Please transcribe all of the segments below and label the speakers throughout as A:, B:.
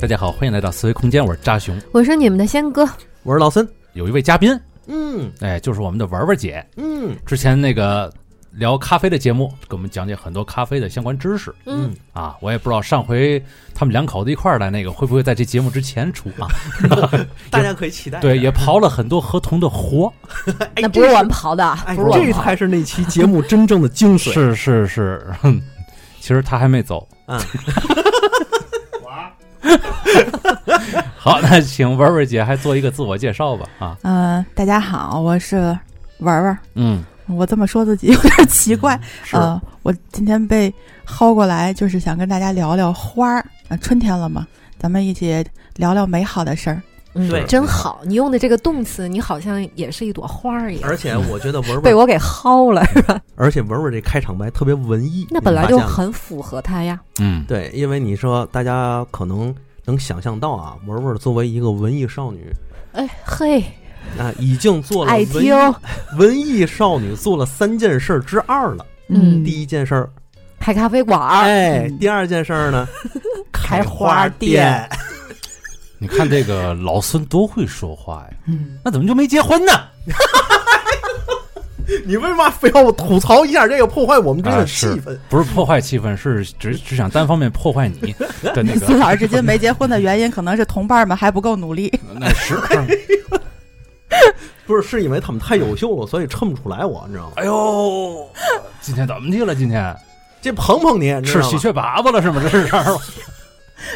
A: 大家好，欢迎来到思维空间，我是扎熊。
B: 我是你们的仙哥，
C: 我是老森。
A: 有一位嘉宾，
C: 嗯
A: 哎，就是我们的文文姐。
C: 嗯
A: 之前那个聊咖啡的节目，给我们讲解很多咖啡的相关知识
B: 嗯，
A: 啊。我也不知道上回他们两口子一块儿来那个会不会在这节目之前出 啊？
C: 大家可以期待。
A: 对，也刨了很多合同的活。
C: 哎，
B: 那不是我们刨的啊，
C: 哎，
B: 不是我们
C: 这
B: 刨的。
C: 才是那期 节目真正的精髓。
A: 是是是，哼其实他还没走。
C: 嗯，
A: 好，那请文文姐还做一个自我介绍吧啊。
D: 呃，大家好，我是文文。
A: 嗯，
D: 我这么说自己有点奇怪，
A: 是
B: 啊
D: 呃，我今天被薅过来，就是想跟大家聊聊花儿。呃，春天了嘛，咱们一起聊聊美好的事儿。
B: 嗯
C: 对
B: 真好。你用的这个动词，你好像也是一朵花儿一样，
C: 而且我觉得文
B: 被
C: 文，
B: 我给薅 了。
C: 而且文文这开场白特别文艺，
B: 那本来就
C: 你发现了
B: 很符合它呀。
A: 嗯，
C: 对，因为你说大家可能能想象到啊，文文作为一个文艺少女
B: 哎嘿，
C: 啊，已经做了
B: 爱
C: 文艺
B: 听，
C: 文艺少女做了三件事之二了。
B: 嗯
C: 第一件事儿，
B: 开咖啡馆儿，
C: 哎，
D: 嗯
C: 第二件事 儿呢，
D: 开
C: 花
D: 花店。
A: 你看这 个老孙多会说话呀，
D: 嗯，
A: 那怎么就没结婚呢？
C: 你为嘛非要吐槽一下这个破坏我们这
A: 啊
C: 个气
A: 是
C: 氛？
A: 不是破坏气氛，是只只想单方面破坏 你的那
D: 孙
A: 个，
D: 老师至今没结婚的原因，可能是同伴们还不够努力。
A: 那是。
C: 不是，是因为他们太优秀了，所以衬不出来我，你知道吗？
A: 哎呦，今天怎么去了？今天
C: 这捧捧你，你知
A: 吃喜鹊
C: 道吗
A: 粑粑了是吗？这是 这儿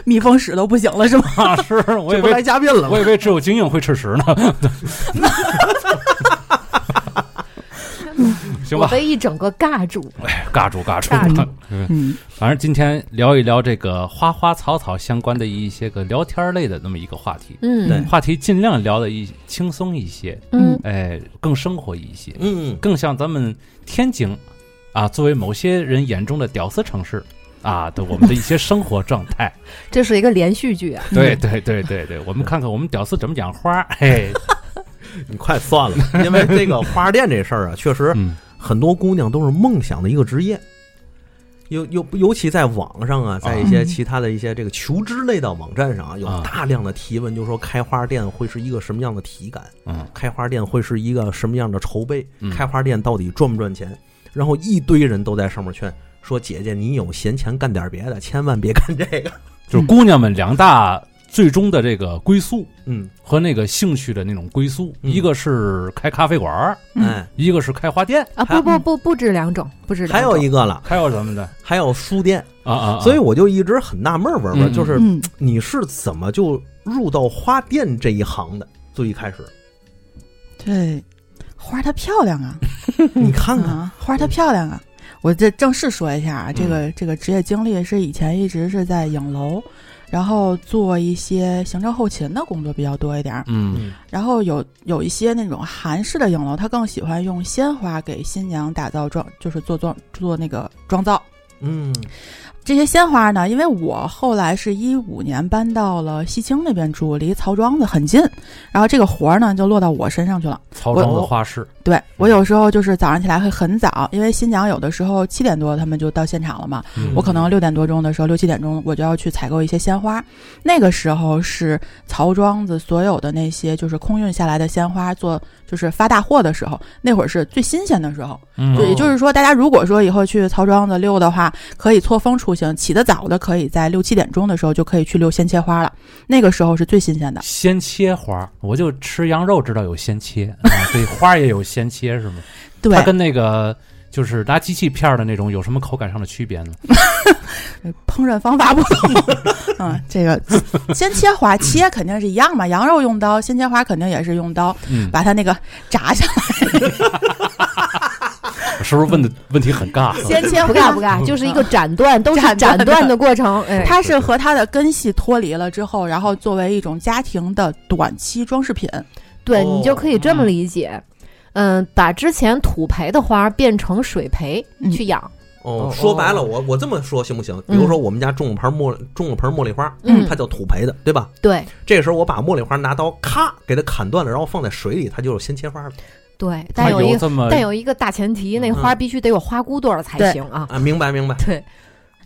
D: 蜜蜂屎都不行了是吗？
A: 吗？是，我以
C: 这不来
A: 为
C: 嘉宾了吗
A: 我以为只有精英会吃屎 呢。行
B: 我
A: 吧，
B: 被一整个尬住。
A: 哎尬住尬住
B: 尬
D: 住。
A: 嗯
D: 嗯，
A: 反正今天聊一聊这个花花草草相关的一些个聊天类的那么一个话题，
B: 嗯
D: 对
A: 话题尽量聊的一轻松一些，
B: 嗯
A: 哎，更生活一些。
C: 嗯，
A: 更像咱们天津啊，作为某些人眼中的屌丝城市啊的我们的一些生活状态。
B: 这是一个连续剧啊。
A: 对对对对对，我们看看我们屌丝怎么养花。嘿，嗯
C: 你快算了，因为这个花店这事 儿啊，确实
A: 嗯
C: 很多姑娘都是梦想的一个职业，尤尤尤其在网上啊，在一些
D: 嗯
C: 其他的一些这个求职类的网站上啊，有
A: 啊
C: 大量的提问，就说开花店会是一个什么样的体感，
A: 嗯
C: 开花店会是一个什么样的筹备
A: 嗯，
C: 开花店到底赚不赚钱？然后一堆人都在上面劝说：“姐姐，你有闲钱干点别的，千万别干这个。
A: 就是姑娘们两大最终的这个归宿”
C: 嗯，
A: 和那个兴趣的那种归宿，
C: 嗯
A: 一个是开咖啡馆儿，
D: 嗯
C: 哎，
A: 一个是开花店，
B: 啊，
C: 还
B: 不不不，不止两种，不止两种。
C: 还有一个了，
A: 还有什么的
C: 还有书店。
A: 啊啊啊！
C: 嗯所以我就一直很纳闷儿，文
A: 嗯
C: 文，就是
D: 嗯，
C: 你是怎么就入到花店这一行的？最一开 始，
D: 对，花儿它漂亮啊。
C: 你看看，
D: 啊，花儿它漂亮啊！我这正式说一下啊，这个、这个职业经历是以前一直是在影楼，然后做一些行政后勤的工作比较多一点儿。
A: 嗯
D: 然后有有一些那种韩式的影楼，他更喜欢用鲜花给新娘打造妆，就是做妆做那个妆造。
C: 嗯
D: 这些鲜花呢，因为我后来是一五年搬到了西青那边住，离曹庄子很近，然后这个活儿呢就落到我身上去了。
A: 曹庄的花市，
D: 对我有时候就是早上起来会很早，因为新娘有的时候七点多他们就到现场了嘛，
A: 嗯
D: 我可能六点多钟的时候，六七点钟我就要去采购一些鲜花。那个时候是曹庄子所有的那些就是空运下来的鲜花做就是发大货的时候，那会儿是最新鲜的时候。
A: 嗯
D: 就也就是说，大家如果说以后去曹庄子溜的话，可以错峰出行，起得早的可以在六七点钟的时候就可以去溜鲜切花了。那个时候是最新鲜的。
A: 鲜切花，我就吃羊肉知道有鲜切，啊，对，花也有鲜切是吗？
D: 对
A: 它，跟那个就是拿机器片儿的那种有什么口感上的区别呢？
D: 烹饪方法不同。嗯，这个鲜切花切肯定是一样嘛，羊肉用刀，鲜切花肯定也是用刀
A: 嗯，
D: 把它那个炸下来。
A: 我是不是问的问题很尬？
D: 鲜切
B: 不尬不
C: 嗯
B: 尬，就是一个斩 断，都是
D: 斩断
B: 斩断的过程。哎，
D: 它是和它的根系脱离了之后，然后作为一种家庭的短期装饰品。
B: 对
C: 哦
B: 你就可以这么理解，嗯，把之前土培的花变成水培
D: 嗯
B: 去养，
C: 哦
A: 哦，嗯
C: 说白了，我我这么说行不行？比如说我们家种了盆茉种了盆茉莉花，
B: 嗯
C: 它叫土培的，对吧？
B: 对
C: 这时候我把茉莉花拿刀咔给它砍断了，然后放在水里，它就有鲜切花了
B: 对，
A: 它
B: 但有一
A: 这么
B: 但有一个大前提，那花必须得有花骨朵儿才
D: 对
B: 行啊。
C: 啊！明白明白，
B: 对，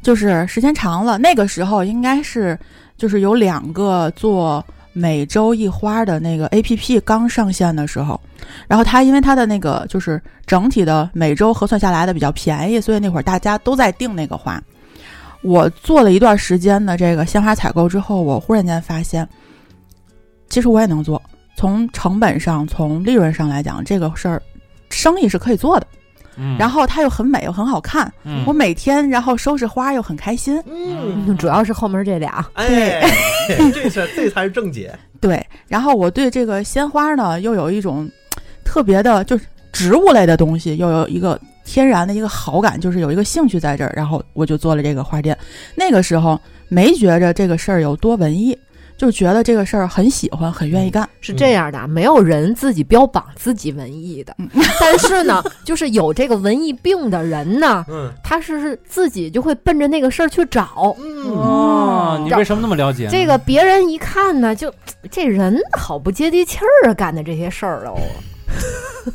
D: 就是时间长了，那个时候应该是就是有两个做每周一花的那个 A P P 刚上线的时候，然后它因为它的那个就是整体的每周核算下来的比较便宜，所以那会儿大家都在订那个花。我做了一段时间的这个鲜花采购之后，我忽然间发现，其实我也能做。从成本上、从利润上来讲，这个事儿生意是可以做的。
A: 嗯
D: 然后它又很美，又很好看。
A: 嗯
D: 我每天然后收拾花又很开心。
A: 嗯
B: 主要是后面这俩，
C: 哎， 这才这才是正解。
D: 对，然后我对这个鲜花呢，又有一种特别的，就是植物类的东西，又有一个天然的一个好感，就是有一个兴趣在这儿。然后我就做了这个花店。那个时候没觉着这个事儿有多文艺，就觉得这个事儿很喜欢，很愿意干。
B: 是这样的啊，没有人自己标榜自己文艺的
D: 嗯，
B: 但是呢，就是有这个文艺病的人呢，
C: 嗯
B: 他是自己就会奔着那个事儿去找。
C: 嗯，
A: 哦，你
B: 这
A: 为什么那么了解呢？
B: 这个别人一看呢，就这人好不接地气儿啊，干的这些事儿 哦。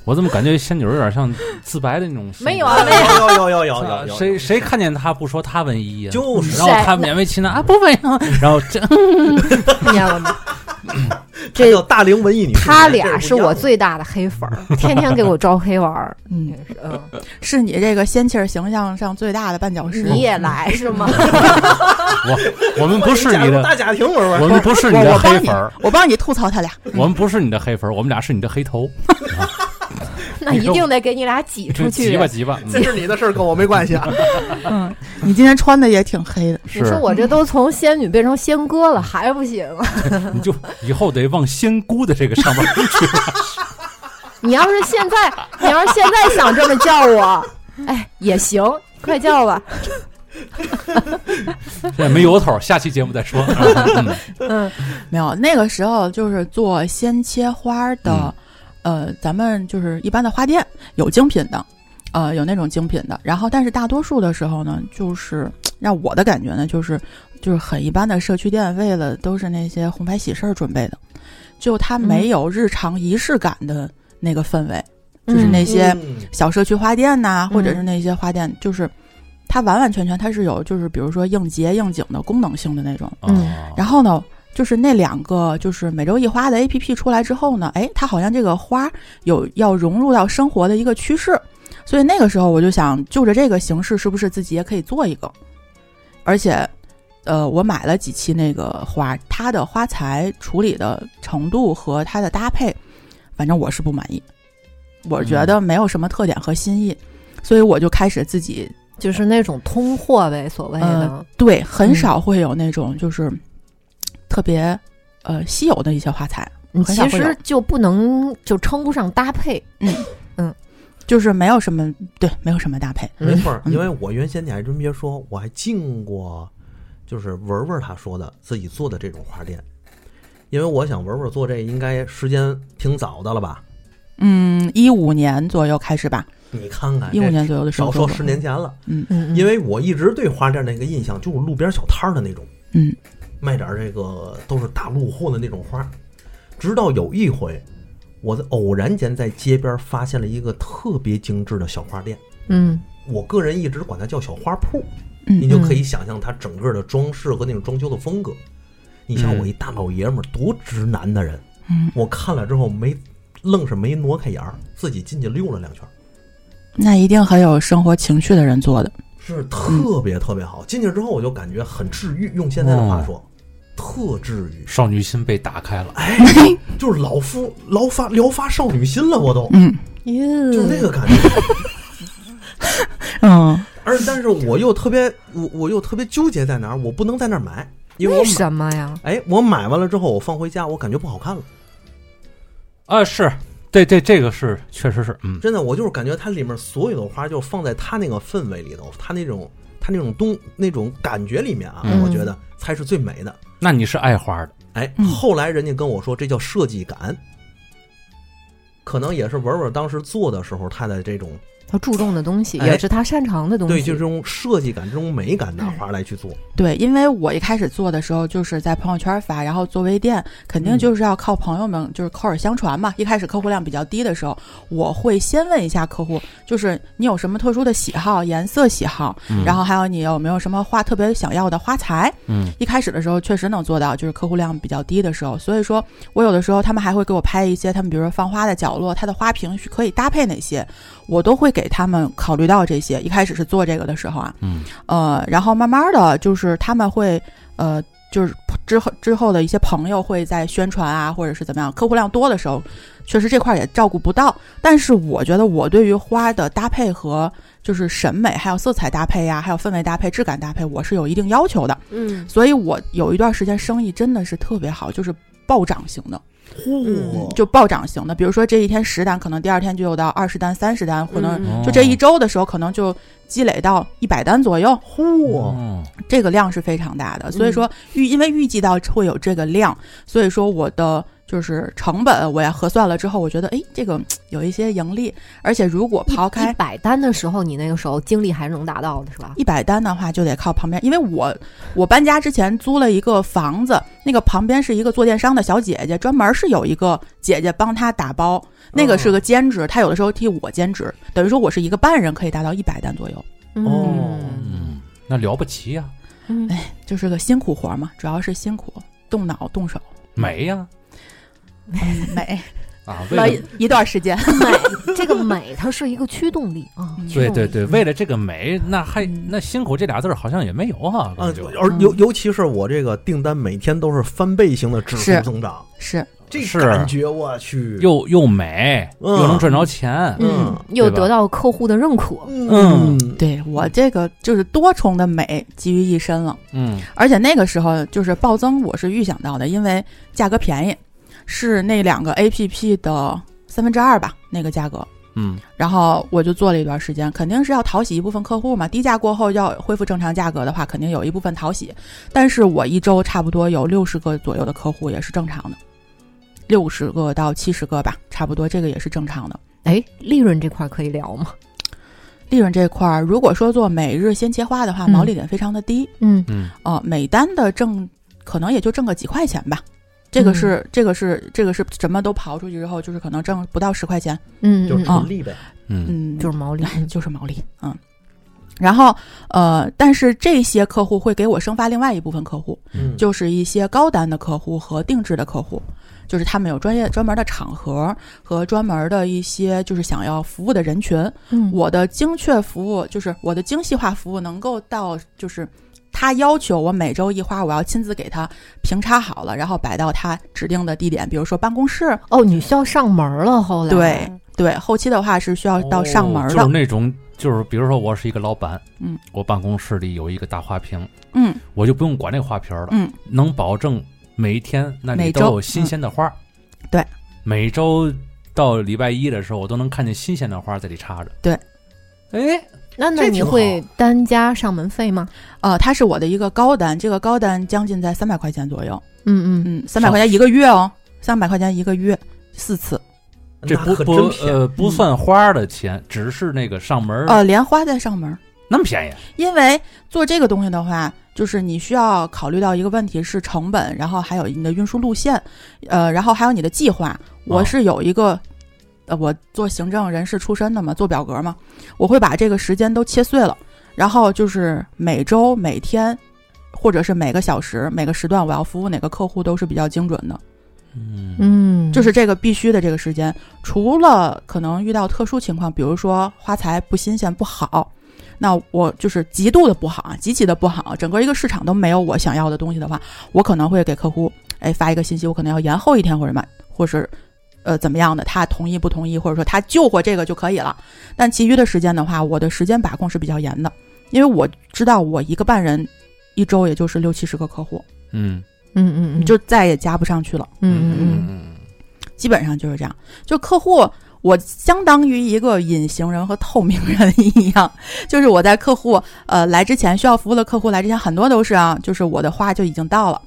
A: 我怎么感觉仙女儿有点像自白的那种？
B: 没有啊没
C: 有有有有有
A: 啊
C: 有，
A: 谁谁看见她不说她文艺呀？
C: 就是
A: 然后她勉为其难啊，不文艺啊。然后这
B: 你见过吗？
C: 这
B: 这
C: 叫大龄文艺女青年。
B: 他俩
C: 这
B: 是
C: 不一样
B: 我最大的黑粉儿，天天给我招黑玩儿。
D: 嗯，
B: 嗯，
D: 是你这个仙气儿形象上最大的绊脚石。
B: 你也来是嗯吗？
A: 我我们不是
C: 嫁
A: 你
C: 入
A: 的，
C: 大家庭，我
A: 我
C: 说
A: 们不是你
D: 我
A: 的
D: 我
A: 黑
D: 帮你
A: 粉儿，，
D: 我帮你吐槽他俩。
A: 我们不是你的黑粉儿，我们俩是你的黑头。
B: 那一定得给哎你俩挤出去
A: 急。吧急吧，嗯
C: 这是你的事儿，跟我没关系啊。
D: 嗯，你今天穿的也挺黑的。
B: 你说
A: 是
B: 我这都从仙女变成仙哥了，还不行？啊
A: 你就以后得往仙姑的这个上面去。
B: 你要是现在，你要是现在想这么叫我，哎，也行，快叫 吧。
A: 现在没由头，下期节目再说。嗯
B: 嗯，
D: 没有，那个时候就是做鲜切花的，呃，咱们就是一般的花店有精品的，呃，有那种精品的。然后，但是大多数的时候呢，就是让我的感觉呢，就是就是很一般的社区店，为了都是那些红白喜事儿准备的，就它没有日常仪式感的那个氛围，
B: 嗯
D: 就是那些。
C: 嗯
D: 小社区花店呐、或者是那些花店，就是它完完全全它是有，就是比如说应节应景的功能性的那种。
A: 哦
D: 然后呢，就是那两个就是每周一花的 A P P 出来之后呢，哎，它好像这个花有要融入到生活的一个趋势，所以那个时候我就想，就着这个形式，是不是自己也可以做一个？而且，呃，我买了几期那个花，它的花材处理的程度和它的搭配，反正我是不满意，我觉得没有什么特点和新意，所以我就开始自己
B: 就是那种通货呗，所谓的
D: 嗯。对，
B: 嗯
D: 很少会有那种就是特别呃稀有的一些花材，
B: 你
D: 很少
B: 其
D: 会有
B: 实就不能就称不上搭配。
D: 就是没有什么对，没有什么搭配。
C: 没错儿，
D: 嗯
C: 因为我原先你还真别说，我还进过，就是文文他说的自己做的这种花店，因为我想文文做这应该时间挺早的了吧？
D: 嗯，一五年左右开始吧，
C: 你看看
D: 一五
C: 这，
D: 年左右的时
C: 少
D: 候
C: 说
D: 做过，
C: 十年前了。
D: 嗯
B: 嗯，
C: 因
B: 为
C: 为我一直对花店那个印象就是路边小摊儿的那种，
D: 嗯，
C: 卖点儿这个都是大陆货的那种花。直到有一回，我在偶然间在街边发现了一个特别精致的小花店，
B: 嗯
C: 我个人一直管它叫小花铺，
D: 嗯
C: 你就可以想象它整个的装饰和那种装修的风格。你像
A: 嗯
C: 我一大老爷们儿，多直男的人，
D: 嗯，
C: 我看了之后没，愣是没挪开眼儿，自己进去溜了两圈儿，
D: 那一定很有生活情趣的人做的。
C: 是特
D: 嗯
C: 别特别好。进去之后我就感觉很治愈，用现在的
D: 哦
C: 话说，特治愈。
A: 少女心被打开了，
C: 哎，就是老夫劳发疗发少女心了，我都
D: 嗯
C: 就是那个感觉。
D: 嗯，
C: 而但是我又特别，我我又特别纠结在哪儿，我不能在那儿买，因为我
B: 为
C: 买，
B: 什么呀？
C: 哎，我买完了之后我放回家，我感觉不好看了。
A: 啊，是对对，这个是确实是，嗯，
C: 真的，我就是感觉它里面所有的花，就放在它那个氛围里头，它那种它那种东那种感觉里面啊，
A: 嗯
C: 我觉得才是最美的。
A: 那你是爱花的，
C: 哎，
D: 嗯
C: 后来人家跟我说，这叫设计感，可能也是文文当时做的时候他的这种
B: 他注重的东西，
C: 哎
B: 也是他擅长的东西。
C: 对，就是这种设计感、这种美感的花来去做。
D: 对，因为我一开始做的时候就是在朋友圈发，然后做微店，肯定就是要靠朋友们就是口耳相传嘛。一开始客户量比较低的时候，我会先问一下客户，就是你有什么特殊的喜好、颜色喜好，
A: 嗯
D: 然后还有你有没有什么花特别想要的花材。
A: 嗯
D: 一开始的时候确实能做到，就是客户量比较低的时候，所以说我有的时候他们还会给我拍一些他们比如说放花的角落，它的花瓶可以搭配哪些，我都会给他们考虑到这些。一开始是做这个的时候啊，
A: 嗯
D: 呃，然后慢慢的就是他们会呃，就是之后之后的一些朋友会在宣传啊，或者是怎么样，客户量多的时候，确实这块儿也照顾不到。但是我觉得我对于花的搭配和就是审美，还有色彩搭配呀、还有氛围搭配、质感搭配，我是有一定要求的。
B: 嗯，
D: 所以我有一段时间生意真的是特别好，就是暴涨型的。
B: 嗯
D: 就暴涨型的，比如说这一天十单，可能第二天就有到二十单、三十单，可能
A: 哦
B: 嗯
D: 就这一周的时候，可能就积累到一百单左右。嗯
C: 嚯，
A: 哦
D: 这个量是非常大
B: 嗯
D: 的，所以说预因为预计到会有这个量，所以说我的就是成本我也核算了之后，我觉得诶这个嘖有一些盈利，而且如果
B: 一
D: 刨开
B: 一百单的时候，你那个时候精力还是能达到的，是吧？
D: 一百单的话，就得靠旁边，因为我我搬家之前租了一个房子，那个旁边是一个做电商的小姐姐，专门是有一个姐姐帮她打包，那个是个兼职，她有的时候替我兼职，等于说我是一个半人，可以达到一百单左右，
C: 哦
A: 嗯，那了不起呀、
B: 嗯，
D: 哎就是个辛苦活儿嘛，主要是辛苦，动脑动手，
A: 美呀
D: 美
A: 啊！
D: 了
A: 为了
D: 一一段时间，
B: 美，这个美它是一个驱动力啊
D: 嗯，
A: 对对对，为
B: 了
A: 了这个美，那还
D: 嗯
A: 那辛苦这俩字儿好像也没有啊，
C: 啊
A: 感觉，
C: 而尤尤其是我这个订单每天都是翻倍型的指数
D: 是
C: 增长，
D: 是
C: 这
A: 是
C: 感觉我去，
A: 又又美，
C: 嗯
A: 又能赚着钱，
B: 嗯
C: 嗯，
B: 又
A: 对吧
B: 得到客户的认可，
A: 嗯
D: 对我这个就是多重的美集于一身了。
A: 嗯
D: 而且那个时候就是暴增，我是预想到的，因为价格便宜，是那两个 A P P 的三分之二吧，那个价格。
A: 嗯
D: 然后我就做了一段时间，肯定是要讨喜一部分客户嘛。低价过后要恢复正常价格的话，肯定有一部分讨喜。但是我一周差不多有六十个左右的客户也是正常的，六十个到七十个吧，差不多这个也是正常的。
B: 哎，利润这块可以聊吗？
D: 利润这块儿，如果说做每日鲜切花的话，
B: 嗯
D: 毛利点非常的低，
B: 嗯
A: 嗯
D: 哦，每单的挣可能也就挣个几块钱吧。这个是、这个是这个是什么都刨出去之后，就是可能挣不到十块钱，
B: 嗯
C: 就
B: 嗯
C: 是纯利呗，
A: 嗯
D: 嗯，
B: 就是毛利，
D: 哎就是毛利，嗯。然后呃，但是这些客户会给我生发另外一部分客户，
A: 嗯
D: 就是一些高单的客户和定制的客户，就是他们有专业专门的场合和专门的一些就是想要服务的人群，
B: 嗯
D: 我的精确服务就是我的精细化服务能够到就是。他要求我每周一花，我要亲自给他评查好了，然后摆到他指定的地点，比如说办公室。
B: 哦，你需要上门了，后来
D: 对，对，后期的话是需要到上门
A: 哦
D: 的。
A: 就是那种就是比如说我是一个老板，
D: 嗯，
A: 我办公室里有一个大花瓶，
D: 嗯
A: 我就不用管那花瓶了，
D: 嗯，
A: 能保证每一天那里
D: 每
A: 都
D: 周嗯
A: 有新鲜的花。
D: 对，
A: 每周到礼拜一的时候，我都能看见新鲜的花在里插着。
D: 对，
A: 哎，
B: 那那
C: 这
B: 你
C: 挺好
B: 会单加上门费吗？
D: 呃，它是我的一个高单，这个高单将近在三百块钱左右。
B: 嗯嗯，
D: 嗯，三百块钱一个月哦，三百块钱一个月四次。
A: 这
C: 那
A: 不
C: 可
A: 不
C: 真便宜。
A: 呃不算花的钱，只是那个上门儿
D: 嗯呃，莲花在上门，
A: 那么便宜。
D: 因为做这个东西的话，就是你需要考虑到一个问题是成本，然后还有你的运输路线，呃，然后还有你的计划。我是有一个，呃，我做行政人事出身的嘛，做表格嘛，我会把这个时间都切碎了，然后就是每周、每天，或者是每个小时、每个时段，我要服务哪个客户都是比较精准的。
A: 嗯
B: 嗯，
D: 就是这个必须的这个时间，除了可能遇到特殊情况，比如说花材不新鲜不好，那我就是极度的不好啊，极其的不好，整个一个市场都没有我想要的东西的话，我可能会给客户哎发一个信息，我可能要延后一天或者嘛，或是呃怎么样的，他同意不同意，或者说他救活这个就可以了。但其余的时间的话，我的时间把控是比较严的，因为我知道我一个半人一周也就是六七十个客户，
A: 嗯
B: 嗯嗯嗯，
D: 就再也加不上去了。
B: 嗯嗯
A: 嗯
D: 基本上就是这样。就客户，我相当于一个隐形人和透明人一样，就是我在客户呃来之前，需要服务的客户来之前，很多都是啊，就是我的花就已经到了。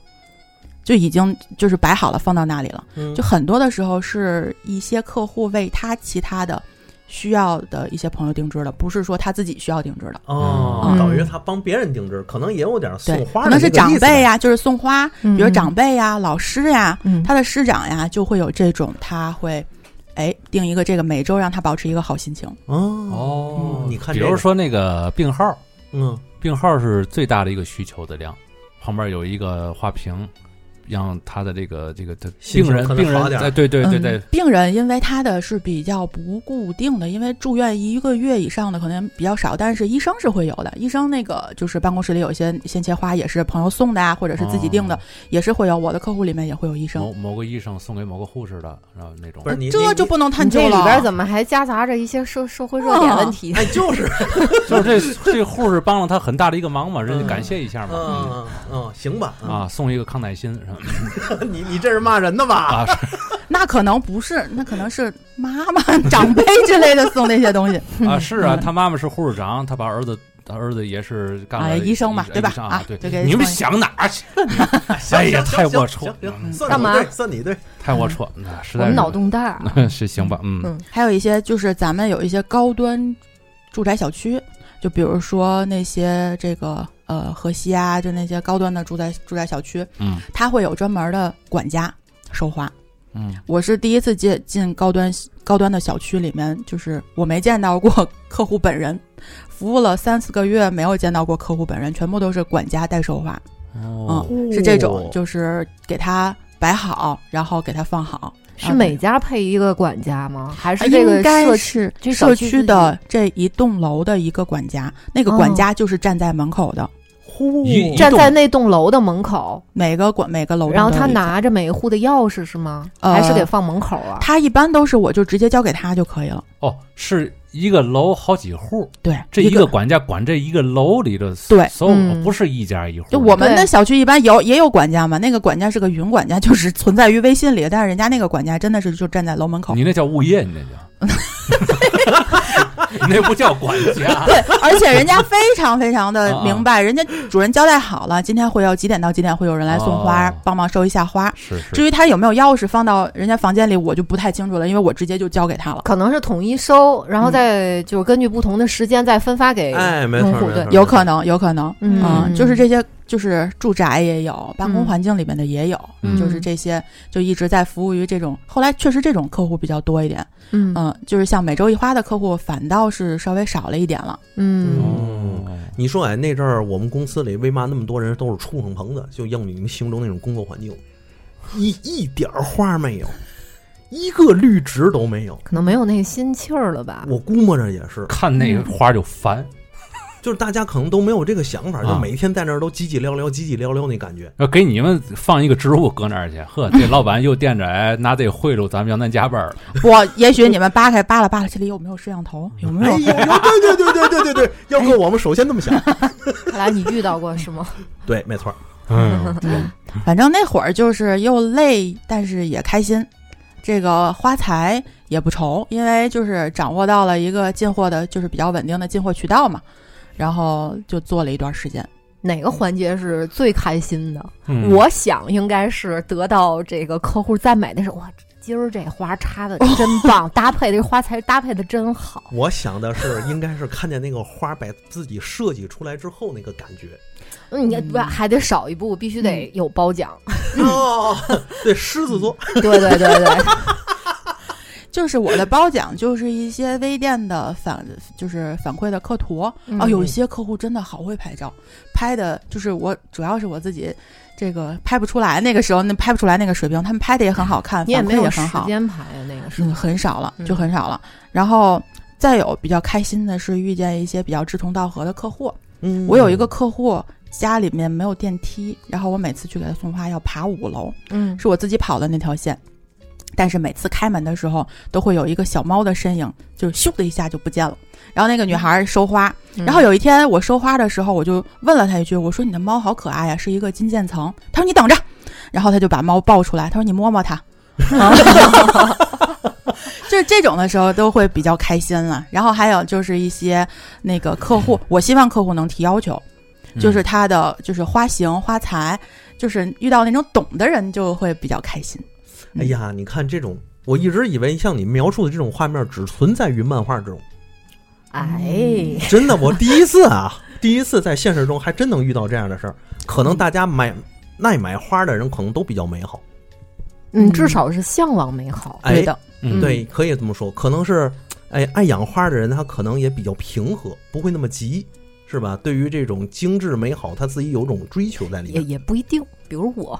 D: 就已经就是摆好了，放到那里了。
C: 嗯
D: 就很多的时候是一些客户为他其他的需要的一些朋友定制的，不是说他自己需要定制的。
C: 哦，
B: 嗯
C: 等于他帮别人定制，可能也有点送
D: 对，
C: 花
D: 可
C: 的
D: 能是
C: 那个
D: 长
C: 意思啊
D: 辈啊
C: 呗，
D: 呀、就是送花，
B: 嗯
D: 比如长辈呀、老师呀、
B: 嗯
D: 他的师长呀，就会有这种，他会，哎，定一个这个每周让他保持一个好心情。
C: 哦，
A: 哦
C: 嗯你看
A: 比
C: 这
A: 如
C: 个
A: 说那个病号，
C: 嗯，
A: 病号是最大的一个需求的量，旁边有一个花瓶，让他的这个这个这
C: 心
A: 病
C: 情
A: 人
C: 可能
A: 病人
C: 好点儿
A: 哎对对对对
D: 嗯，，病人因为他的是比较不固定的，因为住院一个月以上的可能比较少，但是医生是会有的。医生那个就是办公室里有一些鲜切花，也是朋友送的啊，或者是自己订的，
A: 哦
D: 也是会有。我的客户里面也会有医生
A: 某，某个医生送给某个护士的，然后那种
C: 不是你
D: 这就不能探
B: 你
D: 究
B: 这
D: 了。
B: 里边怎么还夹杂着一些社社会热点问题？
C: 哎，就是，
A: 就是 这这护士帮了他很大的一个忙嘛，人家感谢一下
C: 嗯
A: 嘛，
C: 嗯嗯，行吧，
A: 嗯啊，送一个康乃馨是吧
C: 嗯， 你你这是骂人的吧？
A: 啊，是
D: 那可能不是，那可能是妈 妈、长辈之类的送那些东西。
A: 啊是啊，
D: 嗯
A: 他妈妈是护士长，他把儿子。他儿子也是干了
D: 哎医生嘛
A: 医
D: 对吧
A: 医生
D: 啊
A: 啊，对
D: 就给，
A: 你们
D: 送一
A: 想哪儿去？
C: 行
A: 哎呀
C: 行
A: 太
C: 行
A: 龌
C: 行
A: 龊
C: 行
A: 嗯
C: 行算
B: 干
C: 你
B: 嘛
C: 对，算你对，
A: 太龌龊，那实
B: 我
A: 在
B: 们
A: 是
B: 脑洞大，
A: 是行吧，嗯，
B: 嗯
D: 还有一些就是咱们有一些高端住宅小区，就比如说那些这个呃河西啊，就那些高端的住宅住宅小区，
A: 嗯
D: 它会有专门的管家收花。
A: 嗯，
D: 我是第一次进进高端高端的小区里面，就是我没见到过客户本人，服务了三四个月没有见到过客户本人，全部都是管家代收花，
A: 哦，
D: 是这种
C: 哦，
D: 就是给他摆好，然后给他放好。
B: 是每家配一个管家吗？还是
D: 啊
B: 这
D: 应
B: 个
D: 该
B: 社
D: 是
B: 这小
D: 社
B: 区
D: 区
B: 自
D: 的这一栋楼的一个管家，那个管
B: 哦
D: 家就是站在门口的，
C: 呼
A: 一一
B: 站在那栋楼的门口，
D: 每个管每个楼，
B: 然后他。拿着每一户的钥匙是吗？
D: 呃
B: 还是给放门口啊？
D: 他一般都是我就直接交给他就可以了，
A: 哦，是一个楼好几户，
D: 对，
A: 这
D: 一
A: 一个管家管这一个楼里的
D: 对
A: 所有
B: 嗯
A: 不是一家一户的，
D: 就我们的
B: 对
D: 小区一般有也有管家嘛，那个管家是个云管家，就是存在于微信里，但是人家那个管家真的是就站在楼门口
A: 你，那叫物业，你那叫， 你那不叫管家，
D: 对，而且人家非常非常
A: 啊
D: 的
A: 啊
D: 明白，人家主人交代好了，今天会有几点到几点会有人来送花
A: 哦，
D: 帮忙收一下花，
A: 是是
D: 至于他有没有钥匙放到人家房间里，我就不太清楚了，因为我直接就交给他了，
B: 可能是统一收，然后
D: 嗯
B: 再就是根据不同的时间再分发给
C: 哎，没错
B: 用
C: 没
B: 户
C: 错
B: 对，
D: 有可能，有可能，
B: 嗯
D: 啊，就是这些，就是住宅也有，办公
B: 嗯
D: 环境里面的也有，
A: 嗯
D: 就是这些，就一直在服务于这种。后来确实这种客户比较多一点，
B: 嗯
D: 嗯，就是像每周一花的客户反倒是稍微少了一点了。
B: 嗯
A: 哦，
C: 你说哎，那阵儿我们公司里为嘛那么多人都是畜生棚子，就应你们形容那种工作环境，一一点儿花没有，一个绿植都没有。
B: 可能没有那个心气儿了吧？
C: 我估摸着也是，
A: 看那个花就烦，
C: 就是大家可能都没有这个想法，就
A: 啊
C: 每天在那儿都叽叽聊聊、叽叽聊聊那感觉。
A: 要给你们放一个植物搁那儿去， 呵，这老板又惦着哎拿这贿赂咱们，让咱加班了，
D: 我也许你们扒开扒拉扒拉，这里有没有摄像头？有没
C: 哎
D: 有哎
C: 呦，？对对对对对对 对，要搁我们首先那么想，
B: 看来你遇到过是吗？
C: 对，没错儿。
A: 嗯，
D: 嗯，反正那会儿就是又累，但是也开心。这个花财也不愁，因为就是掌握到了一个进货的，就是比较稳定的进货渠道嘛。然后就做了一段时间，
B: 哪个环节是最开心的？
A: 嗯
B: 我想应该是得到这个客户赞美的时候，哇，今儿这花插 的真棒，搭配这花材搭配的真好。
C: 我想的是，应该是看见那个花把自己设计出来之后那个感 觉。
B: 嗯，你不还得少一步，必须
D: 嗯
B: 得有褒奖。
C: 哦， 对，狮子座，
B: 对对对对，
D: 就是我的褒奖，就是一些微店的反，就是反馈的客图啊、
B: 嗯
D: 有一些客户真的好会拍照，拍的就是我，主要是我自己这个拍不出来，那个时候那拍不出来那个水平，他们拍的也很好看，
B: 你也
D: 反馈
B: 没有
D: 也
B: 时
D: 很好，
B: 间排呀，那个是
D: 嗯，很少了，
B: 嗯
D: 就很少了。然后再有比较开心的是遇见一些比较志同道合的客户，
C: 嗯
D: 我有一个客户。家里面没有电梯，然后我每次去给他送花要爬五楼，
B: 嗯
D: 是我自己跑的那条线，但是每次开门的时候都会有一个小猫的身影，就是咻的一下就不见了。然后那个女孩收花，
B: 嗯
D: 然后有一天我收花的时候，我就问了她一句，我说你的猫好可爱呀、啊是一个金渐层。她说你等着，然后她就把猫抱出来，她说你摸摸它。 就是这种的时候都会比较开心了，然后还有就是一些那个客户，我希望客户能提要求，
A: 嗯
D: 就是它的就是花型花材，就是遇到那种懂的人就会比较开心。
C: 哎呀，你看这种我一直以为像你描述的这种画面只存在于漫画之中，
B: 哎，
C: 真的，我第一次啊，第一次在现实中还真能遇到这样的事儿。可能大家买爱买花的人可能都比较美好，
B: 嗯，至少是向往美好。
C: 哎
D: 对的，
A: 嗯，
C: 对，可以这么说，可能是哎爱养花的人，他可能也比较平和，不会那么急，是吧？对于这种精致美好，他自己有种追求在里
B: 也
C: 面。
B: 也不一定，比如 我，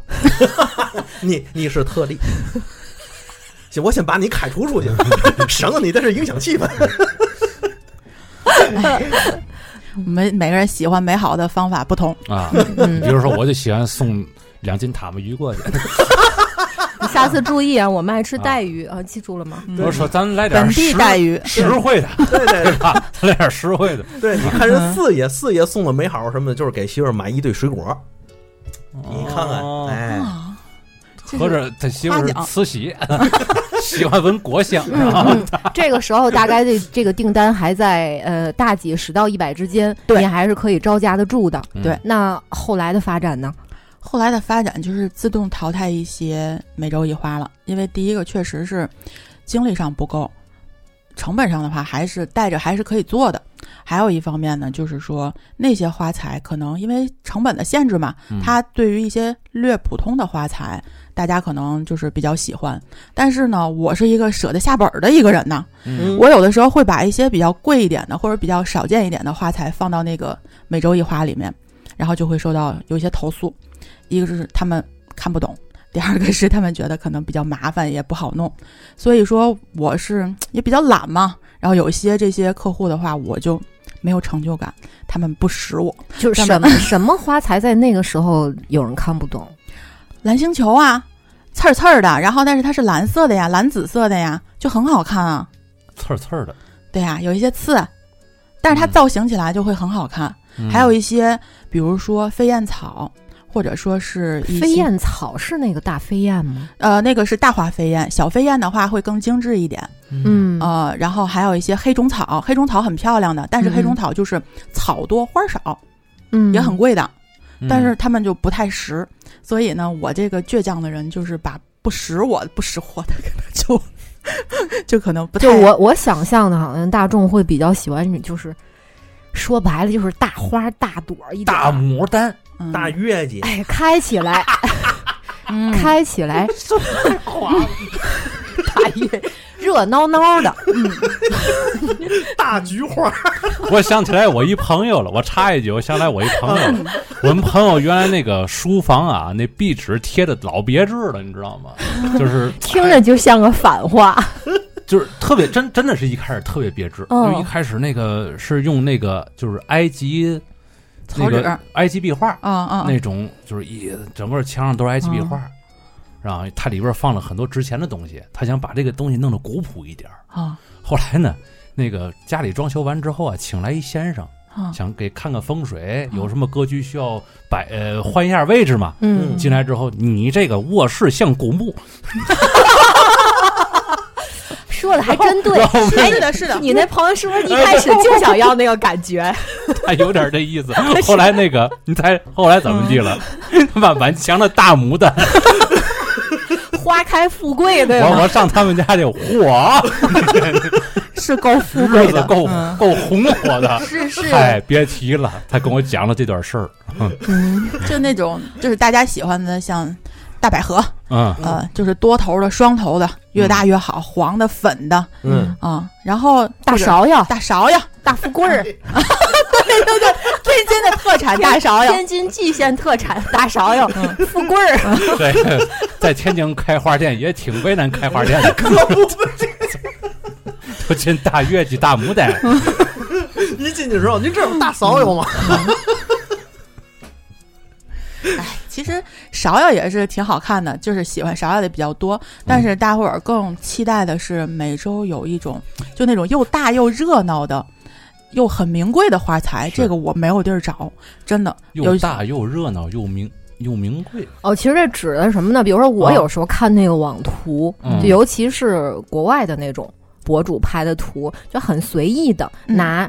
C: 你你是特例。 行，我先把你开除出去，省得你在这影响气氛。
D: 我们每个人喜欢美好的方法不同。
A: 啊，比
D: 嗯，
A: 如说我就喜欢送两斤塔木鱼过去，
B: 你下次注意啊，我们爱吃带鱼啊，记住了吗？
A: 我说咱来点
D: 本地
A: 实
D: 待遇，
A: 实惠 的，
C: 对对
A: 对吧？咱来点实惠 的，
C: 对，你看人四爷，四爷送了美好什么的，就是给媳妇儿买一堆水果，你看看，
A: 哦
C: 哎，
D: 啊，这
A: 合
D: 是
A: 着他媳妇儿
D: 夸
A: 是
D: 奖
A: 慈禧，喜欢闻果香，啊是吧
B: 嗯，这个时候大概这这个订单还在呃大几十到一百之间，
D: 对
B: 你还是可以招架得住的。
A: 嗯
D: 对
B: 那后来的发展呢？
D: 后来的发展就是自动淘汰一些每周一花了，因为第一个确实是精力上不够，成本上的话还是带着还是可以做的。还有一方面呢，就是说那些花材可能因为成本的限制嘛，
A: 嗯
D: 它对于一些略普通的花材，大家可能就是比较喜欢。但是呢，我是一个舍得下本儿的一个人呐，
A: 嗯
D: 我有的时候会把一些比较贵一点的或者比较少见一点的花材放到那个每周一花里面，然后就会收到有一些投诉，一个是他们看不懂，第二个是他们觉得可能比较麻烦也不好弄，所以说我是也比较懒嘛，然后有一些这些客户的话我就没有成就感，他们不识我，
B: 就是什么什么花材在那个时候有人看不懂？
D: 蓝星球啊，刺儿刺儿的，然后但是它是蓝色的呀，蓝紫色的呀，就很好看啊。
A: 刺儿刺儿的，
D: 对呀、有一些刺，但是它
A: 嗯
D: 造型起来就会很好看。
A: 嗯
D: 还有一些，比如说飞燕草，或者说是一些
B: 飞，燕草是那个大飞燕吗？
D: 呃，那个是大花飞燕，小飞燕的话会更精致一点。
B: 嗯
D: 呃，然后还有一些黑种草，黑种草很漂亮的，但是黑种
B: 嗯
D: 草就是草多花少，
B: 嗯
D: 也很贵的，
A: 嗯
D: 但是他们就不太识。所以呢，我这个倔强的人就是把不识我不识货的，可能就就 可能不太
B: 就我我想象的，好像大众会比较喜欢，就是说白了就是大花大朵儿一点儿
A: 大牡丹，
D: 嗯
C: 大月季，
B: 哎，开起 来，
D: 嗯
B: 开 起来， 大月热闹闹的，
C: 大菊花，
A: 我想起来我一朋友了，我插一句，我想起来我一朋友
D: 嗯
A: 了，我们朋友原来那个书房啊，那壁纸贴的老别致了，你知道吗？就是
D: 嗯
A: 哎
B: 听着就像个反话。
A: 就是特别真，真的是一开始特别别致，
B: 嗯
A: 因为一开始那个是用那个就是埃及那
D: 草纸
A: 个埃及壁画
D: 嗯嗯，
A: 那种，就是一整个墙上都是埃及壁
D: 啊
A: 画，然后它里边放了很多值钱的东西，他想把这个东西弄得古朴一点儿。
D: 啊
A: 后来呢，那个家里装修完之后啊，请来一先生，
D: 啊
A: 想给看看风水，有什么格局需要摆呃换一下位置嘛。
B: 嗯，
A: 进来之后，你这个卧室像古墓，
B: 说的还真对。
A: 然后我们
D: 是的，是的，
B: 你那朋友是不是一开始就想要那个感觉？
A: 还有点这意思。 后来那个，你猜后来怎么地了？他把满墙的大牡丹，
B: 花开富贵，对
A: 我
B: 吗？
A: 我上他们家去，嚯，
D: 是够富
A: 日
D: 贵
A: 子
D: 的，
A: 够
D: 嗯
A: 够红火的。
D: 是是，
A: 嗨，别提了，他跟我讲了这段事儿。
D: 就那种就是大家喜欢的，像大百合，
A: 嗯，
D: 呃，就是多头的、双头的，越大越好，黄的、粉的
C: 嗯，
D: 啊，然后
B: 大
D: 或者、
B: 芍药，
D: 大芍药、大 富贵儿，对对对，天津的特产大芍药，
B: 天津蓟县特产大芍药，富贵儿。
A: 对，在天津开花店也挺为难开花店的，都进大月季、大牡丹。
C: 一进去之后，您这有大嫂有吗？
D: 哎其实芍药也是挺好看的，就是喜欢芍药的比较多，
A: 嗯
D: 但是大伙儿更期待的是每周有一种就那种又大又热闹的。又很名贵的花材，
A: 是
D: 这个我没有地儿找，真的有
A: 又大又热闹又名又名贵，
B: 哦，其实这指的是什么呢？比如说我有时候看那个网图，
A: 啊嗯
B: 就尤其是国外的那种博主拍的图，就很随意的
D: 嗯
B: 拿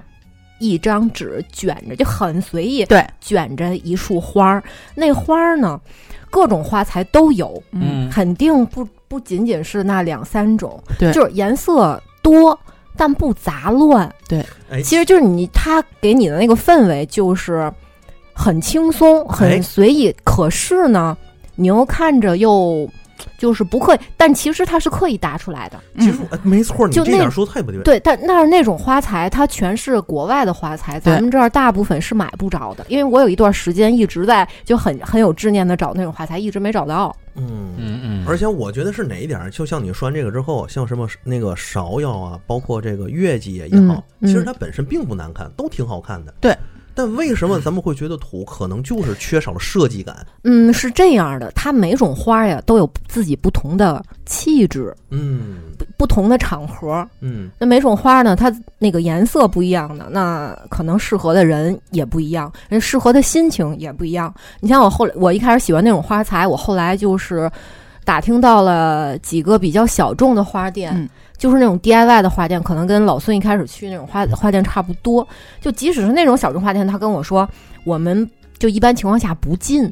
B: 一张纸卷着，就很随意，
D: 对，
B: 卷着一束花儿。那花儿呢，各种花材都有，
A: 嗯
B: 肯定不不不仅仅是那两三种，
D: 对
B: 就是颜色多。但不杂乱，
C: 哎，
B: 其实就是你它给你的那个氛围就是很轻松、
C: 哎
B: 很随意，可是呢，你又看着又就是不刻意，但其实它是刻意搭出来的。
C: 其实、哎没错，你
B: 嗯就
C: 这
B: 那
C: 点说太不对。
B: 对，但但是那种花材，它全是国外的花材，咱
D: 对
B: 们这儿大部分是买不着的。因为我有一段时间一直在就很很有执念的找那种花材，一直没找到。
C: 嗯，
A: 嗯嗯，
C: 而且我觉得是哪一点儿，就像你说完这个之后，像什么那个芍药啊，包括这个月季也好，
B: 嗯
C: 其实
B: 嗯
C: 它本身并不难看，都挺好看的。
D: 对。
C: 但为什么咱们会觉得土？可能就是缺少了设计感。
B: 嗯，是这样的，它每种花呀都有自己不同的气质、
C: 嗯
B: 不不同的场合。
C: 嗯，
B: 那每种花呢，它那个颜色不一样的，那可能适合的人也不一样，人适合的心情也不一样。你像我后来，我一开始喜欢那种花材，我后来就是打听到了几个比较小众的花店，
D: 嗯
B: 就是那种 DIY 的花店，可能跟老孙一开始去那种花花店差不多。就即使是那种小众花店，他跟我说，我们就一般情况下不进，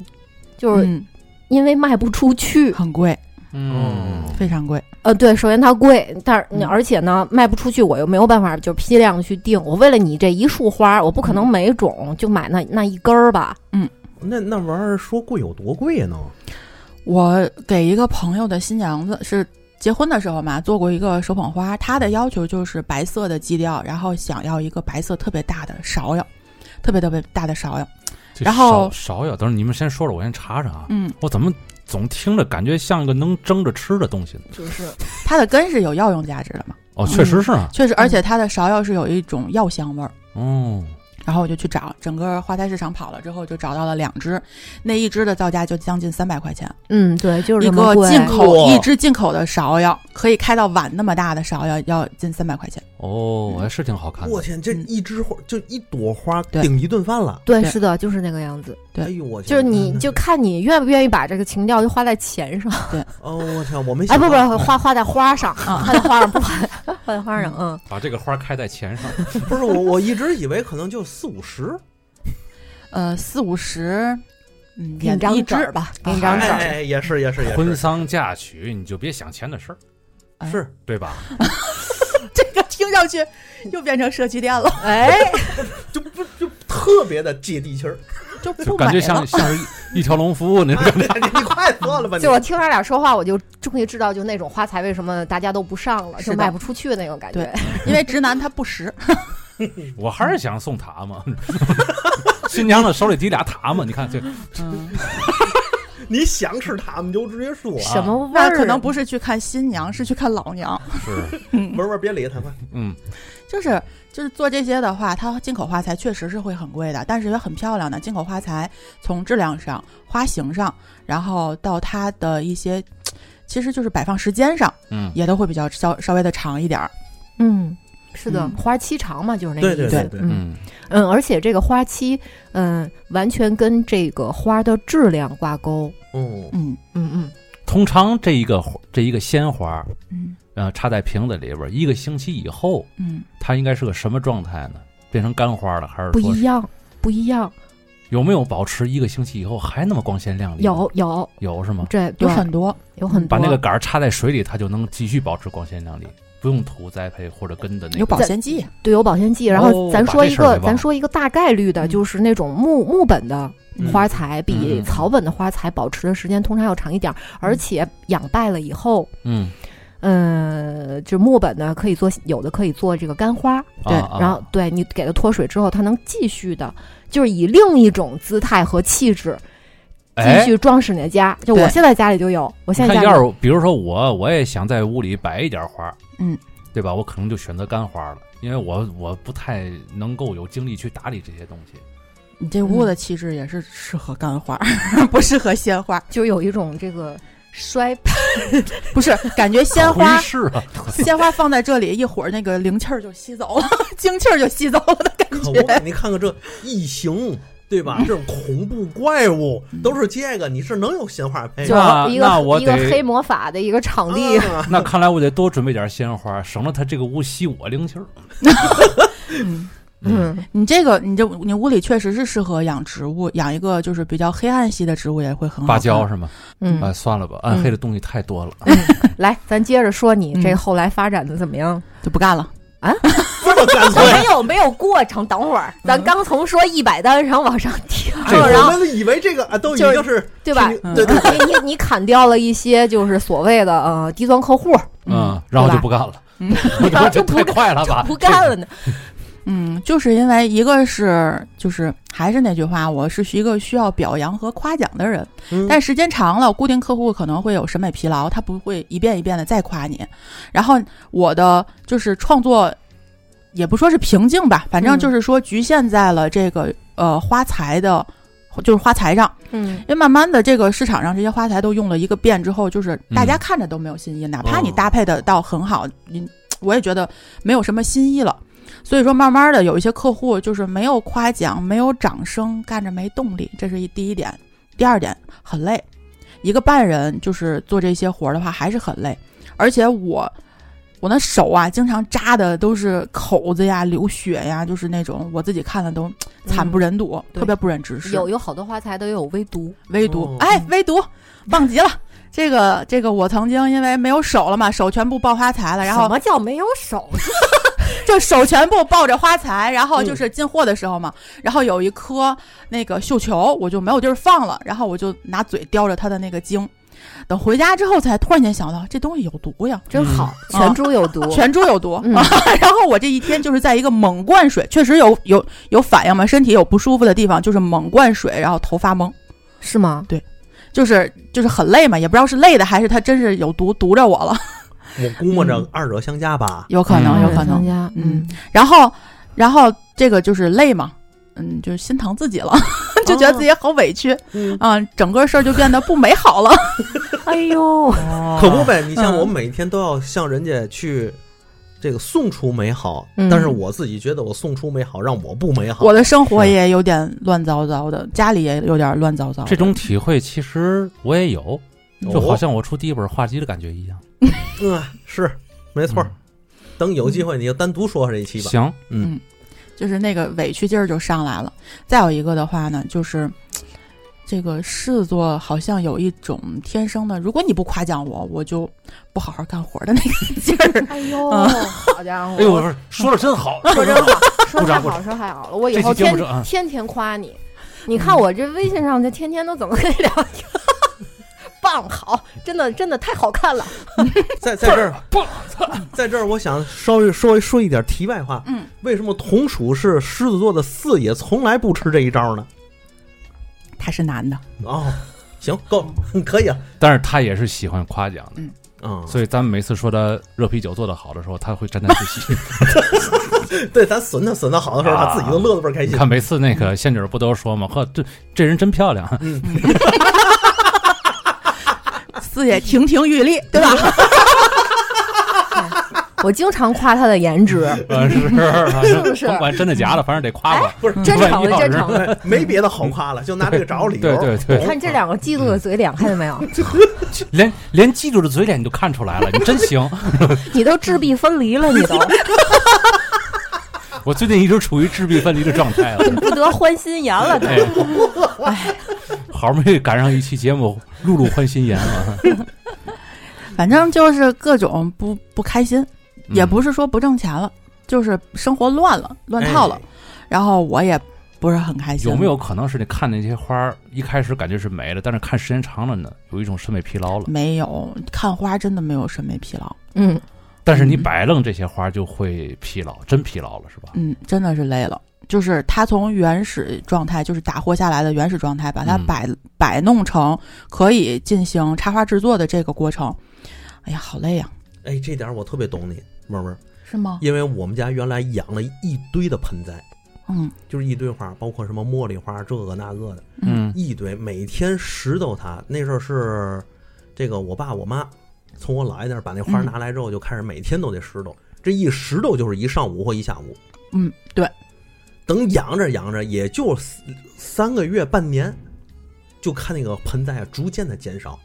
B: 就是
D: 嗯，
B: 因为卖不出去。
D: 很贵，
C: 哦
A: 嗯
D: 非常贵。
B: 呃，对，首先它贵，但是你
D: 嗯
B: 而且呢，卖不出去，我又没有办法就批量去订。我为了你这一束花，我不可能
D: 嗯
B: 每种就买那那一根儿吧。
C: 那那玩意儿说贵有多贵啊呀？能？
D: 我给一个朋友的新娘子是结婚的时候嘛，做过一个手捧花，她的要求就是白色的基调，然后想要一个白色特别大的芍药，特别特别大的芍药。
A: 这
D: 然后
A: 芍芍药，等会儿你们先说说，我先查查啊。
D: 嗯，
A: 我怎么总听着感觉像个能蒸着吃的东西呢？
B: 就是
D: 它的根是有药用价值的嘛，
A: 哦，确实是啊。
D: 确实，而且它的芍药是有一种药香味儿。嗯
A: 哦，
D: 然后我就去找，整个花材市场跑了之后，就找到了两只，那一只的造价就将近三百块钱，
B: 嗯，对，就是
D: 一
B: 这么
D: 个
B: 贵
D: 进口
C: 哇
D: 一只进口的芍药，可以开到碗那么大的芍药要近三百块钱。
A: 哦，还是挺好看
C: 我
A: 的。
C: 天，这
D: 嗯
C: 一枝花就一朵花
D: 对
C: 顶一顿饭了。
B: 对，
D: 对
B: 是的，就是那个样子。
D: 对嗯
C: 哎呦我天，
B: 就是你
C: 那
B: 就看你愿不愿意把这个情调就花在钱上，
C: 哦，我天，我没
B: 哎，
C: 想
B: 不不
C: 到，
B: 花花在花上，
D: 啊
B: 花在花上不花 花在花上，嗯，
A: 把这个花开在钱上，
C: 不是我，我一直以为可能就四五十，
D: 呃，四五十，嗯，
B: 给
D: 也
B: 你张
D: 一啊
B: 纸
D: 只
B: 儿吧，给你张纸
C: 哎
B: 儿。
C: 哎，哎也是也是也
A: 婚
C: 是
A: 丧嫁娶你就别想钱的事儿，
D: 哎
C: 是，
A: 对吧？
D: 这个听上去又变成社区店了，
B: 哎，
C: 就不就特别的接地气儿。
D: 就不
A: 就感觉
D: 美了
A: 像像是一一条龙服务那种
C: 哎
A: 感觉。
C: 你你快算了吧，你
B: 就我听他俩说话，我就终于知道，就那种花材为什么大家都不上了，
D: 是
B: 就
D: 的
B: 卖不出去的那种感觉
D: 对。因为直男他 不实，
A: 我还是想送塔嘛， 新娘子手里提俩塔嘛，你看这
D: 嗯，
C: 你想吃他们就直接说啊，
B: 什么味
D: 那
B: 儿？
D: 可能不是去看新娘，是去看老娘。
A: 是
C: 文文别理他们，
A: 嗯
D: 就是就是做这些的话，它进口花材确实是会很贵的，但是也很漂亮的。进口花材从质量上、花型上，然后到它的一些，其实就是摆放时间上，
A: 嗯，
D: 也都会比较稍稍微的长一点儿。
B: 嗯，是的
D: 嗯，
B: 花期长嘛，就是那
C: 对
B: 个意
C: 对
B: 思。
C: 对对，
B: 嗯
A: 嗯
B: 嗯，而且这个花期，嗯，完全跟这个花的质量挂钩。
C: 嗯，
D: 嗯
B: 嗯嗯，
A: 通常这一个花这一个鲜花，
D: 嗯
A: 呃，插在瓶子里边，一个星期以后，
D: 嗯，
A: 它应该是个什么状态呢？变成干花了，还是
B: 不
A: 说
B: 一样，不一样。
A: 有没有保持一个星期以后还那么光鲜亮丽？
B: 有有，
A: 有是吗？
B: 这
D: 有
B: 对
D: 很多，
B: 有很
A: 把
B: 多。
A: 那个杆儿插在水里，它就能继续保持光鲜亮丽，不用土栽培或者根的那
D: 有
A: 个。
D: 保鲜剂，
B: 对有保鲜剂，然后
A: 哦
B: 咱
A: 把
B: 说
A: 这
B: 一
A: 事儿
B: 个
A: 给，忘
B: 咱
A: 了
B: 说一个大概率的，
D: 嗯
B: 就是那种木木本的
D: 嗯
B: 花材比
A: 嗯
B: 草本的花材保持的时间通常要长一点儿，而且养败了以后，
A: 嗯，
B: 呃，就木本呢可以做，有的可以做这个干花，
D: 对
A: 啊、啊
B: 然后对你给它脱水之后，它能继续的，就是以另一种姿态和气质继
A: 哎，
B: 续装饰你的家。就
D: 对
B: 我现在家里就有，我现
A: 你
B: 在
A: 看，
B: 家里
A: 要是比如说我，我也想在屋里摆一点花，
D: 嗯，
A: 对吧？我可能就选择干花了，因为我我不太能够有精力去打理这些东西。
D: 你这屋
A: 嗯
D: 的气质也是适合干花， 不适合鲜花。
B: 就有一种这个衰败，
D: 不是，感觉鲜
A: 好回
D: 花
A: 事啊，
D: 鲜花放在这里，一会儿那个灵气儿就吸走了， 精气儿就吸走了的感
C: 可
D: 觉。
C: 不，你看看这异形。对吧？
B: 嗯
C: 这种恐怖怪物都是这个，你是能有鲜花配
B: 就
C: 的
A: 那
B: 一个
A: 那我
B: 一个
A: 得
B: 黑魔法的一个场地。
C: 啊
A: 那看来我得多准备点鲜花，省得他这个屋吸我灵气儿。
D: 嗯
B: 嗯，
D: 你这个，你这你屋里确实是适合养植物，养一个就是比较黑暗系的植物也会很好。
A: 芭蕉，是吗？
B: 嗯
A: 哎，算了吧，暗黑的东西太多了。
B: 来，咱接着说你这
D: 嗯
B: 后来发展的怎么样？
D: 就不干了。
C: 这么干脆，
B: 没有没有过程，等会儿，咱刚从说一百单，然后往上跳，
A: 这个
B: 嗯然后
C: 我们以为这个啊都已
B: 就是
C: 经是
B: 对吧
C: 是
D: 嗯
C: 对对，
B: 你你你砍掉了一些就是所谓的呃低端客户，
A: 嗯，然后就不干了，
D: 嗯
A: 我觉得这
B: 就不
A: 太
B: 干
A: 快了
B: 就
A: 吧，
B: 不干了呢。
D: 嗯，就是因为一个是就是还是那句话，我是一个需要表扬和夸奖的人，
C: 嗯
D: 但时间长了，固定客户可能会有审美疲劳，他不会一遍一遍的再夸你。然后我的就是创作，也不说是瓶颈吧，反正
B: 嗯
D: 就是说局限在了这个呃花材的，就是花材上。
B: 嗯
D: 因为慢慢的，这个市场上这些花材都用了一个遍之后，就是大家
A: 嗯
D: 看着都没有新意，哪怕
C: 哦
D: 你搭配的到很好，你我也觉得没有什么新意了。所以说，慢慢的有一些客户就是没有夸奖，没有掌声，干着没动力，这是一第一点。第二点，很累，一个半人就是做这些活儿的话还是很累，而且我我那手啊，经常扎的都是口子呀、流血呀，就是那种我自己看的都惨不忍睹，
B: 对
D: 特别不忍直视。
B: 有有好多花材都有微毒，
D: 微读，
C: 哦
D: 哎，微读，棒极了！这个这个，我曾经因为没有手了嘛，手全部抱花材了，然
B: 什
D: 后
B: 么叫没有手？
D: 就手全部抱着花材，然后
B: 嗯
D: 就是进货的时候嘛，然后有一颗那个绣球，我就没有地儿放了，然后我就拿嘴叼着它的那个茎，等回家之后才突然间想到这东西有毒呀，
B: 真好，
D: 嗯
B: 啊全株有毒。
D: 全株有毒。
B: 嗯
D: 然后我这一天就是在一个猛灌水，确实有有有反应嘛，身体有不舒服的地方，就是猛灌水，然后头发懵。
B: 是吗？
D: 就是就是很累嘛，也不知道是累的还是他真是有毒毒着我了，
C: 我估摸
D: 嗯
C: 着二者相加吧。
D: 有可能
B: 啊
A: 嗯
D: 有可能。
B: 家，
D: 嗯， 然后然后这个就是累嘛，嗯，就是心疼自己了， 就觉得自己好委屈，
C: 嗯
D: 嗯，整个事儿就变得不美 好了。
B: 哎 呦，
C: 可不呗，你像
D: 嗯
C: 我每天都要向人家去这个送出美好，
B: 嗯
C: 但是我自己觉得我送出美好，让我不美好。
D: 我的生活也有点乱糟糟的，家里也有点乱糟糟的。
A: 这种体会其实我也有，就好像我出第一本画集的感觉一样。
C: 哦嗯是没
A: 没
C: 错儿，等有机会你就单独说说这一期吧。
A: 行，
C: 嗯
D: 就是那个委屈劲儿就上来了。再有一个的话呢，就是这个狮子座好像有一种天生的，如果你不夸奖我，我就不好好干活的那个劲儿。
B: 哎呦，
D: 嗯
B: 好家伙！
A: 哎呦，我说说的真好，
B: 说真好，
A: 鼓
B: 说太
A: 掌
B: 好，说太好了。我以
A: 这
B: 后
A: 期节
B: 天
A: 目是啊，
B: 天天夸你，你看我这微信上就天天都怎么跟你聊天。棒，好，真的真的太好看了。
C: 在在这儿， 在这儿，我想稍微说说一点题外话。
D: 嗯，
C: 为什么同属是狮子座的四也从来不吃这一招呢？
D: 他是男的，
C: 哦，行，够， 可以啊。
A: 但是他也是喜欢夸奖的，
C: 嗯，
A: 所以咱们每次说他热啤酒做的好的时候，他会沾沾自 喜。
C: 对，咱损他损的好的时候，他自己都乐得倍儿开
A: 啊你
C: 心。
A: 看每次那个仙女儿不都说吗？呵，这这人真漂亮，
C: 嗯
D: 四也亭亭玉立，对吧？
B: 我经常夸他的颜值，
A: 呃是是
B: 不是哎
A: 甭管真的假的，反正得夸夸。
C: 不是
B: 真
A: 万
B: 诚
A: 一
B: 的
A: 要
B: 真
A: 是
B: 诚的。
C: 没别的好夸了，就拿这个找理由。
A: 对对对
B: 你看这两个嫉妒的嘴脸，看见 没有？
A: 连连记住的嘴脸你都看出 来了，你真行。
B: 你都质壁分离了，你 都
A: 我最近一直处于质壁分离的状态 了。
B: 不得欢心颜了。都
A: 哎，
B: 哎
A: 好不容易赶上一期节目，露露欢心言了，
D: 反正就是各种不不开心，
A: 嗯
D: 也不是说不挣钱了，就是生活乱了，乱套了。然后我也不是很开心。
A: 哎有没有可能是你看那些花儿，一开始感觉是美的，但是看时间长了呢，有一种审美疲劳了。
D: 没有看花，真的没有审美疲劳。
B: 嗯，
A: 但是你摆弄这些花儿就会疲劳，真疲劳了是吧？
D: 嗯，真的是累了。就是它从原始状态，就是打货下来的原始状态，把它
A: 嗯
D: 摆、摆弄成可以进行插花制作的这个过程。哎呀，好累呀、
C: 哎，这点儿我特别懂你，文文，
D: 是吗？
C: 因为我们家原来养了一堆的盆栽，
D: 嗯
C: 就是一堆花，包括什么茉莉花，这个那个的，
A: 嗯
C: 一堆，每天拾掇它。那时候是这个我爸我妈从我姥爷那儿把那花
D: 嗯
C: 拿来之后，就开始每天都得拾掇，这一拾掇就是一上午或一下午。
D: 嗯，对，
C: 等养着养着，也就三三个月半年，就看那个盆栽啊逐渐的减少。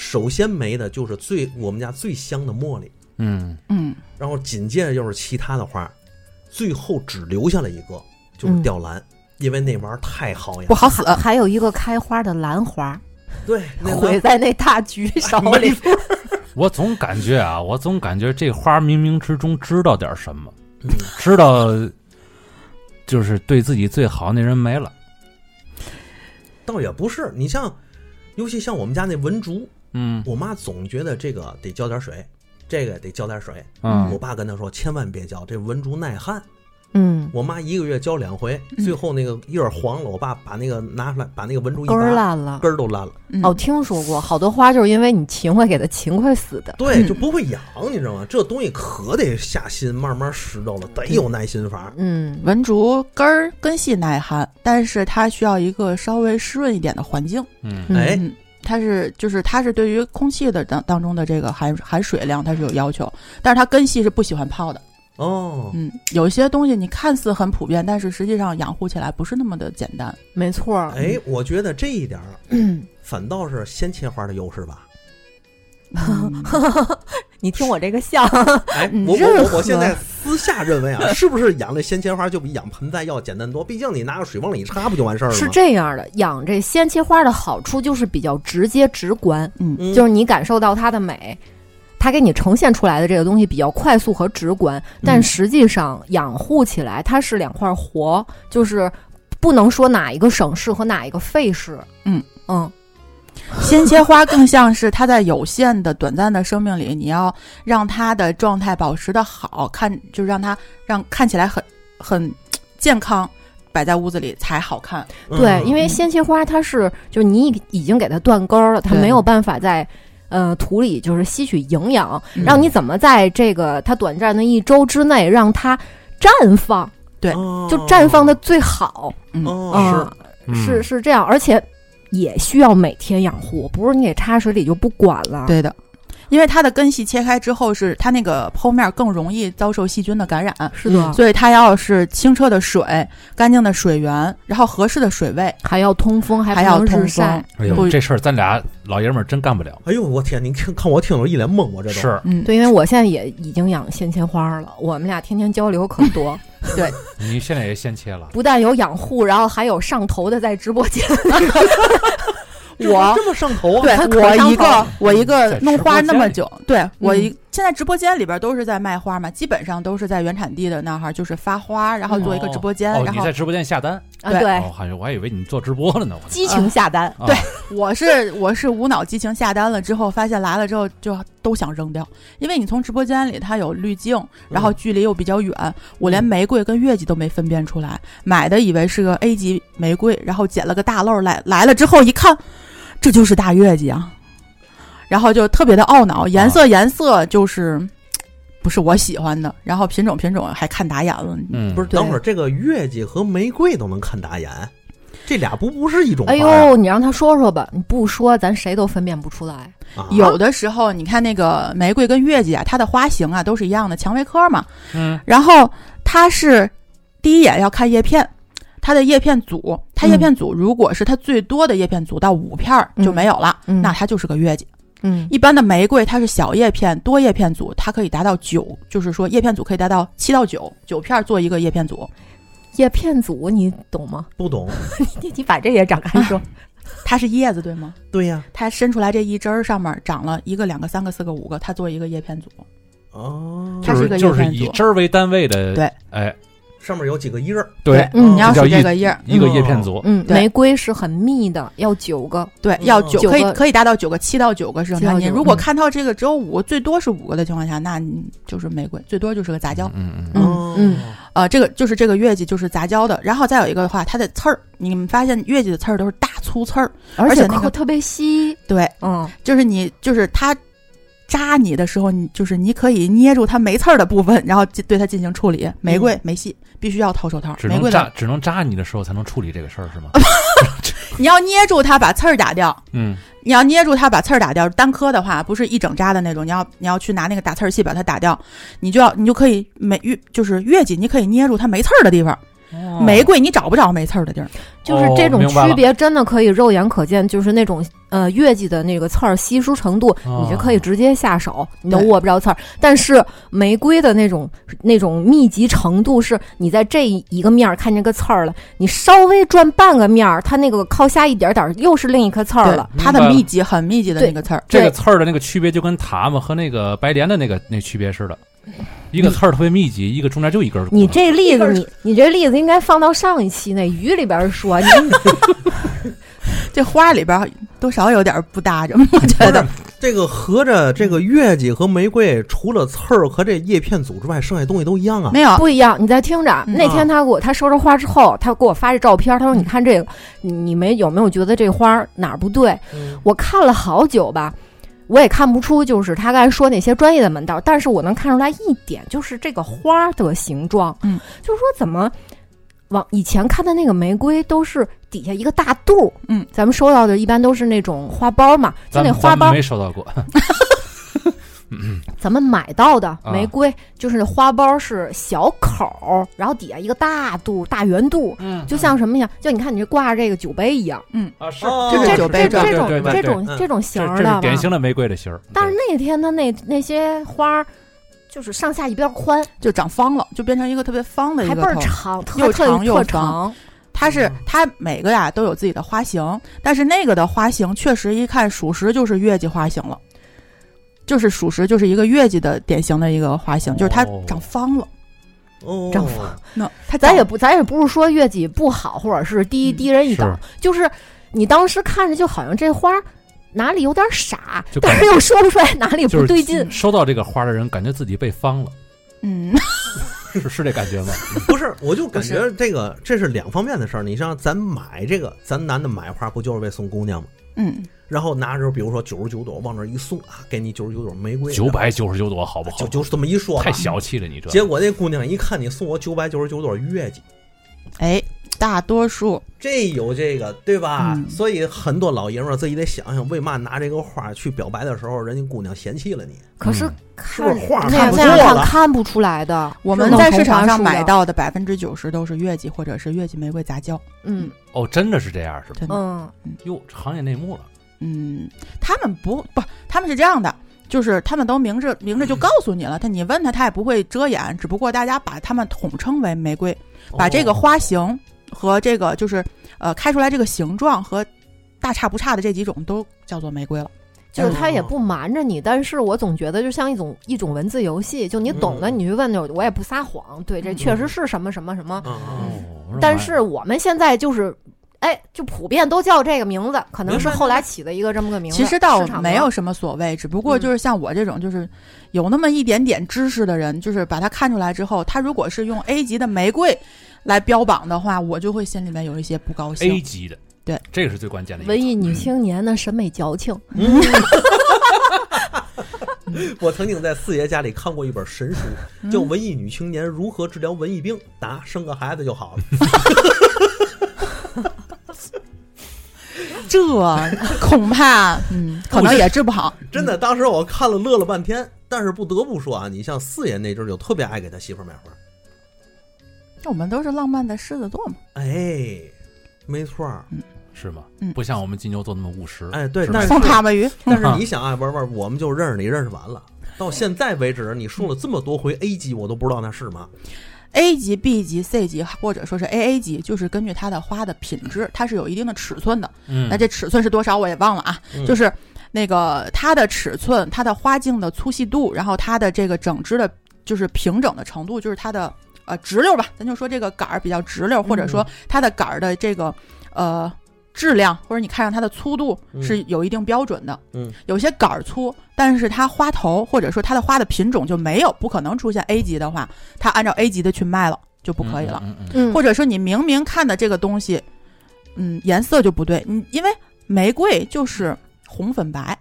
C: 首先没的就是最我们家最香的茉莉，
A: 嗯，
D: 嗯
C: 然后紧接着就是其他的花，最后只留下了一个，
D: 嗯
C: 就是吊兰，因为那玩意儿太好养
D: 不。好死。
B: 还有一个开花的兰花，
C: 对，那玩
B: 毁
C: 意
B: 在那大菊 手
C: 儿没
B: 里。
C: 错儿。
A: 我总感觉啊，我总感觉这花冥冥之中知道点什么，
C: 嗯
A: 知道就是对自己最好那人没了。
C: 倒也不是，你像，尤其像我们家那文竹，
A: 嗯
C: 我妈总觉得这个得浇点水，这个得浇点水。
A: 嗯
C: 我爸跟她说，千万别浇，这文竹耐旱。
B: 嗯，
C: 我妈一个月浇两回，最后那个叶儿黄了，我爸把那个拿出来，把那个文竹一
B: 根儿
C: 拔，
B: 烂了。
C: 根儿都烂了。
D: 嗯
B: 哦，听说过，好多花就是因为你勤快给它勤快死的。
C: 对，
D: 嗯
C: 就不会养，你知道吗？这东西可得下心，慢慢拾掇了，得有耐心法儿。
B: 嗯，
D: 文竹根儿根系耐旱，但是它需要一个稍微湿润一点的环境。
A: 嗯
B: 嗯
C: 哎
D: 嗯，它是就是它是对于空气的当当中的这个含含水量它是有要求，但是它根系是不喜欢泡的。
C: 哦，
D: 嗯，有一些东西你看似很普遍，但是实际上养护起来不是那么的简单。
B: 没错儿。
C: 哎，我觉得这一点儿
B: 嗯，
C: 反倒是鲜切花的优势吧。
D: 嗯
B: 你听我这个笑，
C: 哎，
B: 嗯
C: 我我
B: 任
C: 我
B: 何
C: 我现在私下认为啊，是不是养这鲜切花就比养盆栽要简单多？毕竟你拿个水往里一插不就完事儿了吗？
B: 是这样的，养这鲜切花的好处就是比较直接直观，
D: 嗯，
C: 嗯，
B: 就是你感受到它的美，它给你呈现出来的这个东西比较快速和直观。但实际上养护起来，它是两块活，就是不能说哪一个省事和哪一个费事。
D: 嗯
B: 嗯，
D: 鲜切花更像是它在有限的短暂的生命里，你要让它的状态保持的好看，就让它让看起来很很健康，摆在屋子里才好看。
C: 嗯
B: 对，因为
D: 嗯
B: 鲜切花它是就是你已已经给它断根儿了，它
D: 对
B: 没有办法在。呃，土里就是吸取营养，
D: 嗯
B: 让你怎么在这个它短暂的一周之内让它绽放，
D: 对
C: 哦
B: 就绽放的最好
D: 嗯
C: 哦
B: 啊，
A: 嗯
B: 是是这样，而且也需要每天养护，不是你给插水里就不管了。，
D: 对的，因为它的根系切开之后是，它那个剖面更容易遭受细菌的感染，
B: 是的，
D: 所以它要是清澈的水、干净的水源，然后合适的水位，
B: 还要通风，还
D: 还要
B: 不能
D: 通
B: 日晒
D: 风。。
A: 哎呦，
D: 不
A: 这事儿咱俩老爷们儿真干不了。
C: 是。哎呦，我天！您听，看我听着一脸懵，我啊这都
A: 是
D: 嗯，
B: 对，因为我现在也已经养鲜切花了，我们俩天天交流可多，
A: 你现在也先切了，
B: 不但有养护，然后还有上头的在直播 间。
C: 这
D: 我
C: 这么上头啊？
D: 对
B: 它可
D: 我
B: 伤
D: 一
B: 口
D: 个我一个
A: 嗯在
D: 弄
A: 直播
D: 花
A: 间
D: 那么
A: 里
D: 久，对我一
B: 嗯
D: 现在直播间里边都是在卖花嘛，基本上都是在原产地的那儿，就是发花，然后做一个直播间，
A: 哦，
D: 然
A: 你
D: 后
A: 在直播间下单，
B: 啊，
D: 对
B: 对，
A: 哦，还我还以为你做直播了呢。我
B: 激情下单。
A: 啊
D: 对我是我是无脑激情下单了之后，发现来了之后就都想扔掉，因为你从直播间里它有滤镜，然后距离又比较远，我连玫瑰跟月季都没分辨出来，买的以为是个 A 级玫瑰，然后捡了个大漏儿来来了之后一看，这就是大月季啊，然后就特别的懊恼，颜色颜色就是。不是我喜欢的，然后品种品种还看打眼了，
A: 嗯，
C: 不是，
B: 对
C: 等会儿这个月季和玫瑰都能看打眼，这俩不不是一种花
B: 哎
C: 呀？
B: 呦，你让他说说吧，你不说咱谁都分辨不出来。
C: 啊
D: 有的时候，你看那个玫瑰跟月季啊，它的花型啊都是一样的，蔷薇科嘛。
A: 嗯，
D: 然后它是第一眼要看叶片，它的叶片组，它叶片组如果是它最多的叶片组到五片儿
B: 嗯
D: 就没有了，
B: 嗯
D: 那它就是个月季。
B: 嗯
D: 一般的玫瑰它是小叶片、多叶片组，它可以达到九，就是说叶片组可以达到七到九，九片儿做一个叶片组，
B: 叶片组你懂吗？
C: 不懂？
B: 你 你把这也展开说。
D: 它是叶子对吗？
C: 对呀，
D: 它伸出来这一枝儿上面长了一个、两个、三个、四个、五个，它做一个叶片组。
C: 哦，
D: 它
A: 就是是
D: 个
A: 就
D: 叶
A: 是
D: 片
A: 以
D: 组
A: 枝儿为单位的，
D: 对，
A: 哎，
C: 上面有几个叶儿，
A: 对，
B: 嗯，你
D: 你
B: 要
D: 要
A: 这叫
D: 数这个叶儿，
A: 一个叶片组，
B: 嗯，
D: 对
B: 玫瑰是很密的，要九个。
D: 对，
C: 嗯
D: 要九
B: 哦九
D: 可以
B: 个
D: 可以达到九个，七到九个是正
B: 七
D: 常。
B: 到
D: 你
B: 九
D: 如果
B: 嗯
D: 看到这个只有五，最多是五个的情况下，那你就是玫瑰，最多就是个杂交。
A: 嗯嗯
B: 嗯
C: 哦
B: 嗯
D: 呃，这个就是这个月季就是杂交的。然后再有一个的话，它的刺儿，你们发现月季的刺儿都是大粗刺儿，
B: 而
D: 且
B: 且
D: 那个
B: 扣特别稀，
D: 对，
B: 嗯，
D: 就是你就是它扎你的时候，你就是你可以捏住它没刺儿的部分，然后进对它进行处理。玫瑰没戏，必须要套手套。
A: 只
D: 玫
A: 能
D: 瑰
A: 扎
D: 的
A: 只能扎你的时候才能处理这个事儿是吗？
D: 你要捏住它把刺儿打掉。
A: 嗯，
D: 你要捏住它把刺儿打掉，单颗的话不是一整扎的那种，你要你要去拿那个打刺儿器把它打掉，你就要你就可以每月就是月季，你可以捏住它没刺儿的地方，
A: 哦
D: 玫瑰你找不着没刺儿的地儿，
B: 就是
A: 哦
B: 这种
A: 明白了
B: 区别真的可以肉眼可见，就是那种呃月季的那个刺儿稀疏程度，
A: 哦
B: 你就可以直接下手，你都
D: 对
B: 握不着刺儿。但是玫瑰的那种那种密集程度，是你在这一个面儿看见个刺儿了，你稍微转半个面儿，它那个靠下一点点儿又是另一颗刺儿了。
D: 它的密集很密集的那个刺儿，
A: 这个
B: 对
A: 刺儿的那个区别就跟蛤蟆和那个白莲的那个那区别似的，一个刺儿特别密集，一个中间就一根儿骨头。
B: 你这例子，你你这例子应该放到上一期那鱼里边儿 说，你
D: 这花里边儿多少有点儿不搭着，我
C: 不
D: 觉
C: 是
D: 得。
C: 这个合着这个月季和玫瑰，除了刺儿和这叶片组之外，剩下东西都一样啊。
D: 没有，
B: 不一样，你再听着。啊
D: 嗯
B: 那天他给我，他收着花之后，他给我发这照片，他说：“
A: 嗯
B: 你看这个，你你们有没有觉得这花儿哪儿不对？”
C: 嗯
B: 我看了好久吧，我也看不出就是他刚才说那些专业的门道，但是我能看出来一点，就是这个花儿的形状，
D: 嗯，
B: 就是说怎么往以前看的那个玫瑰都是底下一个大肚儿，
D: 嗯，
B: 咱们收到的一般都是那种花苞嘛，就
A: 咱
B: 那
A: 们
B: 花
A: 咱们
B: 苞
A: 没收到过，
B: 咱们买到的
A: 啊
B: 玫瑰，就是花苞是小口儿，然后底下一个大肚大圆肚，
A: 嗯
B: 就像什么呀？就你看你这挂着这个酒杯一样，
A: 啊是
C: 哦
D: 这
B: 这
D: 是酒
B: 这
D: 杯状
B: 这种
A: 对对对
B: 这种
C: 对
B: 这种型
A: 这
B: 儿
A: 这
B: 的
A: 是
B: 吧
A: 典。型的玫瑰的形儿，
B: 但是那天它那那些花儿，就是上下一边宽，
D: 就长方了，就变成一个特别方的一
B: 还
D: 个
B: 倍儿
D: 头。
B: 长，嗯特
D: 又
B: 特
D: 长又
B: 特
D: 方
B: 长。
D: 它是它每个呀都有自己的花型，但是那个的花型确实一看属实就是月季花型了，就是属实就是一个月季的典型的一个花型，就是它
A: 哦
D: 长方了。
C: 哦，
B: 长
D: 那它
B: 咱
D: 长
B: 也不咱也不是说月季不好，或者是低
D: 嗯
B: 低人一
A: 是
B: 等，就是你当时看着就好像这花儿哪里有点傻
A: 就，
B: 但
A: 感
B: 是又说不出来哪里
A: 就
B: 不
A: 是
B: 对劲。
A: 收到这个花的人感觉自己被方了，
D: 嗯，
A: 是是这感觉吗？
C: 不是，我就感
D: 不
C: 觉这个这是两方面的事儿。你像咱买这个，咱男的买花不就是为送姑娘吗？
D: 嗯，
C: 然后拿着，比如说九十九朵往这儿一送啊，给你九十九朵玫瑰，
A: 九百九十九朵好不
C: 就
A: 好？
C: 就是这么一说吧
A: 太。小气了，你这
C: 结果那姑娘一看你送我九百九十九朵月季，
D: 哎，大多数
C: 这有这个对吧？
D: 嗯
C: 所以很多老爷们儿自己得想想，为嘛拿这个花去表白的时候，人家姑娘嫌弃了你？
B: 可是
A: 嗯
B: 看
C: 是不是画儿
B: 那
C: 看
B: 样
C: 不
B: 那样
C: 错
B: 看
C: 了
B: 看不出来的。
D: 我
B: 是
D: 们
B: 能
D: 在
B: 从
D: 市场
B: 花
D: 上
B: 束
D: 买
B: 的，
D: 到的百分之九十都是月季或者是月季玫瑰杂交，
B: 嗯
A: 哦，真的是这样是吧？
D: 真的。
B: 嗯，
A: 哟，这行业内幕了，
D: 嗯，他们不不，他们是这样的，就是他们都明着明着就告诉你了，他你问他他也不会遮掩，只不过大家把他们统称为玫瑰，
A: 哦
D: 把
C: 哦
D: 这个花型和这个就是呃开出来这个形状和大差不差的这几种都叫做玫瑰了。
B: 就是他也
C: 哦
B: 不瞒着你，但是我总觉得就像一种一种文字游戏，就你懂的
C: 嗯
B: 你去问就，我也不撒谎，对，这
D: 嗯
B: 确实是什么什么什么。
C: 哦，
A: 哦
B: 但是我们现在就是，哎，就普遍都叫这个名字，可能是
C: 明白
B: 后来起的一个这么个名字。
D: 其实倒
B: 市场
D: 没有
B: 嘛，
D: 什么所谓，只不
A: 嗯
D: 过就是像我这种就是有那么一点点知识的人，就是把它看出来之后，他如果是用 A 级的玫瑰来标榜的话，我就会心里面有一些不高
A: A
D: 兴。
A: 级的，
D: 对，
A: 这个是最关键的一个
B: 文艺女青年的审美矫情，
C: 嗯 我曾经在四爷家里看过一本神书，叫《文艺女青年如何治疗文艺病》，答生个孩子就好了。
D: 这恐怕嗯，可能也治不好。
C: 真的，当时我看了乐了半天。但是不得不说啊，你像四爷那阵儿就特别爱给他媳妇儿买花，
D: 那我们都是浪漫的狮子座嘛，
C: 哎，没错儿，
A: 是吗
D: 嗯？
A: 不像我们金牛座那么务实。
C: 哎对
A: 是吧
C: 但是
D: 放蛤蟆鱼。
C: 但是你想啊，文文，我们就认识你，认识完了。到现在为止，你说了这么多回 A 级，我都不知道那是嘛。
D: A 级、B 级、C 级，或者说是 AA 级，就是根据它的花的品质，它是有一定的尺寸的。
A: 嗯
D: 那这尺寸是多少我也忘了啊，
C: 嗯
D: 就是那个它的尺寸、它的花茎的粗细度，然后它的这个整枝的，就是平整的程度，就是它的呃直溜吧，咱就说这个杆儿比较直溜，或者说它的杆儿的这个呃质量，或者你看上它的粗度
C: 嗯
D: 是有一定标准的。
C: 嗯，
D: 有些杆儿粗，但是它花头或者说它的花的品种就没有，不可能出现 A 级的话，它按照 A 级的去卖了就不可以了。
A: 嗯嗯嗯嗯
B: 嗯，
D: 或者说你明明看的这个东西，嗯，颜色就不对，你因为玫瑰就是红粉白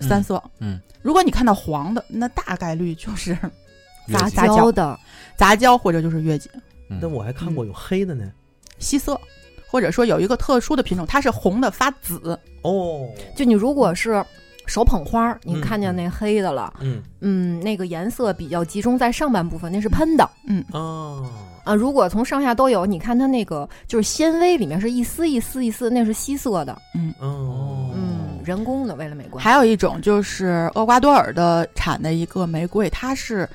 A: 嗯
D: 三色，
A: 嗯
D: 如果你看到黄的，那大概率就是
A: 月
D: 杂
A: 季
D: 杂交
B: 教的，
D: 杂交或者就是月季
A: 嗯
C: 但我还看过有黑的呢。
D: 吸色，或者说有一个特殊的品种，它是红的发紫，
C: 哦，
B: 就你如果是手捧花儿，你
C: 嗯
B: 看见那黑的了，
C: 嗯
B: 嗯，那个颜色比较集中在上半部分，那是喷的。
C: 啊，
B: 啊，如果从上下都有，你看它那个就是纤维里面是一丝一丝一丝，那是吸色的，
C: 哦，
B: 嗯，人工的，为了美观。
D: 还有一种就是厄瓜多尔的产的一个玫瑰，它是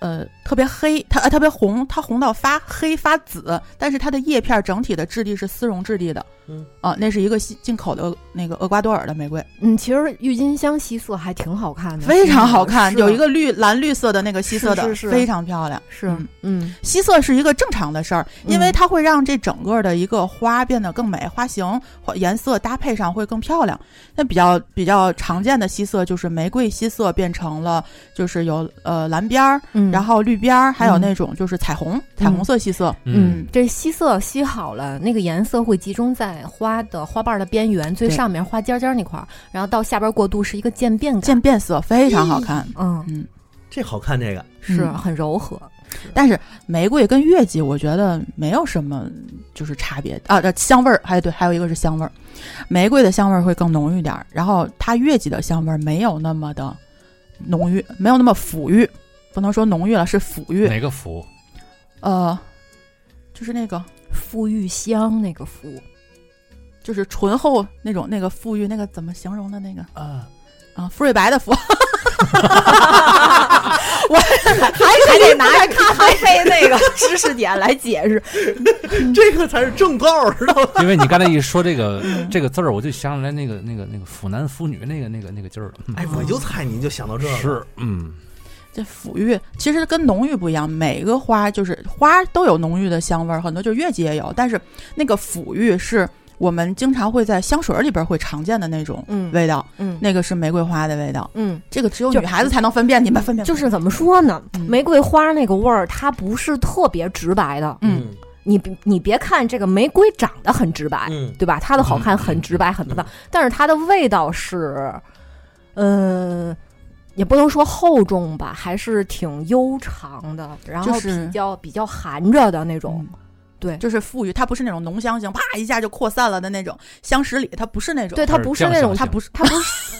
D: 呃特别黑，它呃特别红，它红到发黑发紫，但是它的叶片整体的质地是丝绒质地的。
C: 嗯
D: 啊，那是一个西进口的那个厄瓜多尔的玫瑰，
B: 嗯，其实郁金香吸色还挺好看的，
D: 非常好看，
B: 嗯是的
D: 有一个绿蓝绿色的那个吸色的，
B: 是是是
D: 非常漂亮。
B: 是
D: 嗯
B: 嗯
D: 吸色是一个正常的事儿，因为
B: 嗯
D: 它会让这整个的一个花变得更美，花型、花颜色搭配上会更漂亮。那比较比较常见的吸色就是玫瑰吸色变成了就是有呃蓝边儿，
B: 嗯，
D: 然
B: 后
D: 后绿边儿，还有那种就是彩虹、彩虹色吸色。
A: 嗯，
B: 这吸色吸好了，那个颜色会集中在花的花瓣的边缘最
D: 对
B: 上面花尖尖那块儿，然后到下边过渡是一个渐变感，
D: 渐变色非常好看，
B: 嗯，
D: 嗯，
C: 这好看这个，
B: 是
D: 嗯
B: 很柔和，
D: 但是玫瑰跟月季，我觉得没有什么就是差别啊，这香味儿，还有对，还有一个是香味儿，玫瑰的香味儿会更浓郁点儿，然后它月季的香味儿没有那么的浓郁，没有那么馥郁，不能说浓郁了，是馥郁，
A: 哪个福？
D: 呃，就是那个
B: 馥郁香那个馥，
D: 就是醇厚那种那个馥郁，那个怎么形容的那个
A: 啊，
D: 啊，馥瑞白的馥。我还得拿着咖啡
B: 被那个知识点来解释，
C: 这个才是正道，知道吗？
A: 因为你刚才一说这 个这个字儿，我就想起来那个那个那个腐男腐女那个那个那个劲儿了。
C: 哎，我就猜你就想到这个，
A: 嗯是，嗯，
D: 这馥郁其实跟浓郁不一样，每个花就是花都有浓郁的香味儿，很多就是月季也有，但是那个馥郁是我们经常会在香水儿里边儿会常见的那种
B: 嗯
D: 味道，
B: 嗯
D: 那个是玫瑰花的味道，
B: 嗯。
D: 这个只有
B: 就
D: 女孩子才能分辨，你们分辨
B: 嗯
D: 不
B: 就是怎么说呢
D: 嗯？
B: 玫瑰花那个味儿，它不是特别直白的。
D: 嗯，
B: 你别你别看这个玫瑰长得很直白，
C: 嗯
B: 对吧？它的好看很
A: 嗯
B: 直白，很漂亮，但是它的味道是，嗯、也不能说厚重吧，还是挺悠长的，然后
D: 就是
B: 比较、比较含着的那种。
D: 嗯
B: 对
D: 就是馥郁，它不是那种浓香型，啪一下就扩散了的那种香十里，它不是那种，
B: 对，它不是那种，
A: 这样想
B: 它不是，它不是，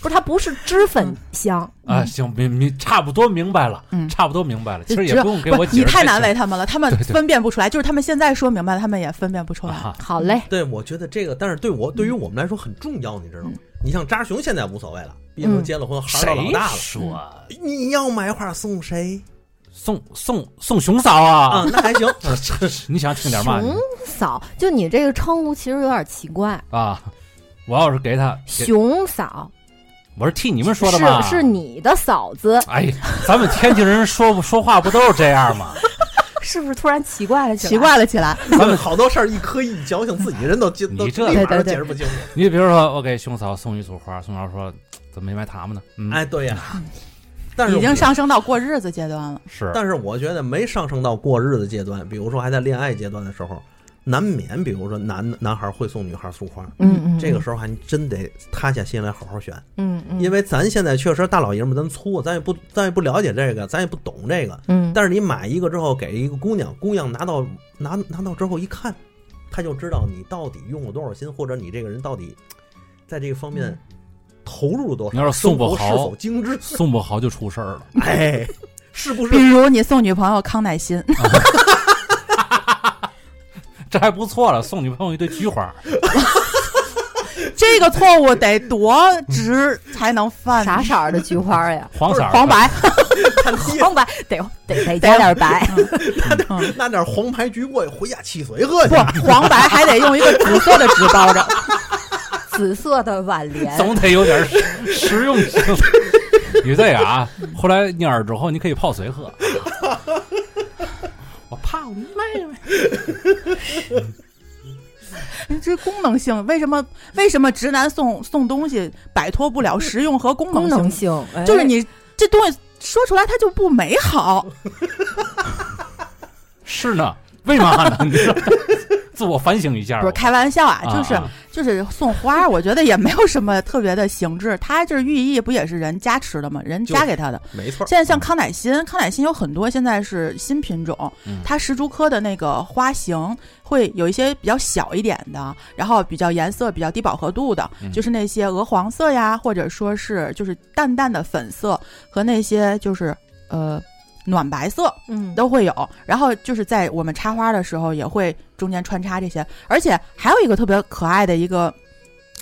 B: 不是，它不是脂粉香。
C: 嗯
A: 啊，行，明明差不多明白了，
D: 嗯
A: 差不多明白了。其实
D: 只
A: 也
D: 有
A: 不用给
D: 不
A: 我
D: 你
A: 解释，
D: 太难为他们了，他们
A: 对对
D: 分辨不出来，就是他们现在说明白了，他们也分辨不出 来。
A: 啊。
B: 好嘞，
C: 对，我觉得这个，但是对我对于我们来说很重要，你知道吗？你像扎熊现在无所谓了，毕竟都结了婚，孩儿都老
A: 谁
C: 大了。
A: 说
C: 你要买花送谁
A: 送送送熊嫂啊 呃
C: 啊？？那还行，
A: 这是你想听点嘛？
B: 熊嫂，就你这个称呼其实有点奇怪。
A: 啊，我要是给他，给
B: 熊嫂
A: 我是替你们说的嘛？
B: 是是。你的嫂子，
A: 哎，咱们天津人说不说话不都是这样吗？
B: 是不是突然奇怪了起来？
D: 奇，怪了起来，
A: 咱们
C: 好多事儿一磕一矫情，自己人都记
A: 你
C: 都
A: 这
C: 立
B: 对
C: 马
B: 对
C: 都
B: 对
C: 解释不清楚。
A: 你比如说，我给熊嫂送一束花，熊嫂说怎么没买他们呢？嗯，嗯
C: 哎，对呀， 但是
D: 已经
C: 我
D: 上升到过日子阶 段了。
A: 是，
C: 但是我觉得没上升到过日子阶段，比如说还在恋爱阶段的时候，难免，比如说男男孩会送女孩束花，
B: 嗯嗯，
C: 这个时候还真得塌下心来好好选，
B: 嗯嗯，
C: 因为咱现在确实大老爷们儿咱粗，咱也不咱也不了解这个，咱也不懂这个。
B: 嗯，
C: 但是你买一个之后给一个姑娘，姑娘拿到拿拿到之后一看，她就知道你到底用了多少心，或者你这个人到底在这个方
D: 嗯
C: 面投入了多少。
A: 你要是送不
C: 生活是
A: 好
C: 否精致？
A: 送不好就出事儿了。
C: 哎，是不是
D: 比？如你送女朋友康乃馨，
A: 这还不错了，送女朋友一堆菊花，
D: 这个错误得多直才能犯？
B: 啥色儿的菊花呀？
A: 黄 色儿的
D: 黄白，
C: 看你
B: 黄白得得得加点白，
C: 拿点黄牌橘过去，回家汽水喝去
D: 不。黄白还得用一个紫色的纸包着。
B: 紫色的挽 联。
A: 总得有点实实用性。你这个啊，后来蔫儿之后，你可以泡水喝。我怕我卖卖，
D: 这功能性为什么？为什么直男送送东西摆脱不了实用和功
B: 功
D: 能
B: 能
D: 性？
B: 性
D: 就是，你这东西说出来它就不美好。
A: 是呢，为嘛呢？你说， 自我反省一下
D: 不
A: 吧。
D: 是开玩笑啊，
A: 啊
D: 就是
A: 啊
D: 就是送花儿，我觉得也没有什么特别的形制，它这寓意不也是人加持的吗？人
C: 就
D: 加给他的。
C: 没错儿，
D: 现在像康乃馨，康乃馨有很多现在是新品种，
A: 嗯
D: 它石竹科的那个花型会有一些比较小一点的，然后比较颜色比较低饱和度的，
A: 嗯
D: 就是那些鹅黄色呀，或者说是就是淡淡的粉色和那些就是呃暖白色
B: 嗯，
D: 都会有。然后就是在我们插花的时候，也会中间穿插这些。而且还有一个特别可爱的一个，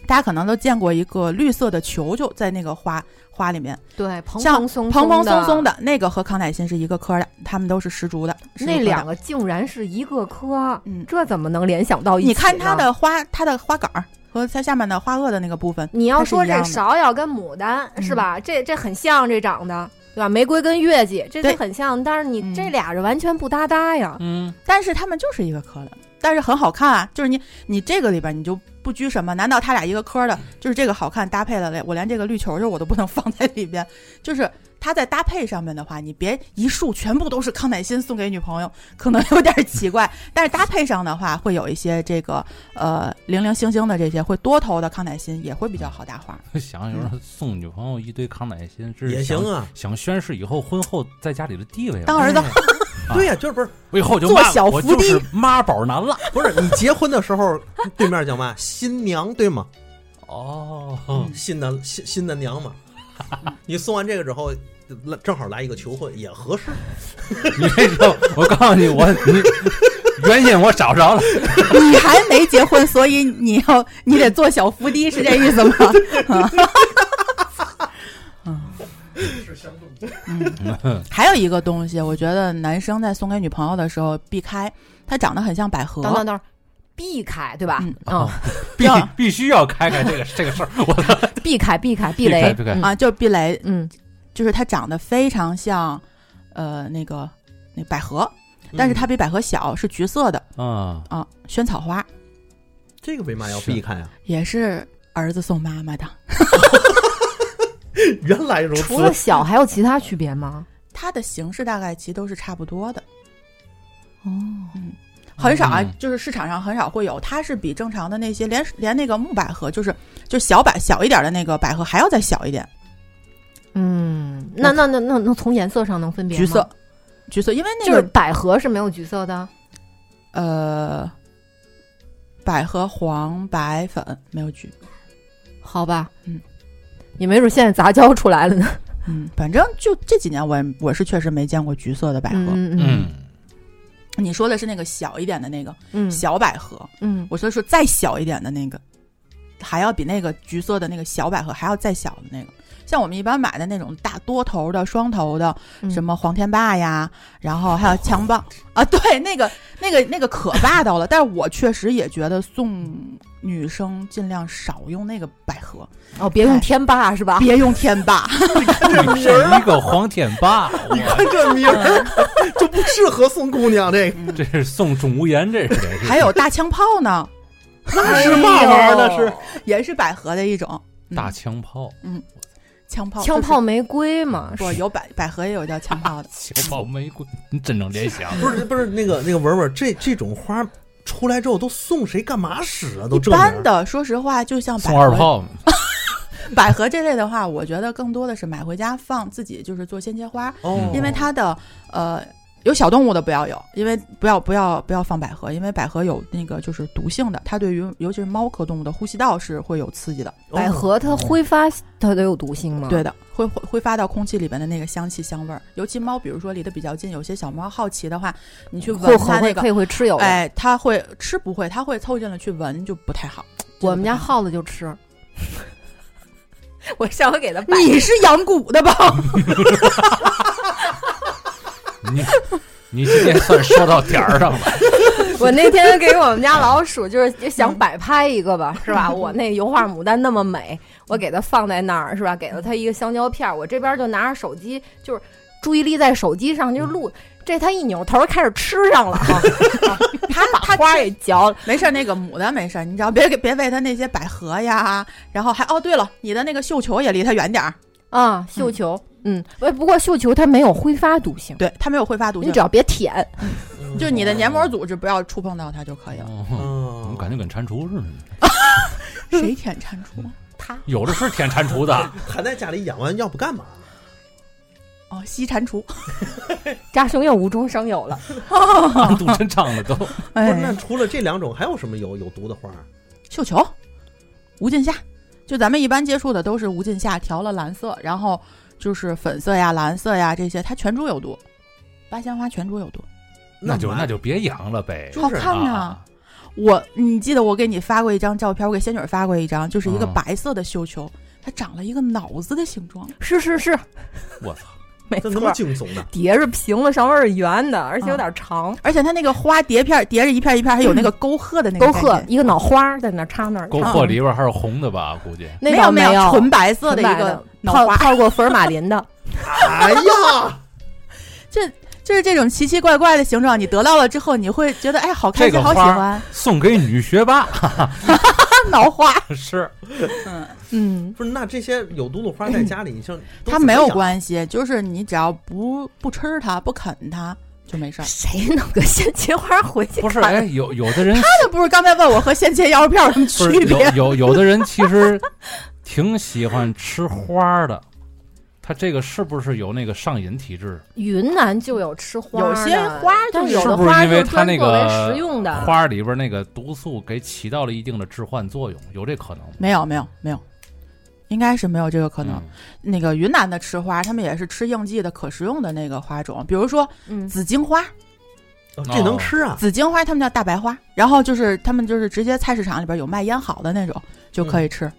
D: 大家可能都见过一个绿色的球球在那个花花里面，
B: 对，蓬
D: 像
B: 蓬松
D: 蓬蓬松松
B: 的，
D: 的那个和康乃馨是一个科的，它们都是十足的。是一
B: 那
D: 个
B: 两
D: 的
B: 个竟然是一个科，
D: 嗯
B: 这怎么能联想到一起？
D: 你看它。的花，它的花杆儿和它下面的花萼的那个部分，
B: 你要说这
D: 它是一样
B: 芍药跟牡丹
D: 嗯
B: 是吧？这这很像这长的，对吧？玫瑰跟月季这
D: 对
B: 就很像，但是
D: 嗯
B: 你这俩是完全不搭搭呀。
A: 嗯，
D: 但是它们就是一个科的，但是很好看啊。就是你你这个里边你就不拘什么，难道它俩一个科的，就是这个好看搭配了嘞？我连这个绿球球我都不能放在里边，就是。它在搭配上面的话，你别一束全部都是康乃馨送给女朋友，可能有点奇怪。但是搭配上的话，会有一些这个呃零零星星的这些，会多头的康乃馨也会比较好搭花。
A: 想有人送女朋友一堆康乃馨，这是
C: 嗯也行啊。
A: 想，想宣示以后婚后在家里的地位吗。
D: 当儿子
C: 哎，对呀，就是不是
A: 我以后就
D: 做
A: 妈
D: 小
A: 我
D: 伏
A: 就是
D: 低
A: 妈宝男了。
C: 不是你结婚的时候，对面叫嘛新娘对吗？
A: 哦，
C: 新的新新的娘嘛， 你送完这个之后，来正好来一个求婚也合适。
A: 你这时候，我告诉你，我你原因我找着了，
D: 你还没结婚，所以你要你得做小伏低，是这意思吗？嗯，还有一个东西，我觉得男生在送给女朋友的时候避开，它长得很像百合。
B: 等等等，避开对吧？
D: 嗯
B: 哦嗯，
A: 必
D: 要
A: 必须要开开这个这个事儿。 我的
B: 避开避开避
A: 避开
B: 雷
A: 避开
B: 嗯
D: 啊，就是避雷，
B: 嗯，
D: 就是它长得非常像，呃，那个那百合，
C: 嗯
D: 但是它比百合小，是橘色的
A: 啊，
D: 啊，萱草花
C: 嗯这个为嘛要
A: 是
C: 避开啊？
D: 也是儿子送妈妈的。
C: 原来如
B: 除了小还有其他区别吗？
D: 它的形式大概其实都是差不多的，
B: 哦，
D: 很少啊
A: 嗯，
D: 就是市场上很少会有。它是比正常的那些，连连那个木百合，就是就小百小一点的那个百合还要再小一点，
B: 嗯，那那那那那从颜色上能分别吗
D: 橘色，，橘色，因为那
B: 就是
D: 个
B: 百合是没有橘色的。
D: 呃，百合黄白粉没有橘，
B: 好吧，
D: 嗯，
B: 也没准现在杂交出来了呢。
D: 嗯，反正就这几年我也我是确实没见过橘色的百合。
B: 嗯嗯
A: 嗯，
D: 你说的是那个小一点的那个、
B: 嗯
D: 小百合，
B: 嗯，
D: 我说说再小一点的那个，还要比那个橘色的那个小百合还要再小的那个。像我们一般买的那种大多头的、双头的，
B: 嗯
D: 什么黄天霸呀，然后还有强棒啊，对，那个那个那个可霸道了。但是我确实也觉得送女生尽量少用那个百合，
B: 哦，别用天霸是吧？
D: 哎别用天 霸。
A: 你是
D: 啊
A: 一个黄天霸，我
C: 看这名儿就不适合送姑娘，这个
A: 这是送钟无言，这是得是
D: 嗯还有大枪炮呢，
C: 那是嘛玩意儿？那
B: 哎
C: 是
B: 呦
D: 也是百合的一种。嗯
A: 大枪炮，。
D: 枪炮，
B: 枪炮玫瑰嘛，
D: 不有百百合也有叫枪炮的
A: 枪炮玫瑰，你真能联想。
C: 哎
D: 嗯
C: 不是不是那个那个文文，这这种花出来之后都送谁干嘛使啊？都
D: 一
C: 这名儿
D: 般的，说实话，就像百
A: 送二
D: 合
A: 炮嘛，
D: 百合这类的话，我觉得更多的是买回家放自己，就是做鲜切花，
C: 哦，
D: 因为它的呃有小动物的不要有，因为不要不要不要放百合，因为百合有那个就是毒性的，它对于尤其是猫科动物的呼吸道是会有刺激的，
C: 哦
B: 百合它挥发它都有毒性吗？
D: 对，的，会会挥发到空气里边的那个香气香味儿，尤其猫，比如说离得比较近，有些小猫好奇的话，你去
B: 会
D: 闻它
B: 会
D: 那
B: 会
D: 个。
B: 会会吃有的。
D: 哎，它会吃不会？它会凑近了去闻就不太好。
B: 我们家
D: 这个
B: 耗子就 吃。我上回给它
D: 不太好，你是养蛊的吧？
A: 你你今天算说到点儿上了。
B: 我那天给我们家老鼠，就是想摆拍一个 吧，是吧？我那油画牡丹那么美，我给它放在那儿，是吧？给了它一个香蕉片儿，我这边就拿着手机，就是注意力在手机上，就录。这它一扭头开始吃上 了，
D: 它
B: 把
D: 它
B: 花给嚼了。
D: 没事儿，那个牡丹没事儿，你只要别给别喂它那些百合呀，然后还哦，对了，你的那个绣球也离它远点儿，
B: 啊，绣球，嗯，哎，不过绣球它没有挥发毒性，
D: 对，它没有挥发毒
B: 你
D: 性
B: 只，要别舔。
C: 嗯
D: 就你的黏膜组织不要触碰到它就可以 了。
A: 哦怎
C: 哦
A: 么感觉跟蟾蜍似的呢？
D: 谁舔蟾蜍？啊
B: 它
A: 有的是舔蟾蜍的，
C: 还在家里养完，要不干嘛？
D: 哦，吸蟾蜍。
B: 家生又无中生有了，
A: 杜真唱的都
C: 不是，那
D: 哎，
C: 除了这两种，还有什么有有毒的花？
D: 绣球，无尽夏，就咱们一般接触的都是无尽夏调了蓝色，然后就是粉色呀、蓝色呀这些，它全株有毒。八仙花全株有毒，
A: 那就
C: 完
A: 那就别养了呗。
C: 就
D: 好
C: 是
D: 看呢。
A: 啊，
D: 我你记得我给你发过一张照片，我给仙女儿发过一张，就是一个
A: 嗯
D: 白色的绣球，它长了一个脑子的形状。
B: 是是是，
A: 我操，
B: 没
C: 这
B: 错
C: 他妈，惊悚的，
B: 底下是平的，上面是圆的，而且有点长，
D: 而且它那个花叠片儿叠着一片儿一片儿，还有那个沟壑的那个
B: 沟
D: 概
B: 壑
D: 念，
B: 一个脑花儿在那插那儿，
A: 沟壑里边还是红的吧？估计
B: 那
D: 没
B: 倒
D: 有没
B: 有
D: 纯白色的一
B: 纯白
D: 个脑
B: 泡
D: 花，
B: 泡过福尔马林的，
C: 哎呀，
D: 这就是这种奇奇怪怪的形状，你得到了之后，你会觉得哎，好开
A: 这
D: 心，
A: 个
D: 好喜
A: 花儿
D: 欢。
A: 送给女学霸
D: 脑花，
A: 是
D: 嗯，
B: 嗯，
C: 不是那这些有毒的花在家里，你像
D: 它没有
C: 系，
D: 关系，就是你只要不不吃它，不啃它就没事儿。
B: 谁弄个鲜切花回去？
A: 不是？哎，，有有的人
D: 这不是刚才问我和鲜切 腰片有什么
A: 不是
D: 区
A: 有
D: 别？
A: 有有的人其实挺喜欢吃花的，他这个是不是有那个上瘾体质？
B: 云南就有吃花儿的，
D: 有些花儿就
B: 但是
D: 有
B: 有的
A: 是不是
B: 花儿
A: 因为
B: 就是
A: 它
B: 专
A: 那
B: 作为
A: 个
B: 食用的，
A: 花里边那个毒素给起到了一定的致幻作用，有这可能吗？
D: 没有没有没有，应该是没有这个可能。
A: 嗯
D: 那个云南的吃花，他们也是吃应季的可食用的那个花种，比如说
B: 嗯，
D: 紫荆花，
C: 哦这能吃啊？
D: 紫荆花他们叫大白花，然后就是他们就是直接菜市场里边有卖腌好的那种就可以吃，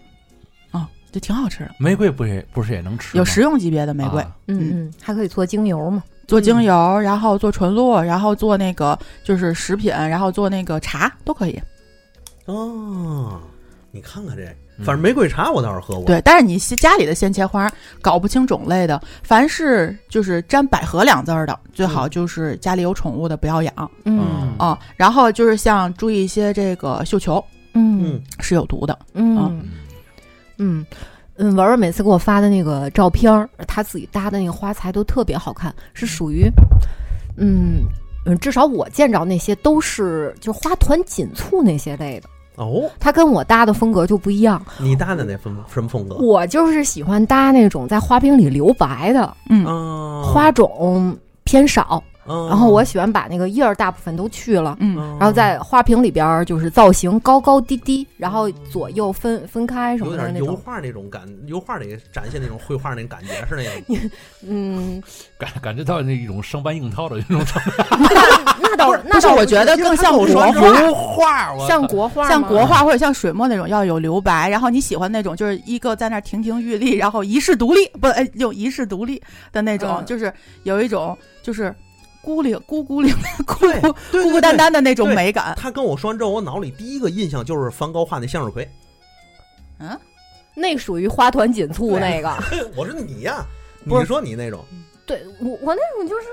D: 啊、就挺好吃的。
A: 玫瑰不也不嗯是也能吃吗？
D: 有食用级别的玫瑰，
A: 啊
B: 嗯嗯，还可以做精油嘛。
D: 做精油，然后做纯露，然后做那个就是食品，然后做那个茶都可以。
C: 哦，你看看这，
A: 嗯
C: 反正玫瑰茶我倒是喝过，
D: 对，但是你先家里的鲜切花搞不清种类的，凡是就是沾百合两字儿的，最好就是家里有宠物的不要养啊、
A: 嗯
D: 哦然后就是像注意一些这个绣球
B: 嗯
C: 嗯，
D: 是有毒的，
B: 嗯
A: 嗯
B: 嗯嗯，文文每次给我发的那个照片儿，他自己搭的那个花材都特别好看，是属于嗯。嗯，至少我见着那些都是就是花团锦簇那些类的，
C: 哦，
B: 他跟我搭的风格就不一样。
C: 你搭的那风什么风格？
B: 我就是喜欢搭那种在花瓶里留白的
D: 嗯，
C: 啊，
B: 花种偏少，
C: 嗯，
B: 然后我喜欢把那个叶儿大部分都去了，
D: 嗯
C: 嗯，
B: 然后在花瓶里边儿就是造型高高低低，然后左右分分开什
C: 有
B: 么的
C: 点
B: 那
C: 油
B: 种。
C: 画那种感，油画里展现那种绘画那感觉是那种。
B: 嗯，
A: 感感觉到那一种生搬硬套的那种
B: 那倒那
D: 不是，
B: 倒
D: 我觉得更像
C: 我
D: 国
C: 说
D: 画，
A: 油画，啊我
B: 像国画吗，
D: 像国画或者像水墨那种要有留白，然后你喜欢那种就是一个在那儿亭亭玉立，然后一世独立，不，哎，有一世独立的那种，
B: 嗯
D: 就是有一种就是孤零孤孤零孤孤
C: 对
D: 孤孤单。单的那种
C: 对
D: 美感。
C: 他跟我说完之后，我脑里第一个印象就是梵高画那向日葵。
D: 嗯，
B: 那属于花团锦簇那个。
C: 我说你呀、
B: 不是
C: 你说你那种，
B: 对我我那种就是。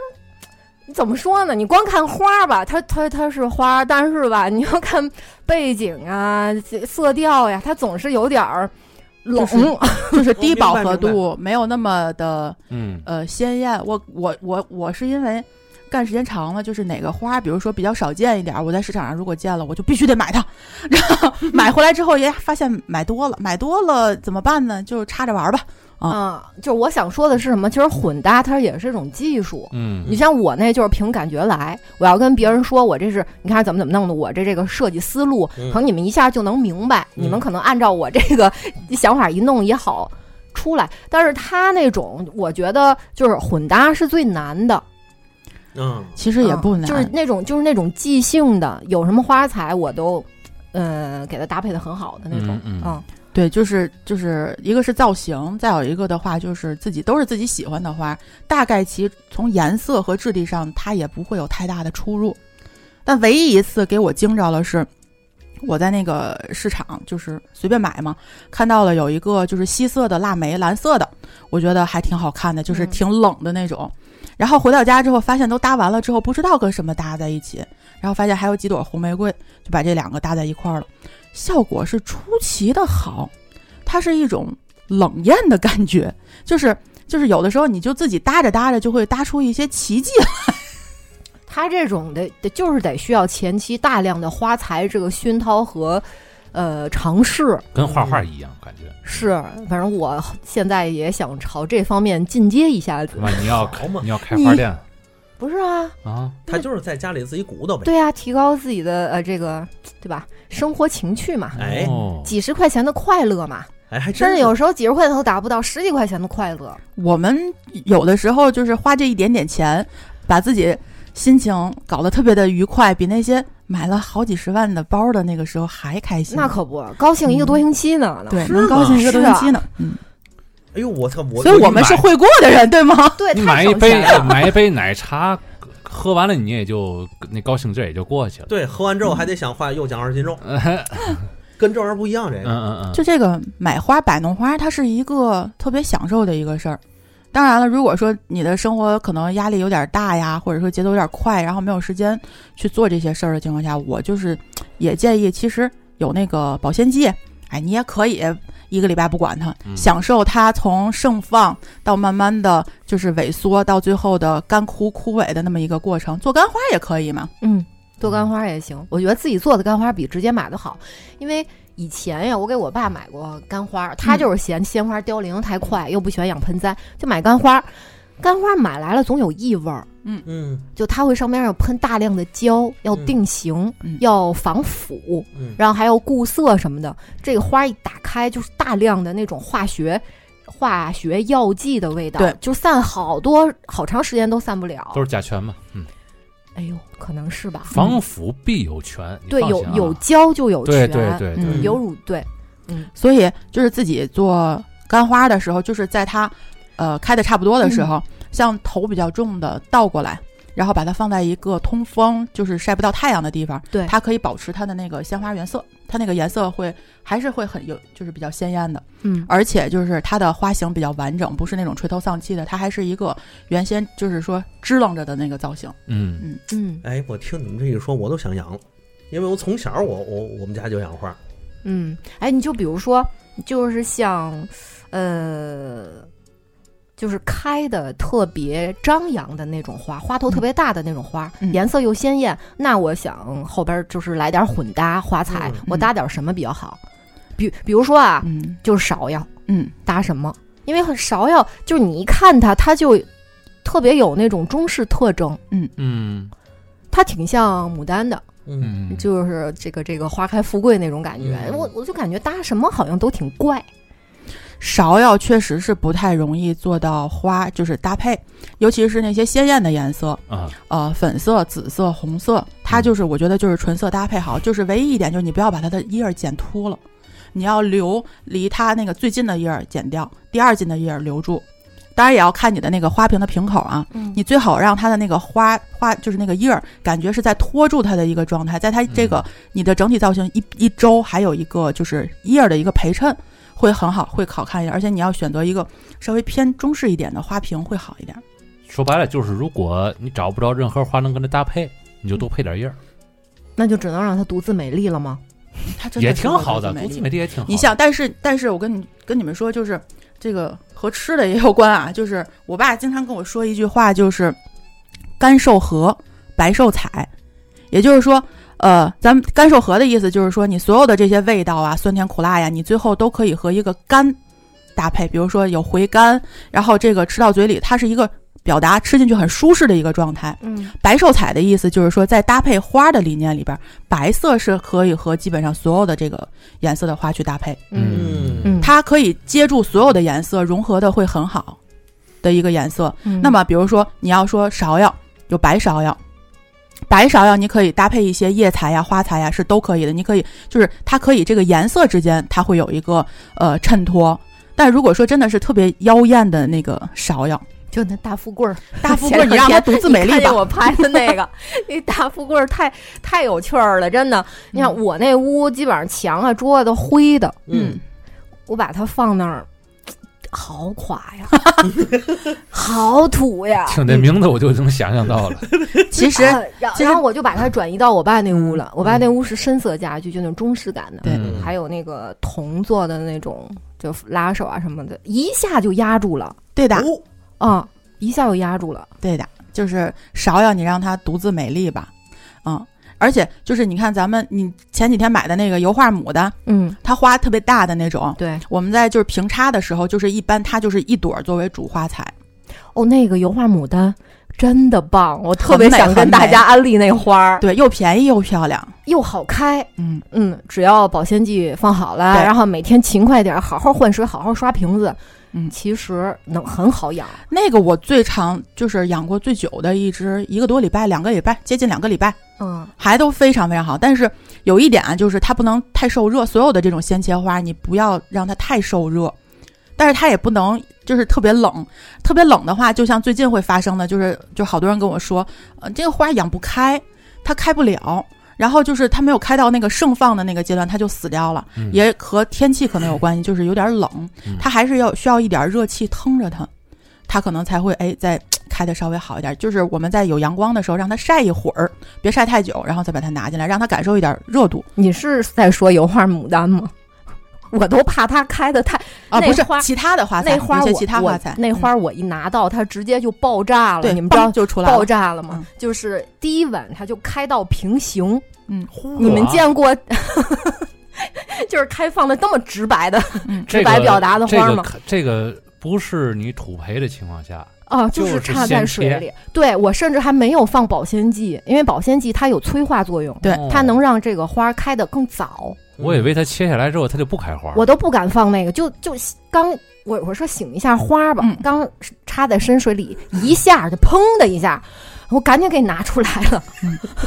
B: 怎么说呢？你光看花吧，它它它是花，但是吧，你要看背景啊、这色调呀，它总是有点儿冷。啊
D: 就是就是低饱
C: 明白
D: 和
C: 明
D: 度，没有那么的
A: 嗯
D: 呃鲜艳。我我我我是因为干时间长了，就是哪个花，比如说比较少见一点儿，我在市场上如果见了，我就必须得买它。然后买回来之后也发现买多了，买多了怎么办呢？就插着玩儿吧。
B: 啊、就是我想说的是什么？其实混搭它也是一种技术。
A: 嗯
B: 你像我那就是凭感觉来，我要跟别人说我这是你看怎么怎么弄的，我这这个设计思路，
C: 嗯
B: 可能你们一下就能明白，
C: 嗯
B: 你们可能按照我这个想法一弄也好出来。但是他那种，我觉得就是混搭是最难的，
C: 嗯，
D: 其实也
B: 嗯
D: 不难，
B: 就是那种就是那种即兴的，有什么花材我都，呃，给它搭配的很好的那种，
A: 嗯嗯
D: 对，就是就是一个是造型，再有一个的话就是自己都是自己喜欢的花，大概其从颜色和质地上它也不会有太大的出入。但唯一一次给我惊着了是，我在那个市场就是随便买嘛，看到了有一个就是西色的腊梅，蓝色的，我觉得还挺好看的，就是
B: 嗯
D: 挺冷的那种。然后回到家之后，发现都搭完了之后，不知道跟什么搭在一起，然后发现还有几朵红玫瑰，就把这两个搭在一块儿了。效果是出奇的好，它是一种冷艳的感觉，就是就是有的时候你就自己搭着搭着就会搭出一些奇迹 来。
B: 它这种的，得就是得需要前期大量的花材这个熏陶和，呃，尝试
A: 跟画画一样，感觉
B: 是。反正我现在也想朝这方面进阶一下子
A: 是。吧？你要
C: 好嘛
A: 你要开花店
B: 不是啊，
A: 啊，
C: 他就是在家里自己鼓捣呗。
B: 对啊，提高自己的呃这个对吧，生活情趣嘛，
C: 哎
A: 哦
B: 几十块钱的快乐嘛，
C: 哎，
B: 甚
C: 还真
B: 至
C: 是
B: 有时候几十块钱都达不到，十几块钱的快乐。
D: 我们有的时候就是花这一点点钱。把自己心情搞得特别的愉快，比那些买了好几十万的包的那个时候还开心。
B: 那可不，高兴一个多星期呢。
D: 对，
C: 是
D: 能高兴一个多
B: 是
D: 星
B: 啊
D: 期呢。嗯，
C: 哎呦，我操！我
D: 所以我们
A: 买
D: 是会过的人，对吗？
B: 对，
A: 你
B: 太
A: 买一
B: 省
A: 杯
B: 钱了。
A: 买一杯奶茶，喝完了你也就那高兴劲儿也就过去了。
C: 对喝完之后还得想话又讲二 斤肉，
A: 嗯嗯
C: 跟这玩意儿不一样。这个
A: 嗯
D: 就这个买花摆弄花，它是一个特别享受的一个事儿。当然了，如果说你的生活可能压力有点大呀，或者说节奏有点快，然后没有时间去做这些事儿的情况下，我就是也建议，其实有那个保鲜剂，哎，你也可以一个礼拜不管它，
A: 嗯
D: 享受它从盛放到慢慢的就是萎缩，到最后的干枯枯萎的那么一个过程。做干花也可以嘛，
B: 嗯，做干花也行，我觉得自己做的干花比直接买的好，因为以前呀，我给我爸买过干花，他就是嫌鲜花凋零太快，又不喜欢养盆栽，就买干花。干花买来了总有异味儿，
C: 嗯
B: 就它会上面要喷大量的胶，要
C: 嗯
B: 定型，
D: 嗯
B: 要防腐，
C: 嗯，
B: 然后还要固色什么的。这个花一打开就是大量的那种化学。化学药剂的味道，
D: 对
B: 就散好多好长时间都散不了。
A: 都是甲醛嘛，嗯，
B: 哎呦，可能是吧。
A: 防腐必有醛，你
B: 对，
A: 放
B: 有
A: 心啊
B: 有胶就有
A: 对
B: 醛，
A: 对对对
B: 嗯有乳对，
D: 所以就是自己做干花的时候，就是在它呃开的差不多的时候，像头比较重的倒过来，然后把它放在一个通风，就是晒不到太阳的地方，
B: 对
D: 它可以保持它的那个鲜花原色，它那个颜色会还是会很有，就是比较鲜艳的，
B: 嗯
D: 而且就是它的花型比较完整，不是那种垂头丧气的，它还是一个原先就是说支棱着的那个造型。
A: 嗯
B: 嗯
C: 哎，我听你们这一说，我都想养了，因为我从小我我我们家就养花，
B: 嗯，哎，你就比如说，就是像，呃，就是开的特别张扬的那种花，花头特别大的那种花，
D: 嗯
B: 颜色又鲜艳，那我想后边就是来点混搭花材，
C: 嗯
B: 我搭点什么比较好？比比如说啊，
D: 嗯
B: 就是芍药
D: 嗯，
B: 搭什么？因为很芍药，就是你一看它，它就特别有那种中式特征，
A: 嗯
B: 它挺像牡丹的。
C: 嗯
A: 嗯，
B: 就是这个这个花开富贵那种感觉，
C: 嗯
B: 我我就感觉搭什么好像都挺怪，
D: 芍药确实是不太容易做到花，就是搭配，尤其是那些鲜艳的颜色。
A: 啊，
D: 呃，粉色、紫色、红色，它
A: 嗯
D: 就是我觉得就是纯色搭配好，就是唯一一点就是你不要把它的叶儿剪秃了，你要留离它那个最近的叶儿剪掉，第二近的叶儿留住。当然也要看你的那个花瓶的瓶口啊，
B: 嗯
D: 你最好让它的那个花花就是那个叶儿，感觉是在托住它的一个状态，在它这个、你的整体造型一一周，还有一个就是叶儿的一个陪衬会很好，会好看一点，而且你要选择一个稍微偏中式一点的花瓶会好一点。
A: 说白了就是，如果你找不着任何花能跟它搭配，你就多配点叶儿，
B: 那就只能让它独自美丽了吗？
D: 它真的
A: 也
D: 是
A: 挺
D: 我
A: 好
D: 觉
A: 的，
D: 得美
A: 独
D: 丽
A: 自美丽也挺好。
D: 你像，但是但是我跟你跟你们说，就是这个和吃的也有关啊。就是我爸经常跟我说一句话，就是“干瘦和，白瘦彩”，也就是说，呃，咱们干瘦和的意思就是说，你所有的这些味道啊，酸甜苦辣呀，你最后都可以和一个干搭配，比如说有回甘，然后这个吃到嘴里，它是一个表达吃进去很舒适的一个状态。
B: 嗯
D: 白寿彩的意思就是说，在搭配花的理念里边，白色是可以和基本上所有的这个颜色的花去搭配，
A: 嗯
B: 嗯，
D: 它可以接住所有的颜色，融合的会很好的一个颜色。
B: 嗯
D: 那么，比如说你要说芍药，有白芍药，白芍药你可以搭配一些叶材呀、花材呀，是都可以的。你可以就是它可以这个颜色之间，它会有一个呃衬托。但如果说真的是特别妖艳的那个芍药，
B: 就那 大富贵 儿，
D: 大富贵，你让它独自美丽
B: 你看见
D: 吧。
B: 我拍的那个，那大富贵儿太太有趣儿了，真的。你看我那屋基本上墙啊桌子都灰的，
D: 嗯，
B: 我把它放那儿，好垮呀，好土呀。
A: 听这名字我就能想象到了，
D: 其实
B: 啊然
D: 其实
B: 然后我就把它转移到我爸那屋了。我爸那屋是深色家具，就那种中式感的。
D: 对
A: 嗯
B: 还有那个铜做的那种，就拉手啊什么的，一下就压住了
D: 对的。
C: 哦，
B: 啊、一下就压住了。
D: 对的，就是芍药，你让它独自美丽吧，嗯，而且就是你看咱们你前几天买的那个油画牡丹，
B: 嗯，
D: 它花特别大的那种，
B: 对，
D: 我们在就是平插的时候，就是一般它就是一朵儿作为主花材，
B: 哦，那个油画牡丹真的棒，我特别
D: 很美
B: 想
D: 很
B: 跟
D: 美
B: 大家安利那花儿，
D: 对，又便宜又漂亮，
B: 又好开。
D: 嗯，
B: 嗯，只要保鲜剂放好了，
D: 对
B: 然后每天勤快点儿，好好换水，好好刷瓶子，
D: 嗯
B: 其实能很好养。
D: 那个我最长就是养过最久的一只，一个多礼拜、两个礼拜，接近两个礼拜，
B: 嗯，
D: 还都非常非常好。但是有一点啊，就是它不能太受热，所有的这种鲜切花你不要让它太受热，但是它也不能就是特别冷，特别冷的话，就像最近会发生的，就是就好多人跟我说，呃，这个花养不开，它开不了。然后就是它没有开到那个盛放的那个阶段，它就死掉了，
A: 嗯
D: 也和天气可能有关系，就是有点冷
A: 嗯，
D: 它还是要需要一点热气腾着它，它可能才会哎再开的稍微好一点。就是我们在有阳光的时候，让它晒一会儿，别晒太久，然后再把它拿进来，让它感受一点热度
B: 你是在说油画牡丹吗？我都怕它开的太
D: 啊，
B: 那
D: 不是
B: 花
D: 其他的花材，
B: 那花嗯
D: 有
B: 我
D: 些其他
B: 我
D: 花材，
B: 那花我一拿到它直接就爆炸
D: 嗯
B: 了，
D: 对，
B: 你们知道
D: 嘣就出来
B: 爆
D: 了，
B: 炸了吗？
D: 嗯
B: 就是第一吻它就开到平行，
C: 嚯
B: 你们见过 就是开放的那么直白的
D: 嗯
A: 这
B: 直
A: 个
B: 白表达的
A: 这
B: 花
A: 个
B: 吗？
A: 可这个不是你土培的情况下，
B: 啊，就
A: 就是是
B: 插
A: 先
B: 在水
A: 切
B: 里。对我甚至还没有放保鲜剂，因为保鲜剂它有催化作用，
D: 对
A: 哦
B: 它能让这个花开得更早。
A: 我
C: 嗯
A: 以为它切下来之后它就不开花了，
B: 我都不敢放那个，就就刚我我说醒一下花吧，
D: 嗯
B: 刚插在深水里一下就砰的一下，我赶紧给拿出来了。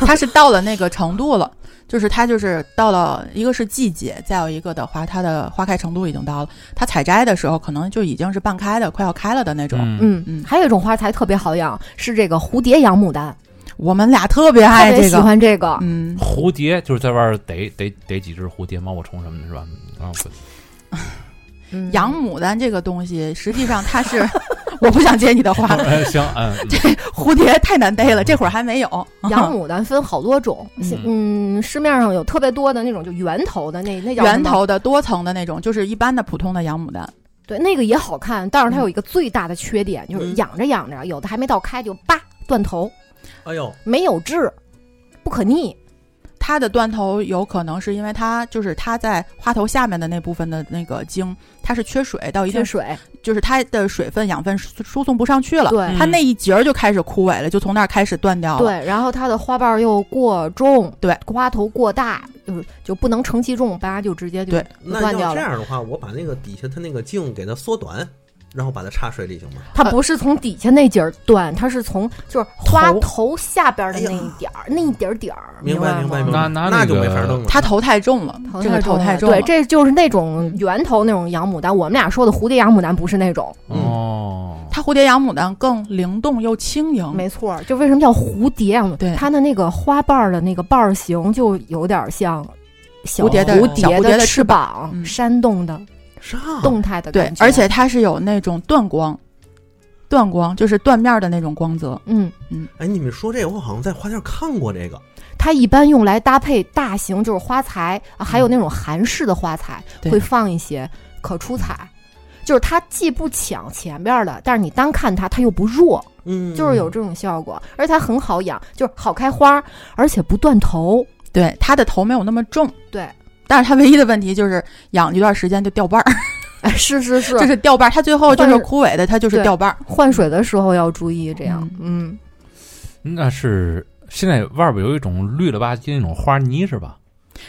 D: 它是到了那个程度了，就是它就是到了一个是季节，再有一个的话，它的花开程度已经到了，它采摘的时候可能就已经是半开的，快要开了的那种。
A: 嗯，
B: 嗯
D: 嗯
B: 还有一种花材特别好养，是这个蝴蝶养牡丹，
D: 我们俩特别
B: 特
D: 爱
B: 别
D: 哎这
B: 喜
D: 个，
B: 欢这个。
D: 嗯，
A: 蝴蝶就是在外边逮逮逮几只蝴蝶、毛毛虫什么的，是吧？啊， 不
B: 嗯
D: 养牡丹这个东西，实际上它 是，我不想接你的话，
A: 哎行，嗯，嗯
D: 蝴蝶太难逮了，这会儿还没有。
C: 啊
B: 养牡丹分好多种，嗯市面上有特别多的那种，就圆头的那那叫什么
D: 圆头的多层的那种，就是一般的普通的洋牡丹，
B: 对，那个也好看，但是它有一个最大的缺点，就是
C: 嗯
B: 养着养着，有的还没到开就叭断头，
C: 哎呦，
B: 没有治，不可逆。
D: 它的断头有可能是因为它就是它在花头下面的那部分的那个茎，它是缺水到一定
B: 缺，水，
D: 就是它的水分养分输输送不上去了，
B: 对
D: 它那一节儿就开始枯萎了，就从那儿开始断掉了。，
B: 对，然后它的花瓣儿又过重，
D: 对，
B: 花头过大，就是就不能承其重，叭就直接就
D: 对
B: 就
C: 那
B: 断
C: 要
B: 掉
C: 这
B: 了。
C: 样的话，我把那个底下它那个茎给它缩短，然后把它插水里行吗？
B: 它不是从底下那节儿断，它是从就是花
C: 头
B: 头下边儿的
C: 哎呀
B: 那一点儿，那一点儿点儿，
C: 明白
B: 白
C: 明白
B: 吗
C: 明
A: 那
C: 白，
A: 那
C: 那
A: 那
C: 就没
A: 个
C: 法弄了。
D: 它头太重了，这个头太重了。嗯
B: 对，这就是那种圆头那种洋牡丹。我们俩说的蝴蝶洋牡丹不是那种，
C: 嗯
A: 哦，
D: 它蝴蝶洋牡丹更灵动又轻盈，
B: 没错。就为什么叫蝴蝶洋牡丹？
D: 嗯对
B: 它的那个花瓣儿的那个瓣儿形就有点像小
D: 蝴蝶的
B: 蝴
D: 小蝴蝶
B: 的
D: 的
B: 翅膀
D: 嗯
B: 扇动的
C: 上
B: 动态的
D: 对
B: 感，觉
D: 而且它是有那种缎光，缎光就是缎面的那种光泽。
B: 嗯，
C: 哎，你们说这个，我好像在花店看过这个。
B: 它一般用来搭配大型就是花材，啊还有那种韩式的花材
D: 对
B: 会放一些可出彩。就是它既不抢前边儿的，但是你单看它，它又不弱，
C: 嗯，
B: 就是有这种效果，而且它很好养，就是好开花，而且不断头。
D: 对，它的头没有那么重，
B: 对，
D: 但是它唯一的问题就是养一段时间就掉瓣儿，
B: 哎，是是是，
D: 就是掉瓣儿，它最后就
B: 但
D: 是
B: 是
D: 枯萎的，它就是
B: 对
D: 掉瓣儿。
B: 换水的时候要注意这样。嗯，
A: 那是现在外边有一种绿了吧唧那种花泥是吧？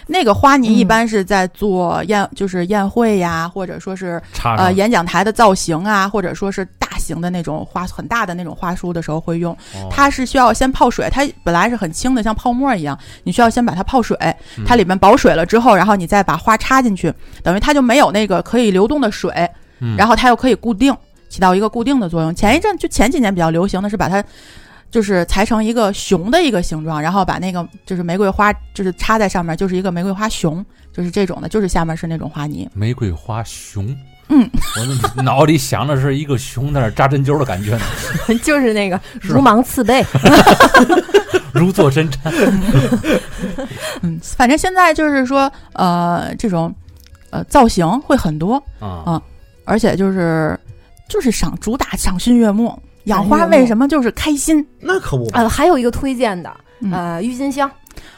D: 那个花泥一
B: 嗯
D: 般是在做宴，就是宴会呀，或者说是
A: 插上
D: 呃演讲台的造型啊，或者说是大型的那种花很大的那种花束的时候会用。
A: 哦
D: 它是需要先泡水，它本来是很轻的，像泡沫一样，你需要先把它泡水，
A: 嗯
D: 它里面保水了之后，然后你再把花插进去，等于它就没有那个可以流动的水，
A: 嗯
D: 然后它又可以固定，起到一个固定的作用。前一阵就前几年比较流行的是把它。就是裁成一个熊的一个形状，然后把那个就是玫瑰花，就是插在上面，就是一个玫瑰花熊，就是这种的，就是下面是那种花泥。
A: 玫瑰花熊，
D: 嗯，
A: 我脑里想的是一个熊在那扎针灸的感觉，
B: 嗯 就是那个
A: 是
B: 如芒刺背，
A: 如坐针毡。
D: 嗯，反正现在就是说，呃，这种呃造型会很多，
B: 哦
A: 啊，
D: 而且就是就是赏主打赏心悦目，养
B: 赏
D: 花
B: 心悦目
D: 为什么就是开心
C: 那可不嘛，
B: 呃，还有一个推荐的，
D: 嗯
B: 呃，郁金香，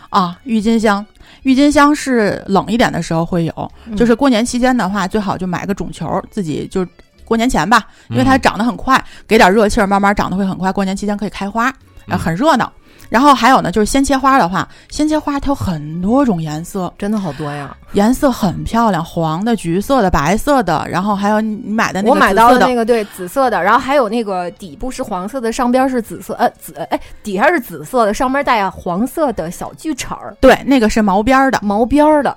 D: 啊？郁金香，郁金香是冷一点的时候会有，
B: 嗯
D: 就是过年期间的话，最好就买个种球，自己就过年前吧，因为它
A: 嗯
D: 长得很快，给点热气儿，慢慢长得会很快。过年期间可以开花，呃
A: 嗯
D: 很热闹。然后还有呢，就是鲜切花的话，鲜切花它有很多种颜色，
B: 真的好多呀！
D: 颜色很漂亮，黄的、橘色的、白色的，然后还有你你买的那
B: 我
D: 个
B: 买
D: 紫
B: 到
D: 色
B: 的
D: 的
B: 那个对紫色的，然后还有那个底部是黄色的，上边是紫色，呃紫哎底下是紫色的，上边带黄色的小锯齿儿，
D: 对，那个是毛边儿的，
B: 毛边儿的，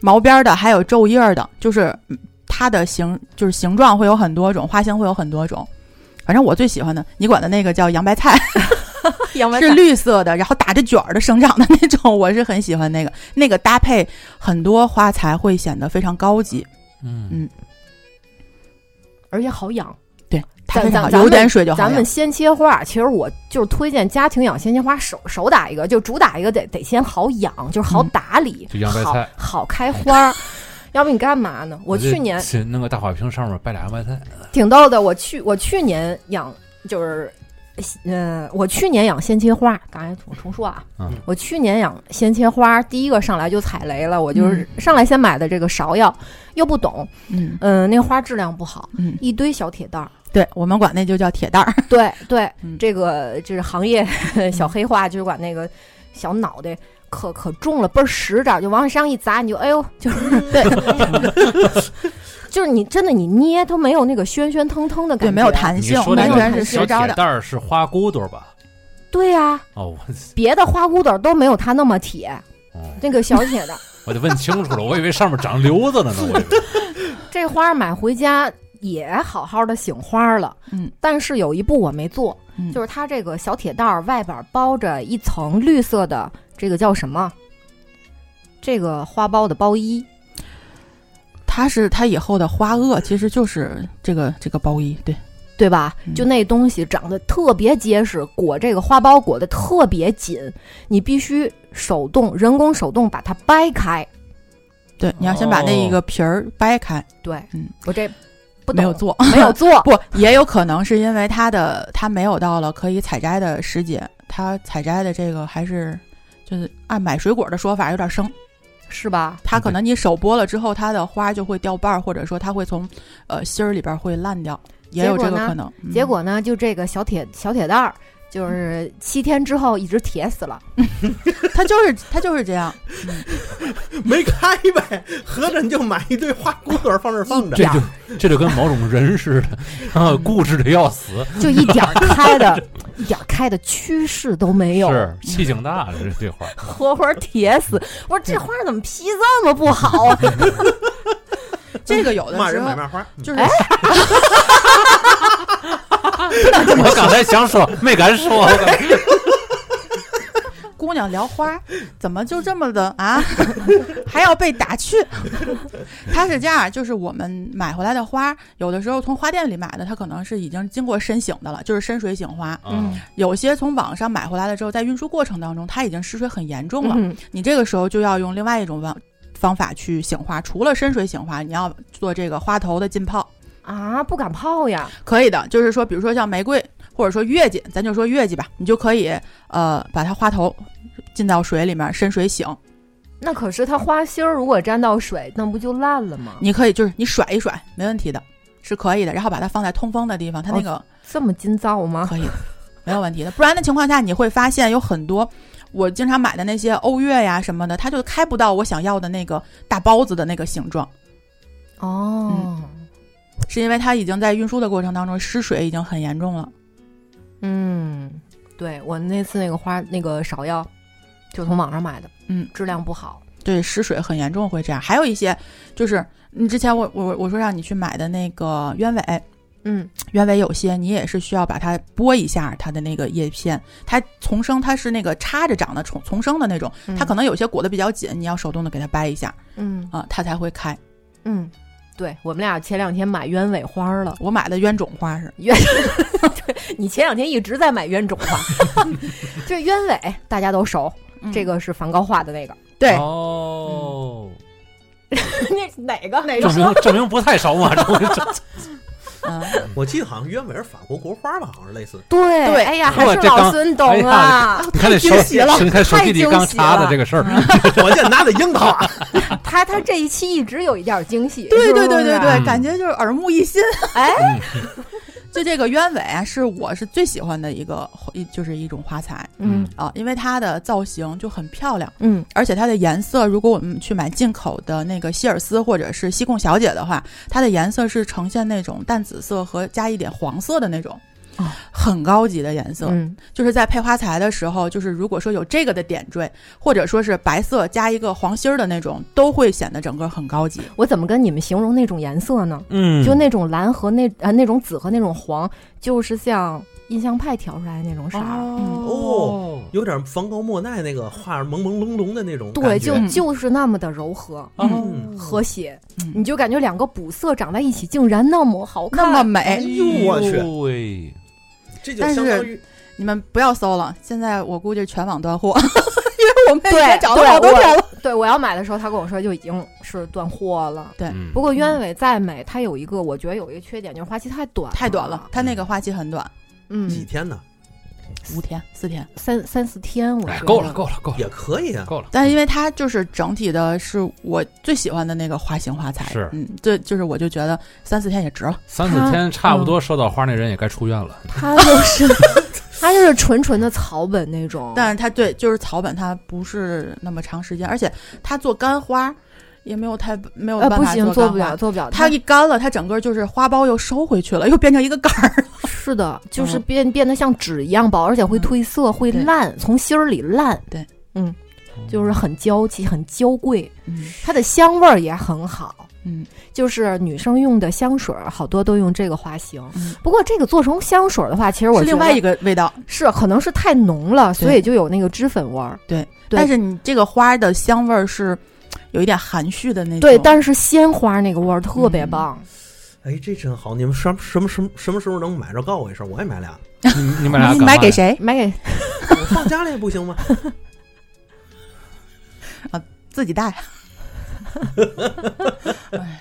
D: 毛边儿的，还有皱叶儿的，就是嗯它的形就是形状会有很多种，花型会有很多种。反正我最喜欢的，你管的那个叫洋白菜，
B: 洋白
D: 是
B: 菜
D: 绿色的，然后打着卷儿的生长的那种， 我是很喜欢那个。那个搭配很多花材会显得非常高级，
A: 嗯
B: 而且好养。
D: 对，它
B: 咱
D: 非常好
B: 咱
D: 有点水就好
B: 咱
D: 养
B: 们。鲜切花，其实我就是推荐家庭养鲜切花，手手打一个，就主打一个得得先好养，就是好
D: 嗯
B: 打理，
A: 就洋白
B: 好
A: 菜
B: 好开花儿。 要不你干嘛呢？我去年哎
A: 去弄个大花瓶，上面摆俩洋白菜，
B: 挺逗的，我去我去年养就是，呃，我去年养鲜切花，刚才我重说啊，
A: 嗯
B: 我去年养鲜切花，第一个上来就踩雷了，我就是
A: 嗯
B: 上来先买的这个芍药，又不懂，
D: 嗯
B: 嗯、那个花质量不好，
D: 嗯，
B: 一堆小铁蛋儿，
D: 对我们管那就叫铁 蛋儿。
B: 对对，
D: 嗯
B: 这个就是行业小黑话，就是管那个小脑袋。可可重了，倍儿实点儿，就往上一砸，你就哎呦，就是
D: 对
B: 就是你真的你捏都没有那个喧喧腾腾的感
D: 对，
B: 觉，
D: 没有弹
A: 你
D: 性，
A: 说那
D: 完
A: 个
D: 全是
A: 小铁
D: 实招的。
A: 蛋儿是花骨朵儿吧？
B: 对呀、
A: 哦，我
B: 别的花骨朵都没有它那么铁，
A: 哦，
B: 那个小铁的。
A: 我得问清楚了，我以为上面长瘤子了呢，我以 为
B: 这花儿买回家也好好的醒花了，
D: 嗯，
B: 但是有一步我没做，
D: 嗯
B: 就是它这个小铁蛋儿外边儿包着一层绿色的，这个叫什么？这个花苞的苞衣，
D: 它是它以后的花萼，其实就是这个这个包衣。对，
B: 对吧？
D: 嗯
B: 就那东西长得特别结实，裹这个花苞裹得特别紧，你必须手动人工手动把它掰开。
D: 对，你要先把那一个皮儿掰开，
B: 对，
D: 嗯
B: 我这哦不懂
D: 没有，做，，
B: 没有做
D: 不，也有可能是因为它的它没有到了可以采摘的时节，它采摘的这个还是就是按买水果的说法有点生，
B: 是吧？
D: 它可
A: 对
D: 能你手剥了之后，它的花就会掉瓣儿，或者说它会从呃芯儿里边儿会烂掉，也
B: 结
D: 有
B: 果
D: 这个
B: 呢
D: 可能。嗯
B: 结果呢，就这个小铁小铁蛋儿，就是七天之后一直铁死了。
D: 它就是它就是这 样，
C: 没开呗，合着你就买一堆花骨朵儿放这儿放着
A: 这，就这就跟某种人似的，然后固执的要死，
B: 就一点儿开 的，一点儿开的趋势都 没有，嗯
A: 是气性大，这这花儿
B: 活活铁死。我说这花怎么皮这么不好 啊？
D: 这个有的
C: 骂
D: 时
C: 人
D: 候
C: 买。骂花，嗯
D: 就是
A: 我刚才想说没敢说，
D: 姑娘聊花儿，怎么就这么的啊？ 还要被打趣？ 它是这样，就是我们买回来的花儿，有的时候从花店里买的，它可能是已经经过深醒的了，就是深水醒花；
A: 嗯，
D: 有些从网上买回来了之后，在运输过程当中，它已经失水很严重了。
B: 嗯
D: 你这个时候就要用另外一种方方法去醒花，除了深水醒花，你要做这个花头的浸泡，
B: 啊，不敢泡呀，
D: 可以的。就是说，比如说像玫瑰或者说月季，咱就说月季吧，你就可以呃把它花头浸到水里面，深水醒。
B: 那可是它花心儿，如果沾到水，那不就烂了吗？
D: 你可以就是你甩一甩，没问题的，是可以的。然后把它放在通风的地方，它那个
B: 这么金造吗？
D: 可以的，没有问题的。不然的情况下，你会发现有很多我经常买的那些欧月呀什么的，它就开不到我想要的那个大包子的那个形状，
B: 哦，
D: 嗯是因为它已经在运输的过程当中失水已经很严重了。
B: 嗯，对我那次那个花那个芍药，就从网上买的，
D: 嗯，
B: 质量不好。
D: 对，失水很严重会这样。还有一些就是你之前我我我说让你去买的那个鸢尾，
B: 嗯，
D: 鸢尾有些你也是需要把它剥一下它的那个叶片，它丛生它是那个插着长的丛丛生的那种，它可能有些裹得比较紧，你要手动的给它掰一下
B: 嗯
D: 啊、它才会开。
B: 嗯，对我们俩前两天买鸢尾花了，
D: 我买的鸢种花是，
B: 你前两天一直在买鸢种花， 就是鸢尾大家都熟，
D: 嗯
B: 这个是梵高画的那个，
D: 对、
A: 哦，
B: 嗯那是哪个哪
A: 证明证明不太熟嘛，这 这
D: 嗯，
C: 我记得好像鸢尾是法国国花吧，好像类似。
B: 对
D: 对
B: 哎呀，
A: 我
B: 还是
A: 这
B: 老
A: 刚
B: 孙懂啊，
A: 你看那手
B: 惊喜了，
A: 你看手机里
B: 太
A: 刚
B: 惊喜
A: 查的
B: 了
A: 这个事儿，
C: 我见拿的樱桃 啊，
B: 他他这一期一直有一点惊喜，
D: 对
B: 是不
D: 对
B: 是
D: 对对
A: 嗯
D: 对，感觉就是耳目一新。
B: 哎，
D: 就所以这个鸢尾啊，是我是最喜欢的一个，一就是一种花材
B: 嗯
D: 啊，因为它的造型就很漂亮，
B: 嗯
D: 而且它的颜色，如果我们去买进口的那个希尔斯或者是西贡小姐的话，它的颜色是呈现那种淡紫色和加一点黄色的那种。
B: 哦
D: 很高级的颜色，
B: 嗯
D: 就是在配花材的时候，就是如果说有这个的点缀，或者说是白色加一个黄心儿的那种，都会显得整个很高级。
B: 我怎么跟你们形容那种颜色呢？
A: 嗯，
B: 就那种蓝和那啊那种紫和那种黄，就是像印象派调出来的那种色儿。
D: 嗯
B: 嗯
C: 哦，有点梵高莫奈那个画朦朦胧胧的那种
B: 对，
C: 感觉
B: 就就是那么的柔和
C: 嗯
B: 和谐，
D: 嗯
B: 你就感觉两个补色长在一起竟然那么好
D: 那
B: 看，
D: 么
A: 哎
D: 美，
A: 呦
C: 我去
A: 喂，
C: 这就
D: 但是
C: 相当于
D: 你们不要搜了，现在我估计全网断货， 因为我妹已经找了
B: 对
D: 好多天了。
B: 对我要买的时候，他跟我说就已经是断货了。
D: 对
A: 嗯
B: 不过鸢尾再美，它有一个我觉得有一个缺点，就是花期太短，
D: 太短了，。它那个花期很短，
C: 几
B: 嗯，
C: 天呢，
D: 五天、四天，
B: 三三四天，我
A: 哎
B: 觉得
A: 够了，够了，够
C: 也
A: 了，
C: 可以啊。
A: 够了，
D: 但是因为它就是整体的是我最喜欢的那个花型花材，
A: 是
D: 嗯，对，就是我就觉得三四天也值了。
A: 三四
B: 他
A: 天差不
D: 嗯
A: 多收到花那人也该出院了。
B: 它就是它就是纯纯的草本那种，
D: 但是它对，就是草本它不是那么长时间，而且它做干花也没有太没有
B: 呃
D: 办
B: 不
D: 法
B: 行，
D: 做
B: 做不
D: 干
B: 了，
D: 花。
B: 做不了。
D: 它一干了，它整个就是花苞又收回去了，又变成一个杆儿。
B: 是的，就是
D: 嗯
B: 变变得像纸一样薄，而且会
D: 嗯
B: 褪色、会
D: 对
B: 烂，从心儿里烂。
D: 对，
B: 嗯，就是很娇气、很娇贵，
D: 嗯
B: 它的香味儿也很好。
D: 嗯，
B: 就是女生用的香水儿，好多都用这个花型。
D: 嗯
B: 不过这个做成香水儿的话，其实我
D: 是另外一
B: 个
D: 个味道。
B: 是可能是太浓了，所
D: 对
B: 以就有那个脂粉味儿。对
D: 但是你这个花的香味儿是有一点含蓄的那种。
B: 对，但是鲜花那个味儿特别
D: 嗯
B: 棒。
C: 哎，这真好！你们什么什么什么什么时候能买着？告诉我一声，我也买俩。
A: 你你们俩
D: 你
A: 干
D: 买
A: 嘛
D: 给
A: 呀？
D: 谁？
B: 买给
C: 我放家里也不行吗？
D: 自 己带。哎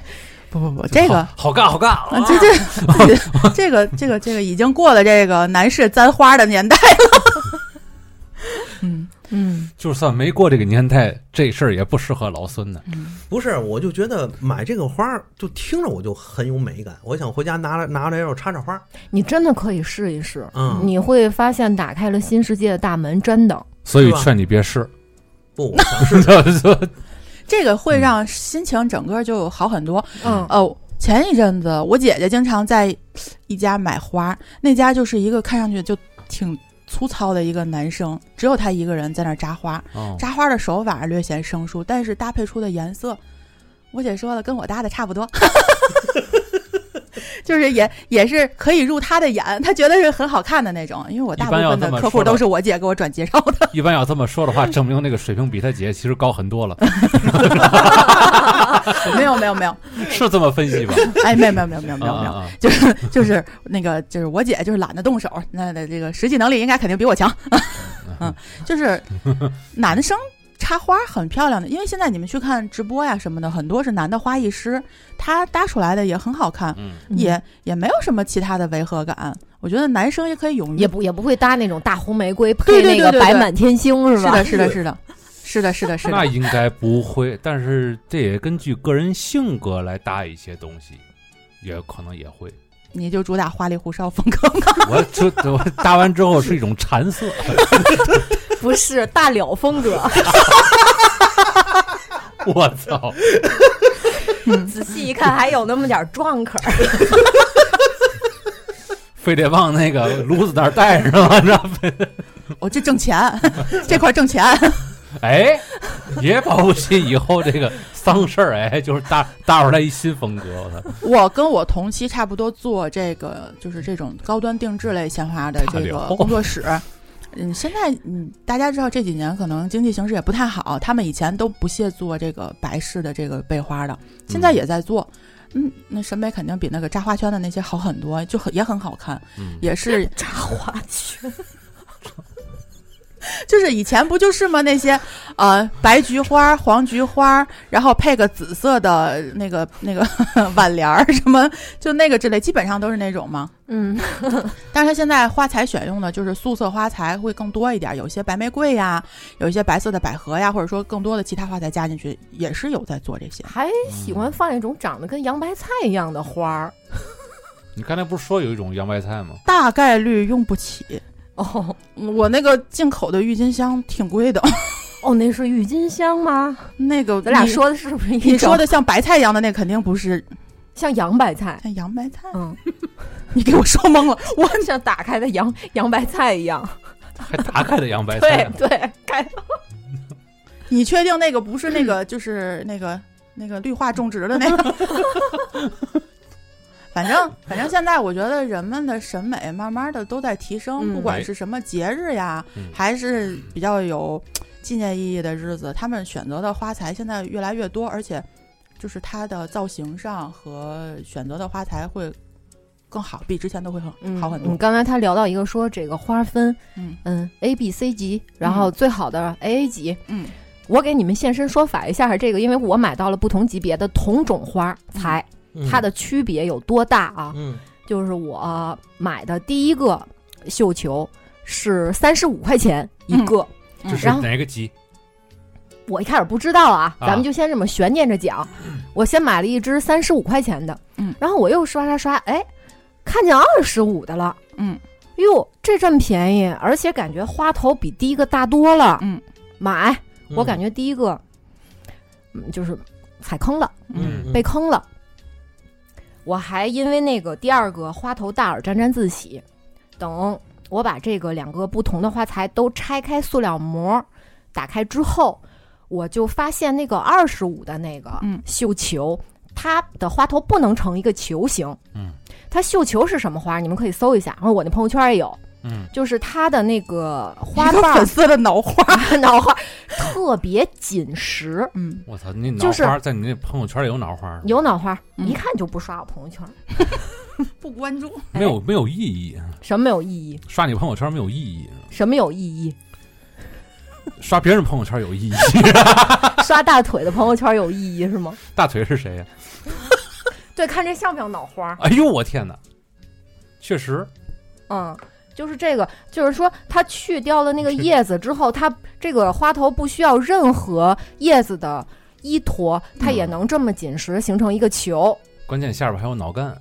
D: 不不不，这个
A: 好好干好干
D: 啊
A: 啊！
D: 这 这这个这个这个已经过了这个男士簪花的年代了。 嗯
B: 嗯，
A: 就算没过这个年代，这事儿也不适合老孙呢。
D: 嗯，
C: 不是，我就觉得买这个花儿就听着我就很有美感，我想回家拿来拿来要插插花儿。
B: 你真的可以试一试，
C: 嗯
B: 你会发现打开了新世界的大门，真的。
A: 所以
C: 是吧
A: 劝你别试，
C: 不，我想试试。
D: 这个会让心情整个就好很多。
B: 嗯
D: 哦，前一阵子我姐姐经常在一家买花，那家就是一个看上去就挺粗糙的一个男生，只有他一个人在那儿扎花。
A: 哦
D: 扎花的手法略显生疏，但是搭配出的颜色，我姐说了，跟我搭的差不多， 就是也也是可以入她的眼，她觉得是很好看的那种。因为我大部
A: 一般要
D: 分
A: 这
D: 的
A: 么
D: 客户
A: 说的
D: 都是我姐给我转介绍的，
A: 一般要这么说的话，证明那个水平比他姐其实高很 多了，
D: 没有没有没有，
A: 是这么分析吧？
D: 哎，没有没有没有没有没有
A: 啊
D: 没有，
A: 啊啊
D: 就是就是那个就是我姐就是懒得动手，那的这个实际能力应该肯定比我强， 嗯， 就是男生。插花很漂亮的，因为现在你们去看直播呀什么的，很多是男的花艺师，他搭出来的也很好看。
A: 嗯，
D: 也也没有什么其他的违和感。我觉得男生也可以勇于
B: 也不也不会搭那种大红玫瑰
D: 对
B: 配
D: 对
B: 那个
D: 对对
B: 白
D: 对
B: 满天星
D: 是
B: 吧？
D: 的，是的，是的，是的，是的，是
A: 那
D: 的。
A: 应该不会，但是这也根据个人性格来搭一些东西，也可能也会。
D: 你就主打花里胡哨风格嘛，
A: 我就我搭完之后是一种馋色，
B: 不是大了风格。
A: 我操！
B: 仔细一看，还有那么点壮口。
A: 非得往那个炉子那儿带上了，知道吗？
D: 我这 挣钱，这块挣钱。
A: 哎，也保不齐以后这个丧事儿，哎，就是搭搭出来一新风格。我操，
D: 我跟我同期差不多做这个，就是这种高端定制类鲜花的这
A: 大
D: 个
A: 刘
D: 工作室。嗯，现在嗯，大家知道这几年可能经济形势也不太好，他们以前都不屑做这个白式的这个备花的，现在也在做。嗯，那审美肯定比那个扎花圈的那些好很多，就很也很好看，
A: 嗯，
D: 也是
B: 扎花圈，
D: 就是以前不就是吗？那些呃白菊花、黄菊花，然后配个紫色的那个那个 挽帘儿什么，就那个之类，基本上都是那种嘛。
B: 嗯，
D: 但是它现在花材选用的就是素色花材会更多一点，有一些白玫瑰呀，有一些白色的百合呀，或者说更多的其他花材加进去，也是有在做这些。
B: 还喜欢放一种长得跟洋白菜一样的花儿，
A: 你刚才不是说有一种洋白菜吗？
D: 大概率用不起。
B: 哦
D: 嗯我那个进口的郁金香挺贵的，
B: 哦，那是郁金香吗？
D: 那个
B: 咱俩
D: 你
B: 说的是不是一种
D: 你说的像白菜一样的那肯定不是，
B: 像洋白菜？
D: 像洋白菜。
B: 嗯，
D: 你给我说懵了，我
B: 像打开的洋洋白菜一样。
A: 还打开的洋白菜啊吗，
B: 对 对，开
D: 你确定那个不是那 个就是那个那个绿化种植的那个？ 反正反正现在我觉得人们的审美慢慢的都在提升，
B: 嗯
D: 不管是什么节日呀，
A: 嗯
D: 还是比较有纪念意义的日子，他们选择的花材现在越来越多，而且就是它的造型上和选择的花材会更好，比之前都会很、
B: 嗯
D: 好很多
B: 嗯，。刚才他聊到一个说这个花分，
D: 嗯
B: 嗯，A、B、C 级，然后最好的 AA 级。
D: 嗯
B: 我给你们现身说法一下这个，因为我买到了不同级别的同种花材，
D: 嗯
B: 它的区别有多大啊？
C: 嗯
B: 就是我买的第一个绣球是三十五块钱一
D: 嗯
B: 个。
A: 这是
B: 嗯然后
A: 哪个鸡？
B: 我一开始不知道啊，
A: 啊
B: 咱们就先这么悬念着讲。我先买了一支三十五块钱的，
D: 嗯
B: 然后我又刷刷刷，哎，看见二十五的了，
D: 嗯，
B: 哟，这这么便宜，而且感觉花头比第一个大多了，
D: 嗯，
B: 买，
C: 嗯
B: 我感觉第一个，嗯，就是踩坑了，
A: 嗯
B: 被坑了。我还因为那个第二个花头大而沾沾自喜。等我把这个两个不同的花材都拆开塑料膜，打开之后，我就发现那个二十五的那个
D: 嗯
B: 绣球，它的花头不能成一个球形。
A: 嗯，
B: 它绣球是什么花？你们可以搜一下，然后我那朋友圈也有，
A: 嗯，
B: 就是它的那个花
D: 一 个
B: 瓣
D: 粉
B: 儿
D: 丝的脑花，
B: 脑花特别紧实，
D: 嗯，
A: 我操，你脑
B: 就是
A: 花在你那朋友圈有脑花吗？
B: 有脑花，
D: 嗯
B: 一看就不刷我朋友圈，
D: 不关注。
A: 没有没有意义？啊
B: 什么没有意义？
A: 刷你朋友圈没有意义，啊
B: 什么有意义？
A: 刷别人朋友圈有意义。
B: 刷大腿的朋友圈有意义是吗？
A: 大腿是谁呀？ 啊
B: 对，看这像不像脑花？
A: 哎呦，我天哪！确实，
B: 嗯，就是这个，就是说它去掉了那个叶子之后，它这个花头不需要任何叶子的依托，它也能这么紧实形成一个球。
A: 关键下边还有脑干。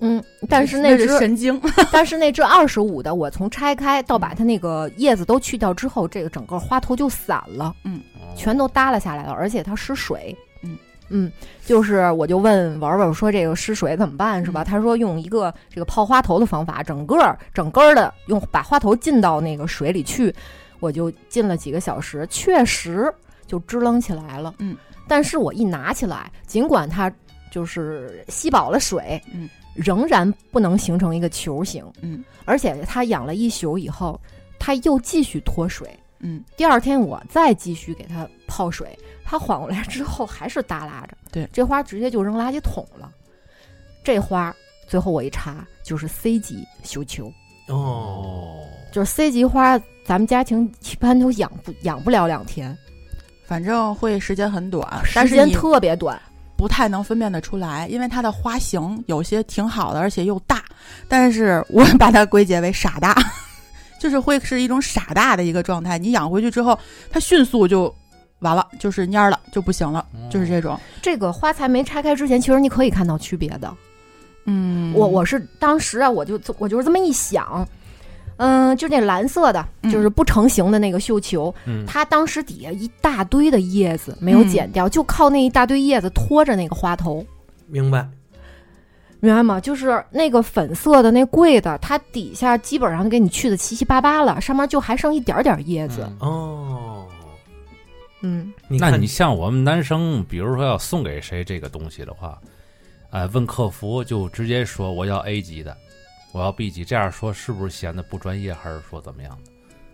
B: 嗯，但是那
D: 那
B: 只，
D: 神经，
B: 但是那只二十五的，我从拆开到把它那个叶子都去掉之后，这个整个花头就散了。
A: 哦
B: 全都耷拉下来了，而且它失水。
D: 嗯
B: 嗯就是我就问文文说这个失水怎么办是吧？
D: 嗯
B: 他说用一个这个泡花头的方法，整个整根儿的用把花头浸到那个水里去，我就浸了几个小时，确实就支棱起来了。
D: 嗯，
B: 但是我一拿起来，尽管它就是吸饱了水，
D: 嗯，
B: 仍然不能形成一个球形，
D: 嗯
B: 而且它养了一宿以后，它又继续脱水。
D: 嗯，
B: 第二天我再继续给它泡水，它缓过来之后还是耷拉着。
D: 对，
B: 这花直接就扔垃圾桶了。这花最后我一查就是 C 级绣球，
C: 哦，
B: 就是 C 级花，咱们家庭一般都养不养不了两天，
D: 反正会时间很短，但
B: 时
D: 是
B: 间
D: 你
B: 特别短。
D: 不太能分辨得出来，因为它的花型有些挺好的，而且又大，但是我把它归结为傻大， 就是会是一种傻大的一个状态。你养回去之后，它迅速就完了，就是蔫儿了，就不行了，
B: 嗯
D: 就是这种。
B: 这个花材没拆开之前，其实你可以看到区别的。
D: 嗯，
B: 我我是当时啊，我就我就是这么一想，嗯，就那蓝色的，
D: 嗯
B: 就是不成形的那个绣球，
A: 嗯，
B: 它当时底下一大堆的叶子没有剪掉，就靠那一大堆叶子拖着那个花头，
C: 明白。
B: 明白吗？就是那个粉色的那贵的，它底下基本上给你去的七七八八了，上面就还剩一点点叶子。
A: 嗯
C: 哦，
B: 嗯，
C: 你
A: 那
C: 看
A: 你像我们男生，比如说要送给谁这个东西的话，哎，问客服就直接说我要 A 级的，我要 B 级，这样说是不是显得不专业，还是说怎么样的？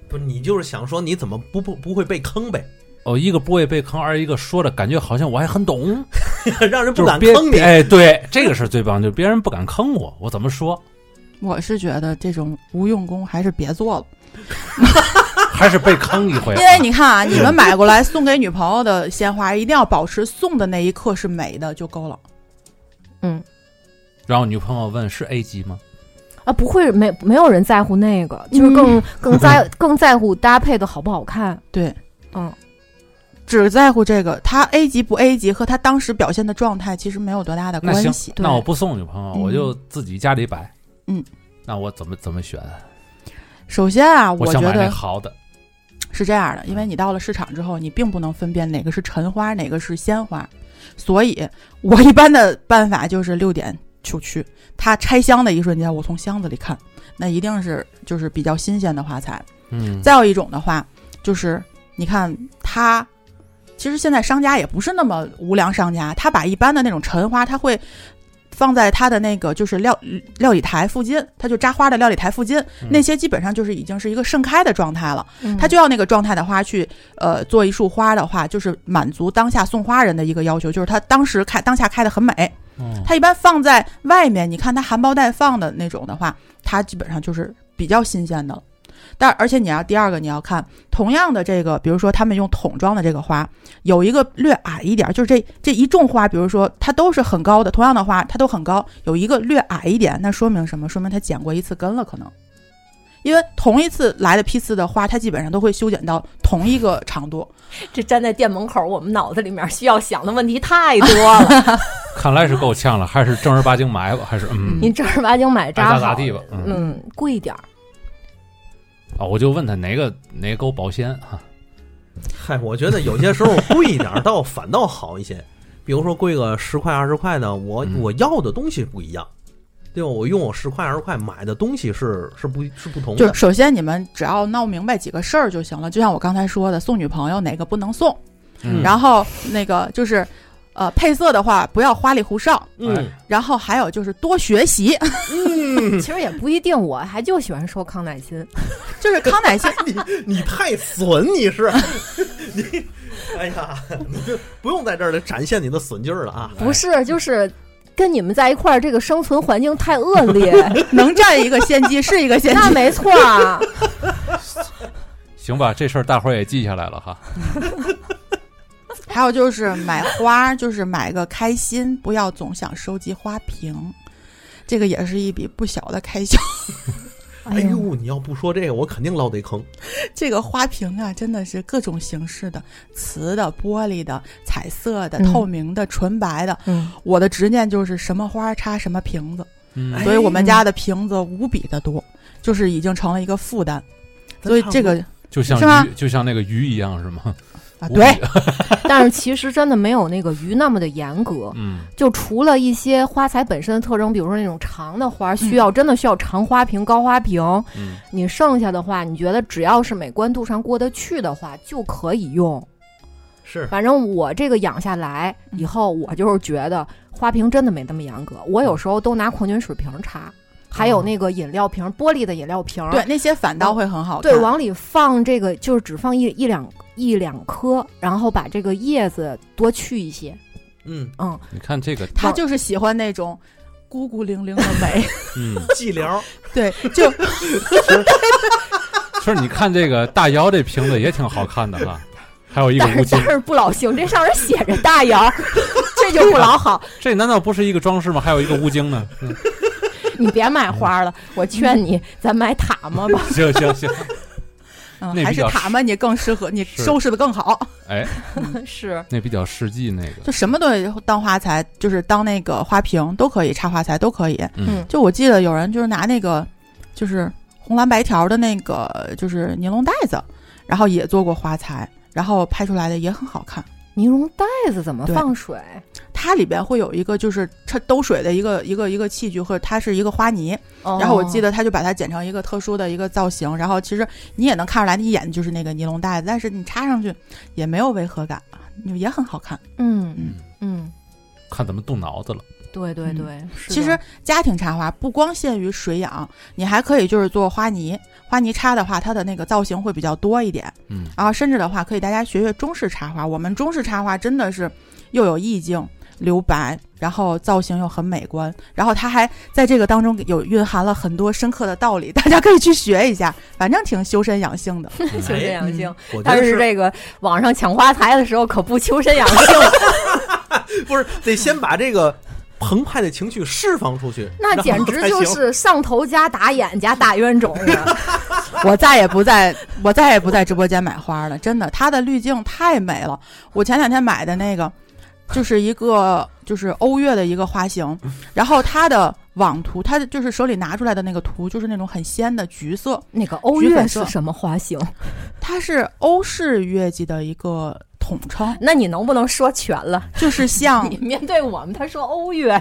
C: 不，你就是想说你怎么不不不会被坑呗，
A: 哦，一个不会被坑，二一个说的感觉好像我还很懂，
C: 让人不
A: 就是
C: 敢
A: 别
C: 坑你。
A: 哎，对，这个是最棒，就别人不敢坑我，我怎么说
D: 我是觉得这种无用功还是别做了，
A: 还是被坑一回
D: 因。为你看啊，你们买过来送给女朋友的鲜花，一定要保持送的那一刻是美的就够了。
A: 然后女朋友问是 A 级吗？
B: 啊，不会没没有人在乎那个，就是更、更在更在乎搭配的好不好看。
D: 对，
B: 嗯，
D: 只在乎这个，他 A 级不 A 级和他当时表现的状态其实没有多大的
A: 那
D: 关
A: 行
D: 系，。
A: 那我不送女朋友，
D: 嗯
A: 我就自己家里摆。
D: 嗯，
A: 那我怎么怎么选？
D: 首先啊，我
A: 想
D: 觉
A: 买那
D: 得
A: 好的。
D: 是这样的，因为你到了市场之后，你并不能分辨哪个是陈花，哪个是鲜花，所以我一般的办法就是六点就去。他拆箱的一瞬间，我从箱子里看，那一定是就是比较新鲜的花材。
A: 嗯，
D: 再有一种的话，就是你看他，其实现在商家也不是那么无良商家，他把一般的那种陈花，他会放在他的那个就是料料理台附近，他就扎花的料理台附近，
A: 嗯
D: 那些基本上就是已经是一个盛开的状态了。
B: 嗯
D: 他就要那个状态的花去，呃，做一束花的话，就是满足当下送花人的一个要求，就是他当时开当下开的很美。
A: 嗯
D: 他一般放在外面，你看他含苞待放的那种的话，它基本上就是比较新鲜的了。但而且你要第二个你要看同样的这个，比如说他们用桶装的这个花，有一个略矮一点，就是这这一众花，比如说它都是很高的，同样的花它都很高，有一个略矮一点，那说明什么？说明它剪过一次根了，可能。因为同一次来的批次的花，它基本上都会修剪到同一个长度，
B: 这站在店门口，我们脑子里面需要想的问题太多 了。
A: 看来是够呛了，还是正儿八经买吧，还是嗯，
B: 你正儿八经买
A: 爱
B: 扎
A: 咋咋
B: 好，
A: 地吧。嗯
B: 嗯，贵点儿。
A: 啊，我就问他哪个哪个够保鲜哈。
C: 嗨，我觉得有些时候贵一点儿倒反倒好一些，比如说贵个十块二十块的，我
A: 嗯
C: 我要的东西不一样，对吧？我用我十块二十块买的东西是是不是不同
D: 就
C: 的
D: 是，首先你们只要闹明白几个事儿就行了，就像我刚才说的，送女朋友哪个不能送，
A: 嗯
D: 然后那个就是，呃，配色的话不要花里胡哨，
C: 嗯
D: 然后还有就是多学习，
C: 嗯，
B: 其实也不一定，我还就喜欢说康乃馨。
D: 就是康乃馨
C: 你太损你是， 你哎呀，你就不用在这儿展现你的损劲儿了啊！
B: 不是，就是跟你们在一块儿，这个生存环境太恶 劣，
D: 能占一个先机是一个先
B: 哎那
D: 机。
B: 没错啊。
A: 行吧，这事儿大伙儿也记下来了哈。
D: 哎还有就是买花，就是买个开心，不要总想收集花瓶，这个也是一笔不小的开销。
C: 哎呦，你要不说这个，我肯定落这坑。
D: 这个花瓶啊，真的是各种形式的，瓷的、玻璃的、彩色的、
B: 嗯
D: 透明的、纯白的。
B: 嗯，
D: 我的执念就是什么花插什么瓶子。
A: 嗯
C: 哎，
D: 所以我们家的瓶子无比的多，就是已经成了一个负担。
C: 咱
D: 所以
C: 差不
D: 这
C: 多
D: 个
A: 就像
D: 是吗
A: 鱼，就像那个鱼一样是吗？
D: 啊，
A: 无
D: 对
A: 比，，
B: 但是其实真的没有那个鱼那么的严格，
A: 嗯，
B: 就除了一些花材本身的特征，比如说那种长的花，需要真的需要长花瓶、高花瓶。
A: 嗯
B: 你剩下的话，你觉得只要是美观度上过得去的话，就可以用。
C: 是
B: 反正我这个养下来以后，我就是觉得花瓶真的没那么严格。我有时候都拿矿泉水瓶插，还有那个饮料瓶，玻璃的饮料瓶，
D: 对那些反倒会很好看。
B: 对，往里放这个，就是只放一一两一两颗，然后把这个叶子多去一些。
C: 嗯，
B: 嗯，
A: 你看这个，
D: 他就是喜欢那种孤孤零零的美。
A: 嗯，
C: 寂寥，
D: 对，就
A: 其实你看这个大姚这瓶子也挺好看的 哈，还有一个
B: 但
A: 乌
B: 是
A: 金
B: 但，是不老行，这上面写着大姚， 这就不老好。
A: 这难道不是一个装饰吗？还有一个乌金呢。嗯
B: 你别买花了，我劝你，咱买塔嘛吧。
A: 行行行，
D: 嗯
A: 那，
D: 还
A: 比
D: 是
A: 较
D: 塔嘛，你更适合，你
A: 是
D: 收拾的更好。
A: 哎，
B: 是，
A: 那比较实际那个，
D: 就什么东西当花材，就是当那个花瓶都可以，插花材都可以。
A: 嗯
D: 就我记得有人就是拿那个，就是红蓝白条的那个，就是尼龙袋子，然后也做过花材，然后拍出来的也很好看。
B: 尼龙袋子怎么
D: 对
B: 放水？
D: 它里边会有一个就是它兜水的一个一个一个器具，或者它是一个花泥。然后我记
B: 得
D: 得他就把它剪成一个特殊的一个造型，然后其实你也能看出来，你眼就是那个尼龙袋子，但是你插上去也没有违和感，就也很好看。
B: 嗯
A: 嗯，
B: 嗯，
A: 看怎么动脑子了。
B: 对对
D: 嗯
B: 对，是
D: 其
B: 的
D: 实家庭插花不光限于水养，你还可以就是做花泥，花泥插的话，它的那个造型会比较多一点。
A: 嗯，
D: 然后甚至的话，可以大家学学中式插花。我们中式插花真的是又有意境、留白，然后造型又很美观，然后它还在这个当中有蕴含了很多深刻的道理，大家可以去学一下，反正挺修身养性的。
B: 修身养性。
C: 我觉
B: 但
C: 得
B: 是这个网上抢花材的时候可不修身养性，
C: 不是得先把这个澎湃的情绪释放出去，
B: 那简直
C: 然
B: 就
C: 后才行
B: 是上头加打眼加打冤种了。
D: 我再也不在，我再也不在直播间买花了，真的，它的滤镜太美了。我前两天买的那个，就是一个就是欧月的一个花型，然后它的网图，它的就是手里拿出来的那个图，就是那种很鲜的橘色，
B: 那个欧
D: 橘
B: 月
D: 粉色
B: 是什么花型？
D: 它是欧式月季的一个统 称，
B: 那你能不能说全了？
D: 就是像
B: 你面对我们，他说欧月，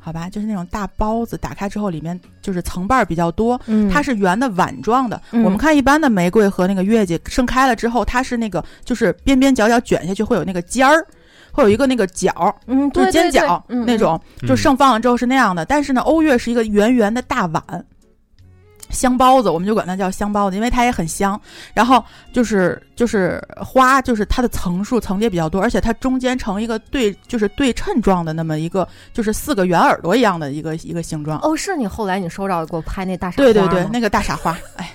D: 好吧，就是那种大包子，打开之后里面就是层瓣儿比较多，
B: 嗯
D: 它是圆的碗状的。
B: 嗯
D: 我们看一般的玫瑰和那个月季盛开了之后，它是那个就是边边角角卷下去会有那个尖儿，会有一个那个角儿，
B: 嗯，
D: 就
B: 对
D: 是尖角
B: 对对嗯
D: 那种，就盛放了之后是那样的。但是呢，欧月是一个圆圆的大碗。香包子，我们就管它叫香包子，因为它也很香。然后就是就是花，就是它的层数层叠比较多，而且它中间呈一个对，就是对称状的那么一个，就是四个圆耳朵一样的一个一个形状。
B: 哦，是你后来你收到给我拍那大傻
D: 对对
B: 花
D: 对
B: 吗，
D: 那个大傻花，哎，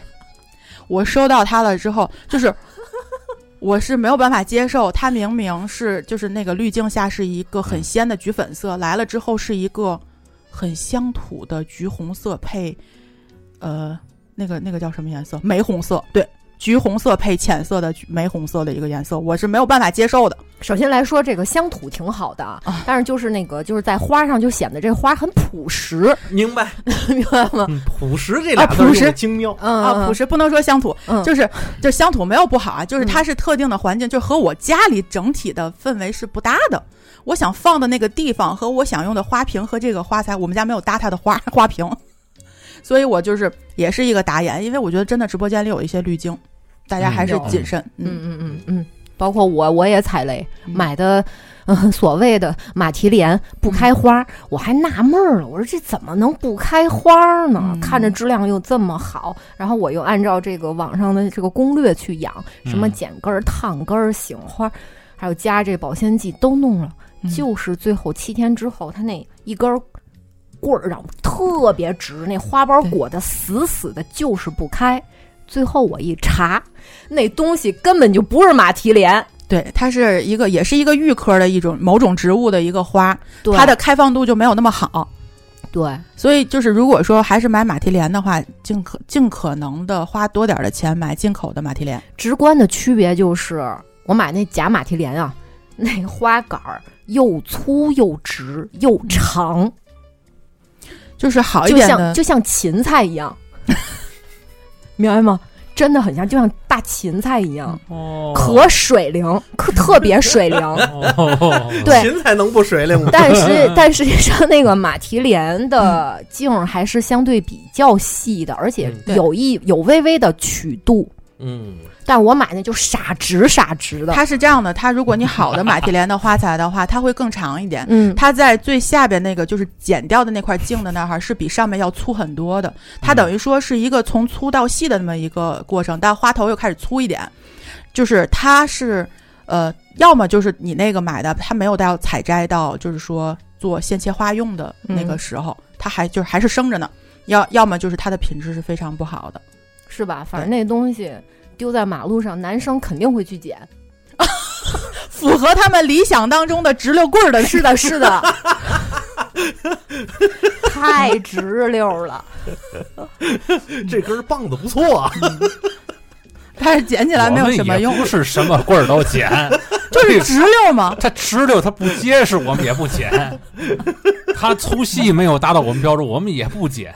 D: 我收到它了之后，就是我是没有办法接受，它明明是就是那个滤镜下是一个很鲜的橘粉色，来了之后是一个很乡土的橘红色配，呃，那个那个叫什么颜色？玫红色，对。橘红色配浅色的橘玫红色的一个颜色，我是没有办法接受的。
B: 首先来说，这个乡土挺好的，啊
D: 啊、
B: 但是就是那个就是在花上就显得这花很朴实，
C: 明白？
B: 明白吗？
C: 嗯朴实这俩
D: 啊
C: 字儿
D: 朴
C: 用
D: 实
C: 的精妙，
B: 嗯
D: 啊，朴
B: 实，
D: 实不能说乡土，
B: 嗯，
D: 就是就乡土没有不好啊，就是
B: 嗯
D: 它是特定的环境，就和我家里整体的氛围是不搭的。我想放的那个地方和我想用的花瓶和这个花材，我们家没有搭它的花 花瓶，所以我就是也是一个打眼，因为我觉得真的直播间里有一些滤镜，大家还是
B: 嗯
D: 谨慎。
B: 嗯
D: 嗯，
B: 嗯嗯嗯，包括我我也踩雷，
D: 嗯
B: 买的 嗯所谓的马蹄莲不开花，我还纳闷儿了，我说这怎么能不开花呢？
D: 嗯
B: 看着质量又这么好，然后我又按照这个网上的这个攻略去养，什么
A: 嗯
B: 剪根儿、烫根儿、醒花，还有加这保鲜剂都弄了，
D: 嗯
B: 就是最后七天之后，它那一根儿。棍儿让我特别直，那花苞
D: 对
B: 裹得死死的，就是不开。最后我一查，那东西根本就不是马蹄莲，
D: 对，它是一个也是一个玉科的一种某种植物的一个花，
B: 对
D: 它的开放度就没有那么好。
B: 对，
D: 所以就是，如果说还是买马蹄莲的话，尽可尽可能的花多点儿的钱买进口的马蹄莲。
B: 直观的区别就是，我买那假马蹄莲啊，那花杆儿又粗又直又长，
D: 就是好一
B: 就
D: 点
B: 像
D: 的，
B: 就像芹菜一 样，明白吗？真的很像，就像大芹菜一样，
A: 哦
B: 可水灵，可特别水灵。
A: 哦
B: 对
C: 琴才能不水灵吗？
B: 但是，但实际上，那个马蹄莲的茎儿还是相对比较细的，而且
C: 嗯
D: 对
B: 有一有微微的曲度。
C: 嗯，
B: 但我买那就傻直傻直的，
D: 它是这样的，它如果你好的马蹄莲的花材的话，它会更长一点。
B: 嗯，
D: 它在最下边那个就是剪掉的那块茎的那儿是比上面要粗很多的，它等于
A: 嗯
D: 说是一个从粗到细的那么一个过程，但花头又开始粗一点，就是它是呃，要么就是你那个买的它没有到采摘到，就是说做鲜切花用的那个
B: 嗯
D: 时候，它还就是还是生着呢，要要么就是它的品质是非常不好的。
B: 是吧？反正那东西丢在马路上，男生肯定会去捡。
D: 符合他们理想当中的直溜棍儿的 那
B: 是的，是 的，太直溜了。
C: 嗯这根棒子不错啊，
D: 但是捡起来没有什么用
A: 我们也，不是什么棍儿都捡，
D: 就是直 溜嘛。
A: 它直溜它不结实，我们也不捡。它粗细没有达到我们标准，我们也不捡。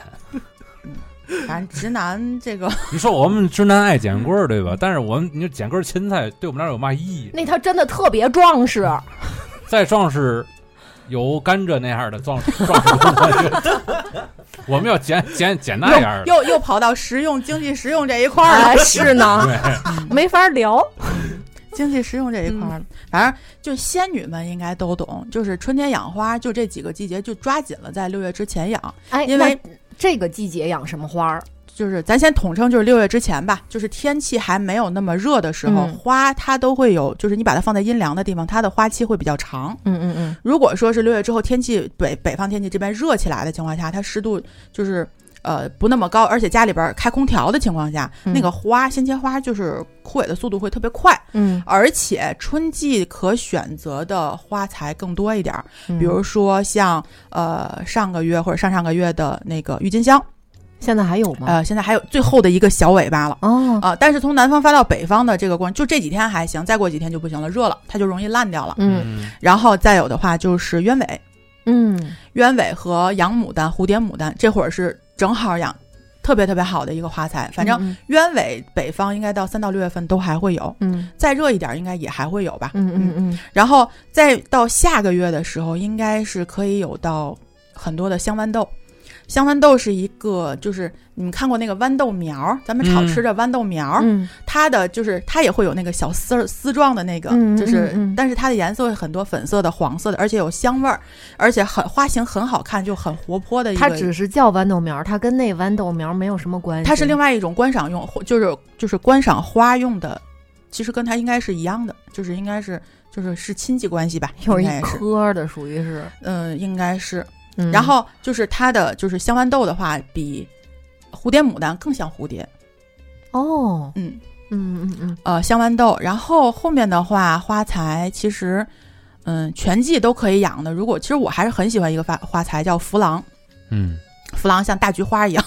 D: 反正直男这个，
A: 你说我们直男爱捡棍儿，对吧？但是我们你就捡根芹菜，对我们俩有嘛意义？
B: 那他真的特别壮实，
A: 再壮士有甘蔗那样的壮士，壮士工作就我们要捡捡捡那样的。
D: 又又跑到实用、经济实用这一块儿了，
B: 哎，是呢，
A: 对，
B: 没法聊。
D: 经济实用这一块
B: 嗯
D: 儿了。反正就仙女们应该都懂，就是春天养花，就这几个季节就抓紧了，在六月之前养。
B: 哎，
D: 因为
B: 那这个季节养什么花儿？
D: 就是咱先统称，就是六月之前吧，就是天气还没有那么热的时候，
B: 嗯
D: 花它都会有，就是你把它放在阴凉的地方，它的花期会比较长。
B: 嗯嗯嗯，
D: 如果说是六月之后天气北北方天气这边热起来的情况下，它湿度就是呃不那么高，而且家里边儿开空调的情况下，
B: 嗯
D: 那个花鲜切花就是枯萎的速度会特别快，
B: 嗯，
D: 而且春季可选择的花材更多一点儿，
B: 嗯
D: 比如说像呃上个月或者上上个月的那个郁金香，
B: 现在还有吗？
D: 呃现在还有最后的一个小尾巴了。
B: 哦，
D: 啊、但是从南方发到北方的这个光，就这几天还行，再过几天就不行了，热了它就容易烂掉了。
B: 嗯
D: 然后再有的话就是鸢尾，
B: 嗯
D: 鸢尾和洋牡丹、蝴蝶牡丹，这会儿是正好养，特别特别好的一个花材。反正
B: 嗯
D: 鸢尾北方应该到三到六月份都还会有，
B: 嗯
D: 再热一点应该也还会有吧。
B: 嗯嗯嗯
D: 然后再到下个月的时候，应该是可以有到很多的香豌豆。香豌豆是一个，就是你们看过那个豌豆苗儿，咱们炒
A: 嗯
D: 吃的豌豆苗儿，
B: 嗯
D: 它的就是它也会有那个小丝儿丝状的那个，
B: 嗯
D: 就是、
B: 嗯嗯
D: 但是它的颜色会很多粉色的、黄色的，而且有香味儿，而且很花型很好看，就很活泼的一
B: 嗯，
D: 个。
B: 它只是叫豌豆苗，它跟那豌豆苗没有什么关系。
D: 它是另外一种观赏用，或就是就是观赏花用的，其实跟它应该是一样的，就是应该是就是是亲戚关系吧，
B: 就是
D: 应
B: 一
D: 该是
B: 颗儿的，属于是。
D: 嗯，应该是。
B: 嗯
D: 然后就是它的就是香豌豆的话，比蝴蝶牡丹更像蝴蝶，
B: 哦，
D: 嗯，
B: 嗯嗯嗯
D: 呃香豌豆，然后后面的话花材其实，嗯，全季都可以养的。如果其实我还是很喜欢一个花花材叫芙琅，
A: 嗯
D: 芙琅像大菊花一样，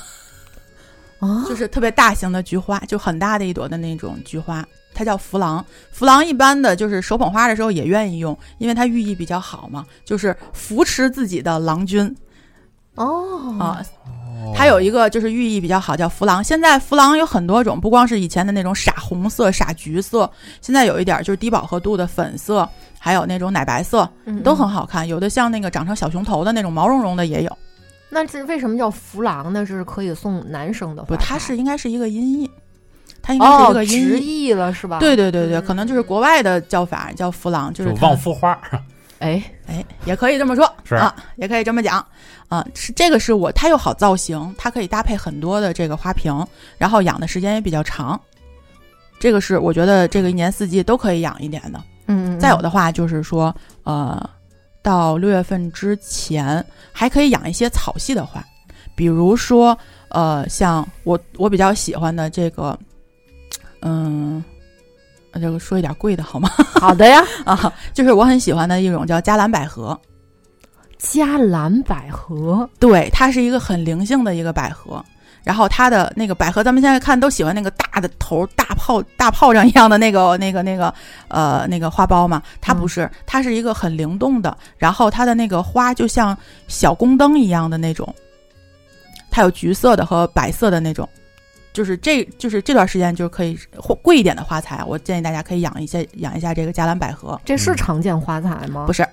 B: 啊，
D: 就是特别大型的菊花，就很大的一朵的那种菊花，它叫芙琅。芙琅一般的就是手捧花的时候也愿意用，因为它寓意比较好嘛，就是扶持自己的郎君
B: 哦
D: 啊、，它有一个就是寓意比较好，叫芙琅。现在芙琅有很多种，不光是以前的那种傻红色、傻橘色，现在有一点就是低饱和度的粉色，还有那种奶白色，
B: 嗯
D: 都很。好看。有的像那个长成小熊头的那种毛茸茸的也有。
B: 那这为什么叫弗郎呢？这是可以送男生的花
D: 不，它
B: 材
D: 是应该是一个音译，它应该是一
B: 哦，
D: 个
B: 直
D: 音译。
B: 译了是吧？
D: 对，对对对，
B: 嗯
D: 可能就是国外的叫法叫芙琅，就是
A: 就
D: 它
A: 旺夫花，
B: 哎，
D: 哎，也可以这么说，
A: 是
D: 啊，也可以这么讲，啊，是这个是我，它又好造型，它可以搭配很多的这个花瓶，然后养的时间也比较长，这个是我觉得这个一年四季都可以养一点的。
B: 嗯，
D: 再有的话就是说，呃，到六月份之前还可以养一些草系的花，比如说，呃，像我我比较喜欢的这个，嗯，呃这个说一点贵 的好吗？
B: 好的呀，
D: 啊，就是我很喜欢的一种叫加兰百合。
B: 加蓝百合，
D: 对，它是一个很灵性的一个百合。然后它的那个百合，咱们现在看都喜欢那个大的头、大炮、大炮仗一样的那个、那个、那个，呃，那个花苞嘛。它不是，它是一个很灵动的，然后它的那个花就像小宫灯一样的那种，它有橘色的和白色的那种。就是这就是这段时间就是可以或贵一点的花材，我建议大家可以养一些养一下这个加兰百合，
B: 这是常见花材吗？
D: 不是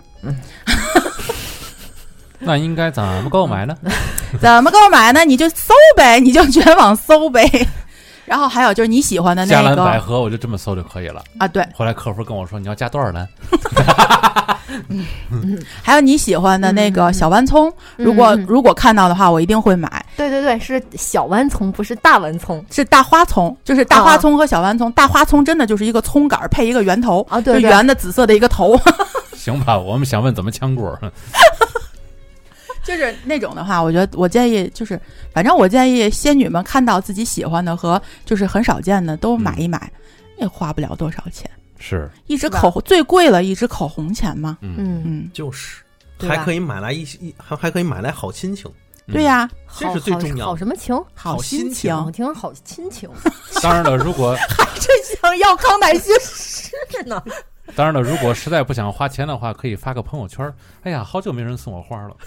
A: 那应该怎么购买呢？
D: 嗯怎么购买呢？你就搜呗，你就全网搜 呗。然后还有就是你喜欢的
A: 加
D: 那
A: 蓝百
D: 个
A: 合，我就这么搜就可以了。
D: 啊，对，
A: 后来客服跟我说你要加多少蓝？
D: 还有你喜欢的那个小豌葱。
B: 嗯，
D: 如果
B: 嗯
D: 如果看到的话，我一定会买。
B: 对对对，是小豌葱，不是大豌葱
D: 是大花葱，就是大花葱和小豌葱。大花葱真的就是一个葱杆儿配一个圆头，
B: 啊，
D: 就
B: 对对，
D: 圆的紫色的一个 头，
A: 行吧，我们想问怎么炝锅。
D: 就是那种的话，我觉得我建议就是，反正我建议仙女们看到自己喜欢的和就是很少见的都买一买，也花不了多少钱。
A: 是，
D: 一
B: 嗯
D: 支
B: 是吧
D: 口红最贵了，一支口红钱嘛。
A: 嗯，
B: 嗯，
D: 嗯，
C: 就是
B: 对吧
C: 还可以买来一一还还可以买来好亲情，
A: 嗯
D: 对呀、
B: 好
C: 这是最
B: 好
C: 重要
B: 好
C: 的。嗯
B: 什么情？
D: 好心
C: 心情
B: 我听着好亲情，
A: 当然了，如果
D: 真想要康乃馨。
B: 是呢，
A: 当然了，如果实在不想花钱的话，可以发个朋友圈儿。哎呀，好久没人送我花了。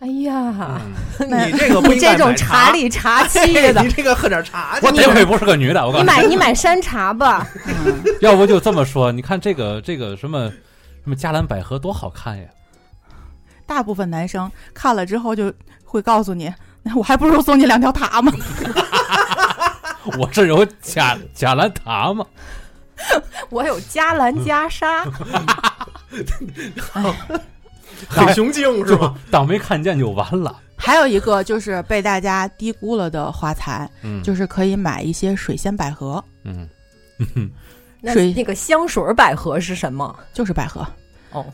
B: 哎呀，
A: 嗯
D: 那
C: 你这个不
B: 你
C: 应该
B: 这种
C: 买茶
B: 里茶气
C: 嘿
B: 的
C: 你，这个喝点茶去
A: 我。得亏不是个女的，我告
B: 你
A: 诉
B: 买你买山茶吧，
A: 要不就这么说，你看这个这个什么什么加兰百合多好看呀！
D: 大部分男生看了之后就会告诉你， 我还不如送你两条塔嘛，
A: 我这有贾贾兰塔吗？
B: 我有加兰加沙，
C: 嗯很雄竞是
A: 就
C: 吗？
A: 当没看见就完了。
D: 还有一个就是被大家低估了的花材，
A: 嗯，
D: 就是可以买一些水仙百合，
A: 嗯，
B: 那
D: 水
B: 那个香水百合是什么？
D: 就是百合
B: 哦，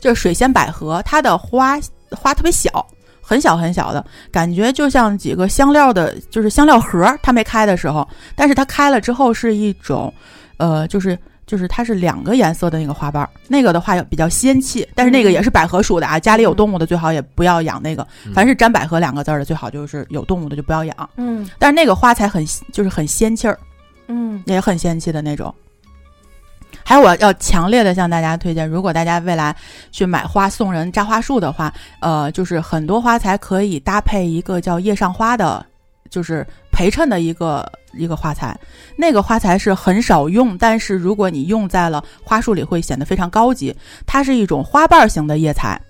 D: 就是水仙百合，它的花花特别小，很小很小的，感觉就像几个香料的，就是香料盒儿。它没开的时候，但是它开了之后是一种，呃，就是就是它是两个颜色的那个花瓣儿，那个的话比较仙气，但是那个也是百合属的啊。家里有动物的最好也不要养那个，
A: 嗯
D: 凡是沾百合两个字儿的最好就是有动物的就不要养。
B: 嗯
D: 但是那个花才很就是很仙气儿，
B: 嗯
D: 也很仙气的那种。还有，我要强烈的向大家推荐，如果大家未来去买花送人扎花束的话，呃，就是很多花材可以搭配一个叫夜上花的，就是陪衬的一个一个花材。那个花材是很少用，但是如果你用在了花束里，会显得非常高级。它是一种花瓣型的叶材，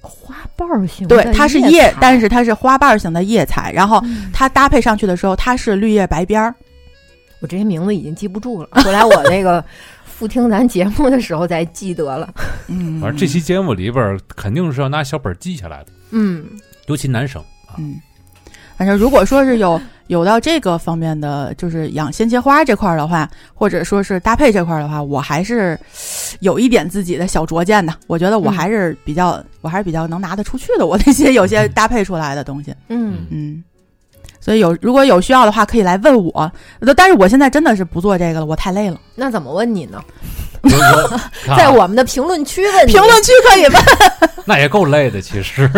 B: 花瓣儿型的
D: 对，它是叶，但是它是花瓣型的叶材。然后
B: 嗯
D: 它搭配上去的时候，它是绿叶白边儿，
B: 我这些名字已经记不住了，后来我那个 复听咱节目的时候才记得了。
D: 嗯，
A: 反正这期节目里边儿肯定是要拿小本儿记下来的，
B: 嗯，
A: 尤其男生啊，
D: 嗯，反正如果说是 有有到这个方面的，就是养鲜切花这块儿的话，或者说是搭配这块儿的话，我还是有一点自己的小拙见的。我觉得我
B: 嗯
D: 还是比较，我还是比较能拿得出去的。我那些有些
A: 嗯
D: 搭配出来的东西，
B: 嗯，
D: 嗯。所以有如果有需要的话，可以来问我。呃但是我现在真的是不做这个了，我太累了。
B: 那怎么问你呢？
A: 我我看啊
B: 在我们的评论区问你
D: 评论区可以问。
A: 啊那也够累的，其实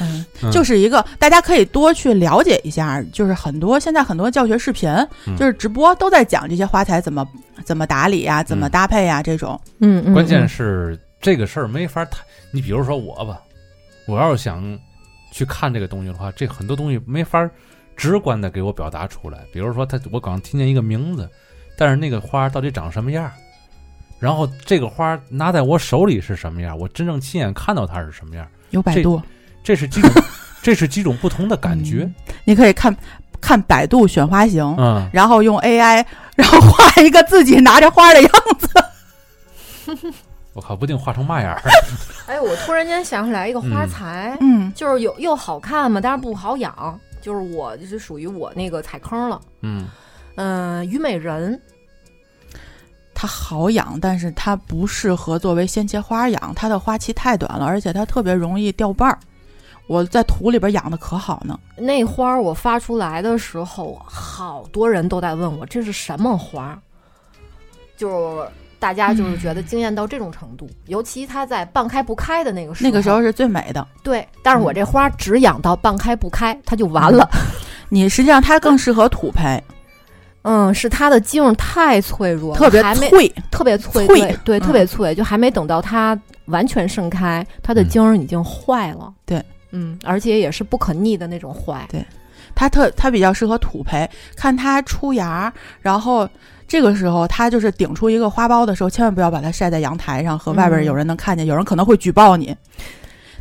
D: 嗯
A: 嗯，
D: 就是一个大家可以多去了解一下，就是很多现在很多教学视频，
A: 嗯
D: 就是直播都在讲这些花材怎么怎么打理啊
A: 嗯
D: 呀、怎么搭配呀、这种。
B: 嗯，嗯
A: 关键
B: 嗯
A: 是这个事儿没法太，你比如说我吧，我要是想去看这个东西的话，这很多东西没法直观的给我表达出来。比如说他，我刚听见一个名字，但是那个花到底长什么样儿，然后这个花拿在我手里是什么样儿，我真正亲眼看到它是什么样儿，
D: 有百度，
A: 这是 几种，这是几种不同的感觉
D: 嗯。你可以看看百度选花型，
A: 嗯，
D: 然后用 AI，然 后画一个自己拿着花的样子。
A: 我靠，不定画成嘛样儿。
B: 哎，我突然间想起来一个花
A: 嗯
B: 材，
D: 嗯，
B: 就是有又好看嘛，但是不好养，就是我就是属于我那个踩坑了。
A: 嗯，
B: 嗯、虞美人，
D: 它好养，但是它不适合作为鲜切花养，它的花期太短了，而且它特别容易掉瓣儿。我在土里边养的可好呢，
B: 那花儿我发出来的时候，好多人都在问我这是什么花儿，就是大家就是觉得惊艳到这种程度，尤其它在半开不开的那个时候，
D: 那个时候是最美的。
B: 对，但是我这花儿只养到半开不开，它就完了。
D: 你实际上它更适合土培，
B: 嗯，是它的茎儿太脆弱了，
D: 特别
B: 还没
D: 脆。
B: 特别脆，
D: 脆
B: 对对，
D: 嗯
B: 特别脆，就还没等到它完全盛开，它的
A: 嗯
B: 茎儿已经坏了。
D: 对，
B: 嗯，而且也是不可逆的那种坏。
D: 它特它比较适合土培，看它出芽，然后这个时候它就是顶出一个花苞的时候，千万不要把它晒在阳台上，和外边
B: 嗯
D: 有人能看见，有人可能会举报你。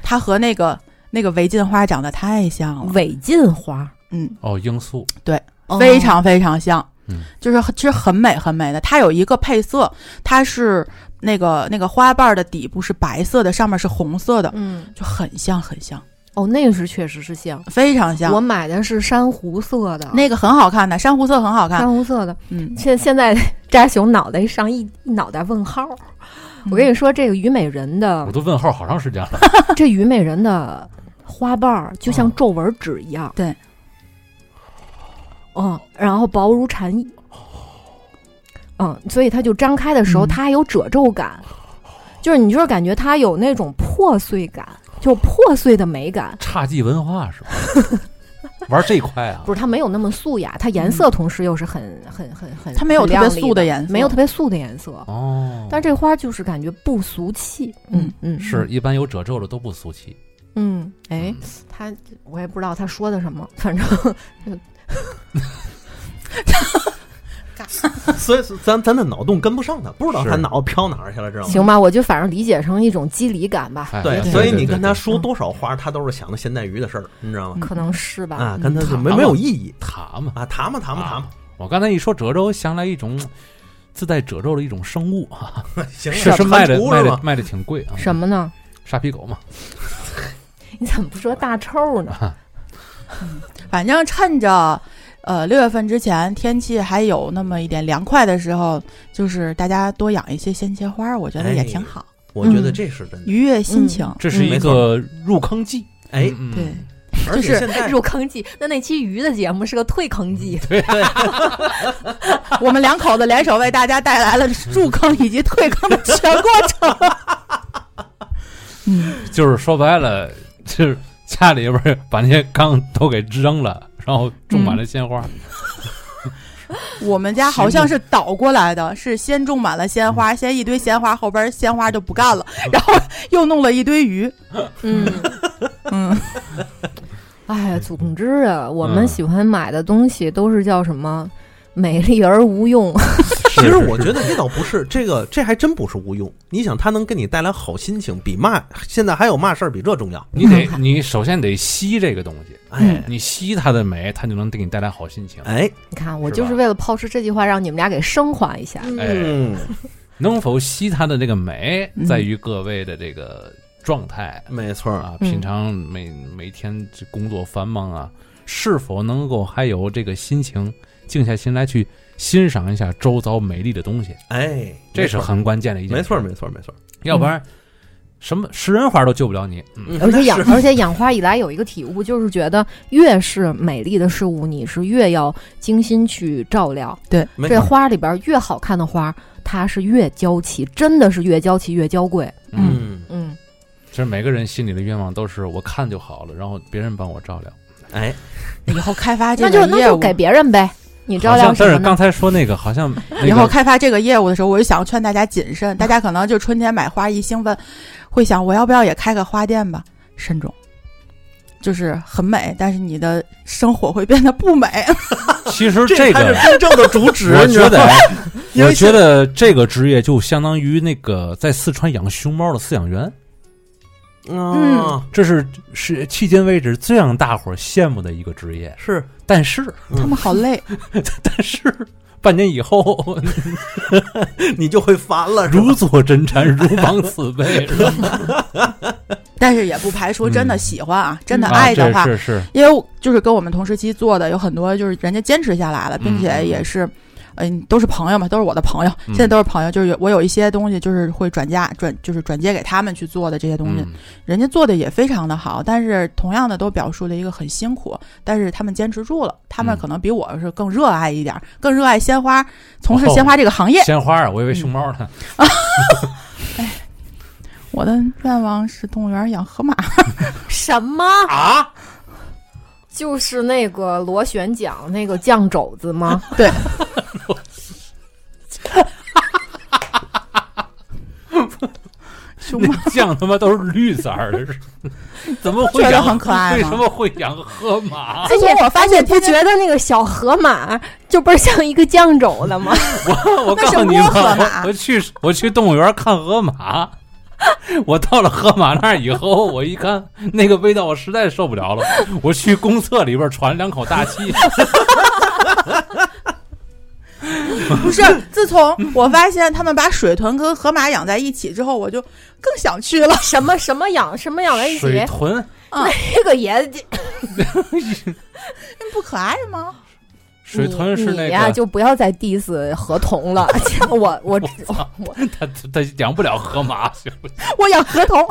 D: 它和那个那个违禁花长得太像了，
B: 违禁花，
D: 嗯，
A: 哦，罂粟，
B: 哦
D: 哦非常非常像，
A: 嗯
D: 就是很其实很美很美的。它有一个配色，它是那个那个花瓣的底部是白色的，上面是红色的，
B: 嗯，
D: 就很像很像，
B: 哦，那个是确实是像，
D: 非常像
B: 我。买的是珊瑚色的，
D: 那个很好看的，珊瑚色很好看，
B: 珊瑚色的，
D: 嗯，
B: 现现在 扎熊脑袋上一一脑袋问号。
D: 嗯
B: 我跟你说，这个虞美人的
A: 我都问号好长时间了。
B: 这虞美人的花瓣儿就像
A: 嗯
B: 皱纹纸一样，
D: 对，哦
B: 嗯，然后薄如蝉翼，嗯，所以它就张开的时候，
D: 嗯
B: 它还有褶皱感，就是你就是感觉它有那种破碎感，就是破碎的美感。
A: 侘寂文化是吧？玩这一块啊
B: 不，是它没有那么素雅，它颜色同时又是很、很很很，
D: 嗯它没有
B: 很
D: 特别
B: 亮丽
D: 素的颜色
B: 没有特别素的颜色。
A: 哦，
B: 但这花就是感觉不俗气，嗯嗯
A: 是一般有褶皱的都不俗气。
B: 嗯，哎
A: 嗯，
B: 他我也不知道他说的什么，反正
C: 所以咱咱的脑洞跟不上他，不知道
A: 是
C: 他脑子飘哪儿去了，知道吗？
B: 行吧，我就反正理解成一种肌理感吧，
A: 哎
C: 对，
D: 对
C: 所以
A: 对
C: 你跟
A: 对
C: 他
A: 对
C: 说多少话，他都是想的咸带鱼的事儿，你知道吗？
B: 可能是吧。
C: 啊，跟他就
A: 嗯
C: 没
A: 谈
C: 没有
A: 嘛
C: 意义
A: 塔嘛，
C: 啊，谈吧谈吧谈吧，
A: 啊我刚才一说褶皱，我想来一种自带褶皱的一种生物啊，
C: 行
A: 是
C: 啊
A: 是
C: 蟾
A: 卖的
C: 蜍
A: 卖
C: 是
A: 的
C: 吗？
A: 卖的挺贵啊，
B: 什么呢？
A: 沙皮狗嘛，
B: 你怎么不说大臭呢？
D: 反正趁着呃六月份之前天气还哎有那么一点凉快的时候，就是大家多养一些鲜切花，我觉得也挺好。
C: 我觉得这是真的。
D: 愉悦心情。
A: 这是一
C: 嗯没错
A: 个入坑季。
C: 哎，
A: 嗯，
D: 对
A: 嗯
C: 而
B: 就是
C: 且现在嗯
B: 入坑季。那那期鱼的节目是个退坑季，
D: 我们两口子联手为大家带来了入坑以及退坑的全过程。嗯，
A: 就是说白了，就是家里边儿把那些缸都给扔了，然后种满了鲜花。
D: 我们家好像是嗯倒过来的，是先种满了鲜花，先一堆鲜花，后边鲜花就不干了，然后又弄了一堆鱼。
B: 嗯。
D: 嗯，
B: 哎呀，总之啊，我们
A: 嗯
B: 喜欢买的东西都是叫什么？美丽而无用。
C: 其实我
A: 是
C: 觉得这倒不是这个，这还真不是无用。你想，它能给你带来好心情，比嘛现在还有嘛事儿比这重要？
A: 你得，你首先得吸这个东西，
B: 嗯
C: 哎
A: 你吸它的美，它就能给你带来好心情。
C: 哎，
B: 你看，我
A: 是吧
B: 就是为了抛出这句话，让你们俩给升华一下。
A: 哎
C: 嗯，
A: 能否吸它的这个美
D: 嗯，
A: 在于各位的这个状态
C: 没错儿，
A: 啊。
D: 嗯
A: 平常每每天这工作繁忙啊，是否能够还有这个心情，静下心来去欣赏一下周遭美丽的东西，
C: 哎，
A: 这是很关键的一件事。
C: 没错儿，没错儿，没错儿。
A: 要不然什么食人花都救不了你。嗯，
B: 而且养
C: 那，是
B: 而且养花以来有一个体悟，就是觉得越是美丽的事物，你是越要精心去照料。
C: 没错
B: 这
C: 儿，
B: 花里边越好看的花，它是越娇气，真的是越娇气越娇贵。
A: 嗯，
C: 嗯，
B: 嗯，
A: 其实每个人心里的愿望都是我看就好了，然后别人帮我照料。
C: 哎，
D: 以后开
B: 那
D: 发这
B: 就
D: 个
B: 那
D: 业
B: 就
D: 务，
B: 给别人呗。你照
A: 好
B: 料
A: 像
B: 什
A: 但
B: 么
A: 是
B: 呢
A: 刚？才说那个好像那个
D: 以后开发这个业务的时候，我就想劝大家谨慎。
A: 嗯
D: 大家可能就春天买花一兴奋，会想我要不要也开个花店吧？慎重，就是很美，但是你的生活会变得 不美。
A: 其实
C: 这才
A: 个
C: 是真正的 主旨。
A: 我
C: 你
A: 觉
C: 知道
A: 得
C: 吗
A: 啊，
C: 因
B: 嗯
C: 为
A: 我觉得这个职业就相当于那个在四川养熊猫的饲养员，
C: 现啊，
A: 这是是迄今为止最让大伙儿羡慕的一个职业。
C: 是
A: 但 是，
D: 他们好累，
A: 但是半年以 后，
C: 你就会烦了，是吧
A: 如坐针毡，如芒刺 背，是吧
D: 但是也不排除真的
A: 嗯
D: 喜欢啊，真的
B: 嗯
A: 啊，
D: 爱的
A: 这
D: 话，
A: 是是，
D: 因为我就是跟我们同时期做的有很多，就是人家坚持下来了，并且
A: 嗯
D: 也是，嗯、都是朋友嘛，都是我的朋友，
A: 嗯
D: 现在都是朋友，就是有我有一些东西就是会转嫁转，就是转接给他们去做的这些东西，
A: 嗯
D: 人家做的也非常的好，但是同样的都表述了一个很辛苦，但是他们坚持住了，他们
A: 嗯
D: 可能比我是更热爱一点儿，更热爱鲜花，从事
A: 哦
D: 鲜花这个行业。
A: 鲜花啊，我以为熊猫
D: 嗯
A: 呢。
D: 我的愿望是动物园养河马，
B: 什么啊？就是那个螺旋桨那个酱肘子吗？
D: 熊猫。
A: 那酱他妈都是绿色儿的， 是怎么会
D: 觉得
A: 养
D: 很可爱吗
A: 为什么会养河马？
B: 啊
D: 而且我发现
B: 不觉得那个小河马就倍儿像一个酱肘子吗？
A: 我 我
D: 那
A: 告
D: 是
A: 诉你
D: 摸
A: 吧，
D: 河马
A: 我我去我去动物园看河马， 我到了河马那儿以后，我一看那个味道，我实在受不了了，我去公厕里边喘两口大气。
D: 不是，自从我发现他们把水豚跟河马养在一起之后，我就更想去了。
B: 什么什么养什么养在一
A: 水
B: 起，
A: 豚
B: 这个也
D: 不可爱吗？
A: 水豚是
B: 你
A: 那
B: 你呀、
A: 个
B: 就不要再 diss 河童 了。我我我我
A: 它它它养不了河马，行不行？
D: 我养河 童，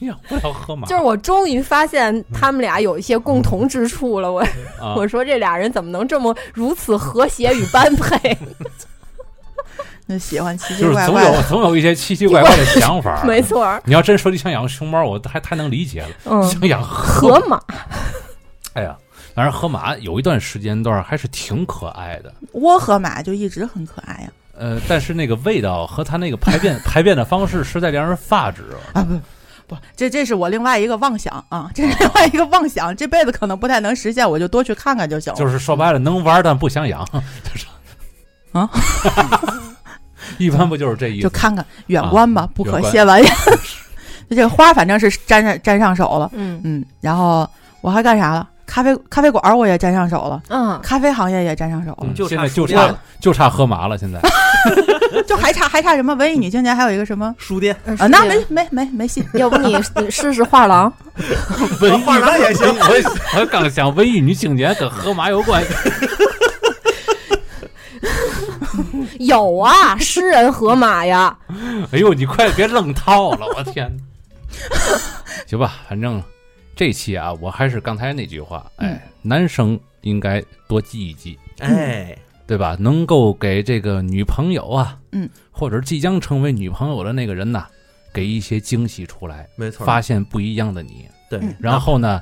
A: 养不了河马，
B: 就是我终于发现他们俩有一些共同之处了。我
A: 啊
B: 我说这俩人怎么能这么如此和谐与般 配？。
D: 那喜欢奇奇
A: 就是
D: 怪
A: 总
D: 怪
A: 有
D: 的。
A: 总有一些奇奇怪怪的想法
B: 没。错儿，
A: 你要真说你想养熊猫，我还太能理解了。
B: 嗯，
A: 想养河
B: 河马
A: 哎呀，当然河马有一段时间段还是挺可爱的，
D: 窝河马就一直很可爱啊呀、
A: 呃，但是那个味道和它那个排便排便的方式实在让人发指。
D: 啊！不不，这这是我另外一个妄想啊，这是另外一个妄想，这辈子可能不太能实现，我就多去看看就行了。
A: 就是说白了，能玩但不想养， 就是
D: 啊，
A: 一般不就是这意
D: 就
A: 思？啊
D: 看看远观吧，不可
A: 远观
D: 亵玩焉。 这个花反正是沾上沾上手了，
B: 嗯
D: 嗯，然后我还干啥了？咖啡咖啡馆儿我也沾上手了，
B: 嗯，
D: 咖啡行业也沾上手了
A: 嗯，
C: 就差
A: 现在就
C: 熟练
A: 差
C: 了
A: 就差河马了，现在嗯
D: 就还差还差什么文艺女青年，还有一个什么
C: 书店，
B: 嗯
D: 啊？那没没没没戏，
B: 要不你你试试画廊？
A: 文
C: 啊画廊也行
A: 我我刚想文艺女青年跟河马有关系，
B: 有啊，诗人河马呀，
A: 哎呦，你快别愣套了，我天！ 行吧，反正这期啊，我还是刚才那句话，哎，男生应该多记一记，
B: 嗯
C: 哎，
A: 对吧？能够给这个女朋友啊，
D: 嗯，
A: 或者即将成为女朋友的那个人呐、给一些惊喜出来，
C: 没错，
A: 发现不一样的你。
C: 对
D: 嗯，
A: 然后呢，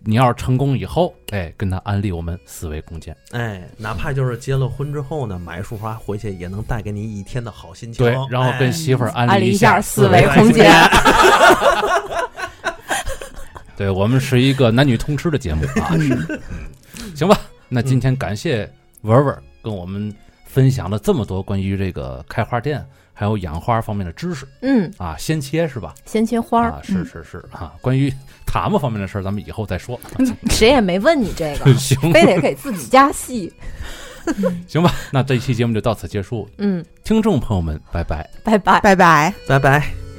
A: 你要是成功以后，哎，跟他安利我们四维空间。
C: 哎，哪怕就是结了婚之后呢，买一束花回去也能带给你一天的好心情。
A: 对，然后跟
C: 哎
A: 媳妇儿安
B: 安
A: 利
B: 利一
A: 下
B: 下四
A: 维
B: 维空间。
A: 对我们是一个男女通吃的节目啊，是
D: 嗯，
A: 行吧，那今天感谢文文跟我们分享了这么多关于这个开花店还有养花方面的知识
B: 嗯，
A: 啊，先切是吧？
B: 先切花儿，嗯
A: 啊，是是是啊，关于塔木方面的事儿，咱们以后再说。
B: 谁也没问你这 个，
A: 行
B: 非得给自己加戏。
A: 行吧，那这期节目就到此结束，
B: 嗯，
A: 听众朋友们，拜拜。
B: 拜拜。
D: 拜拜。
C: 拜拜。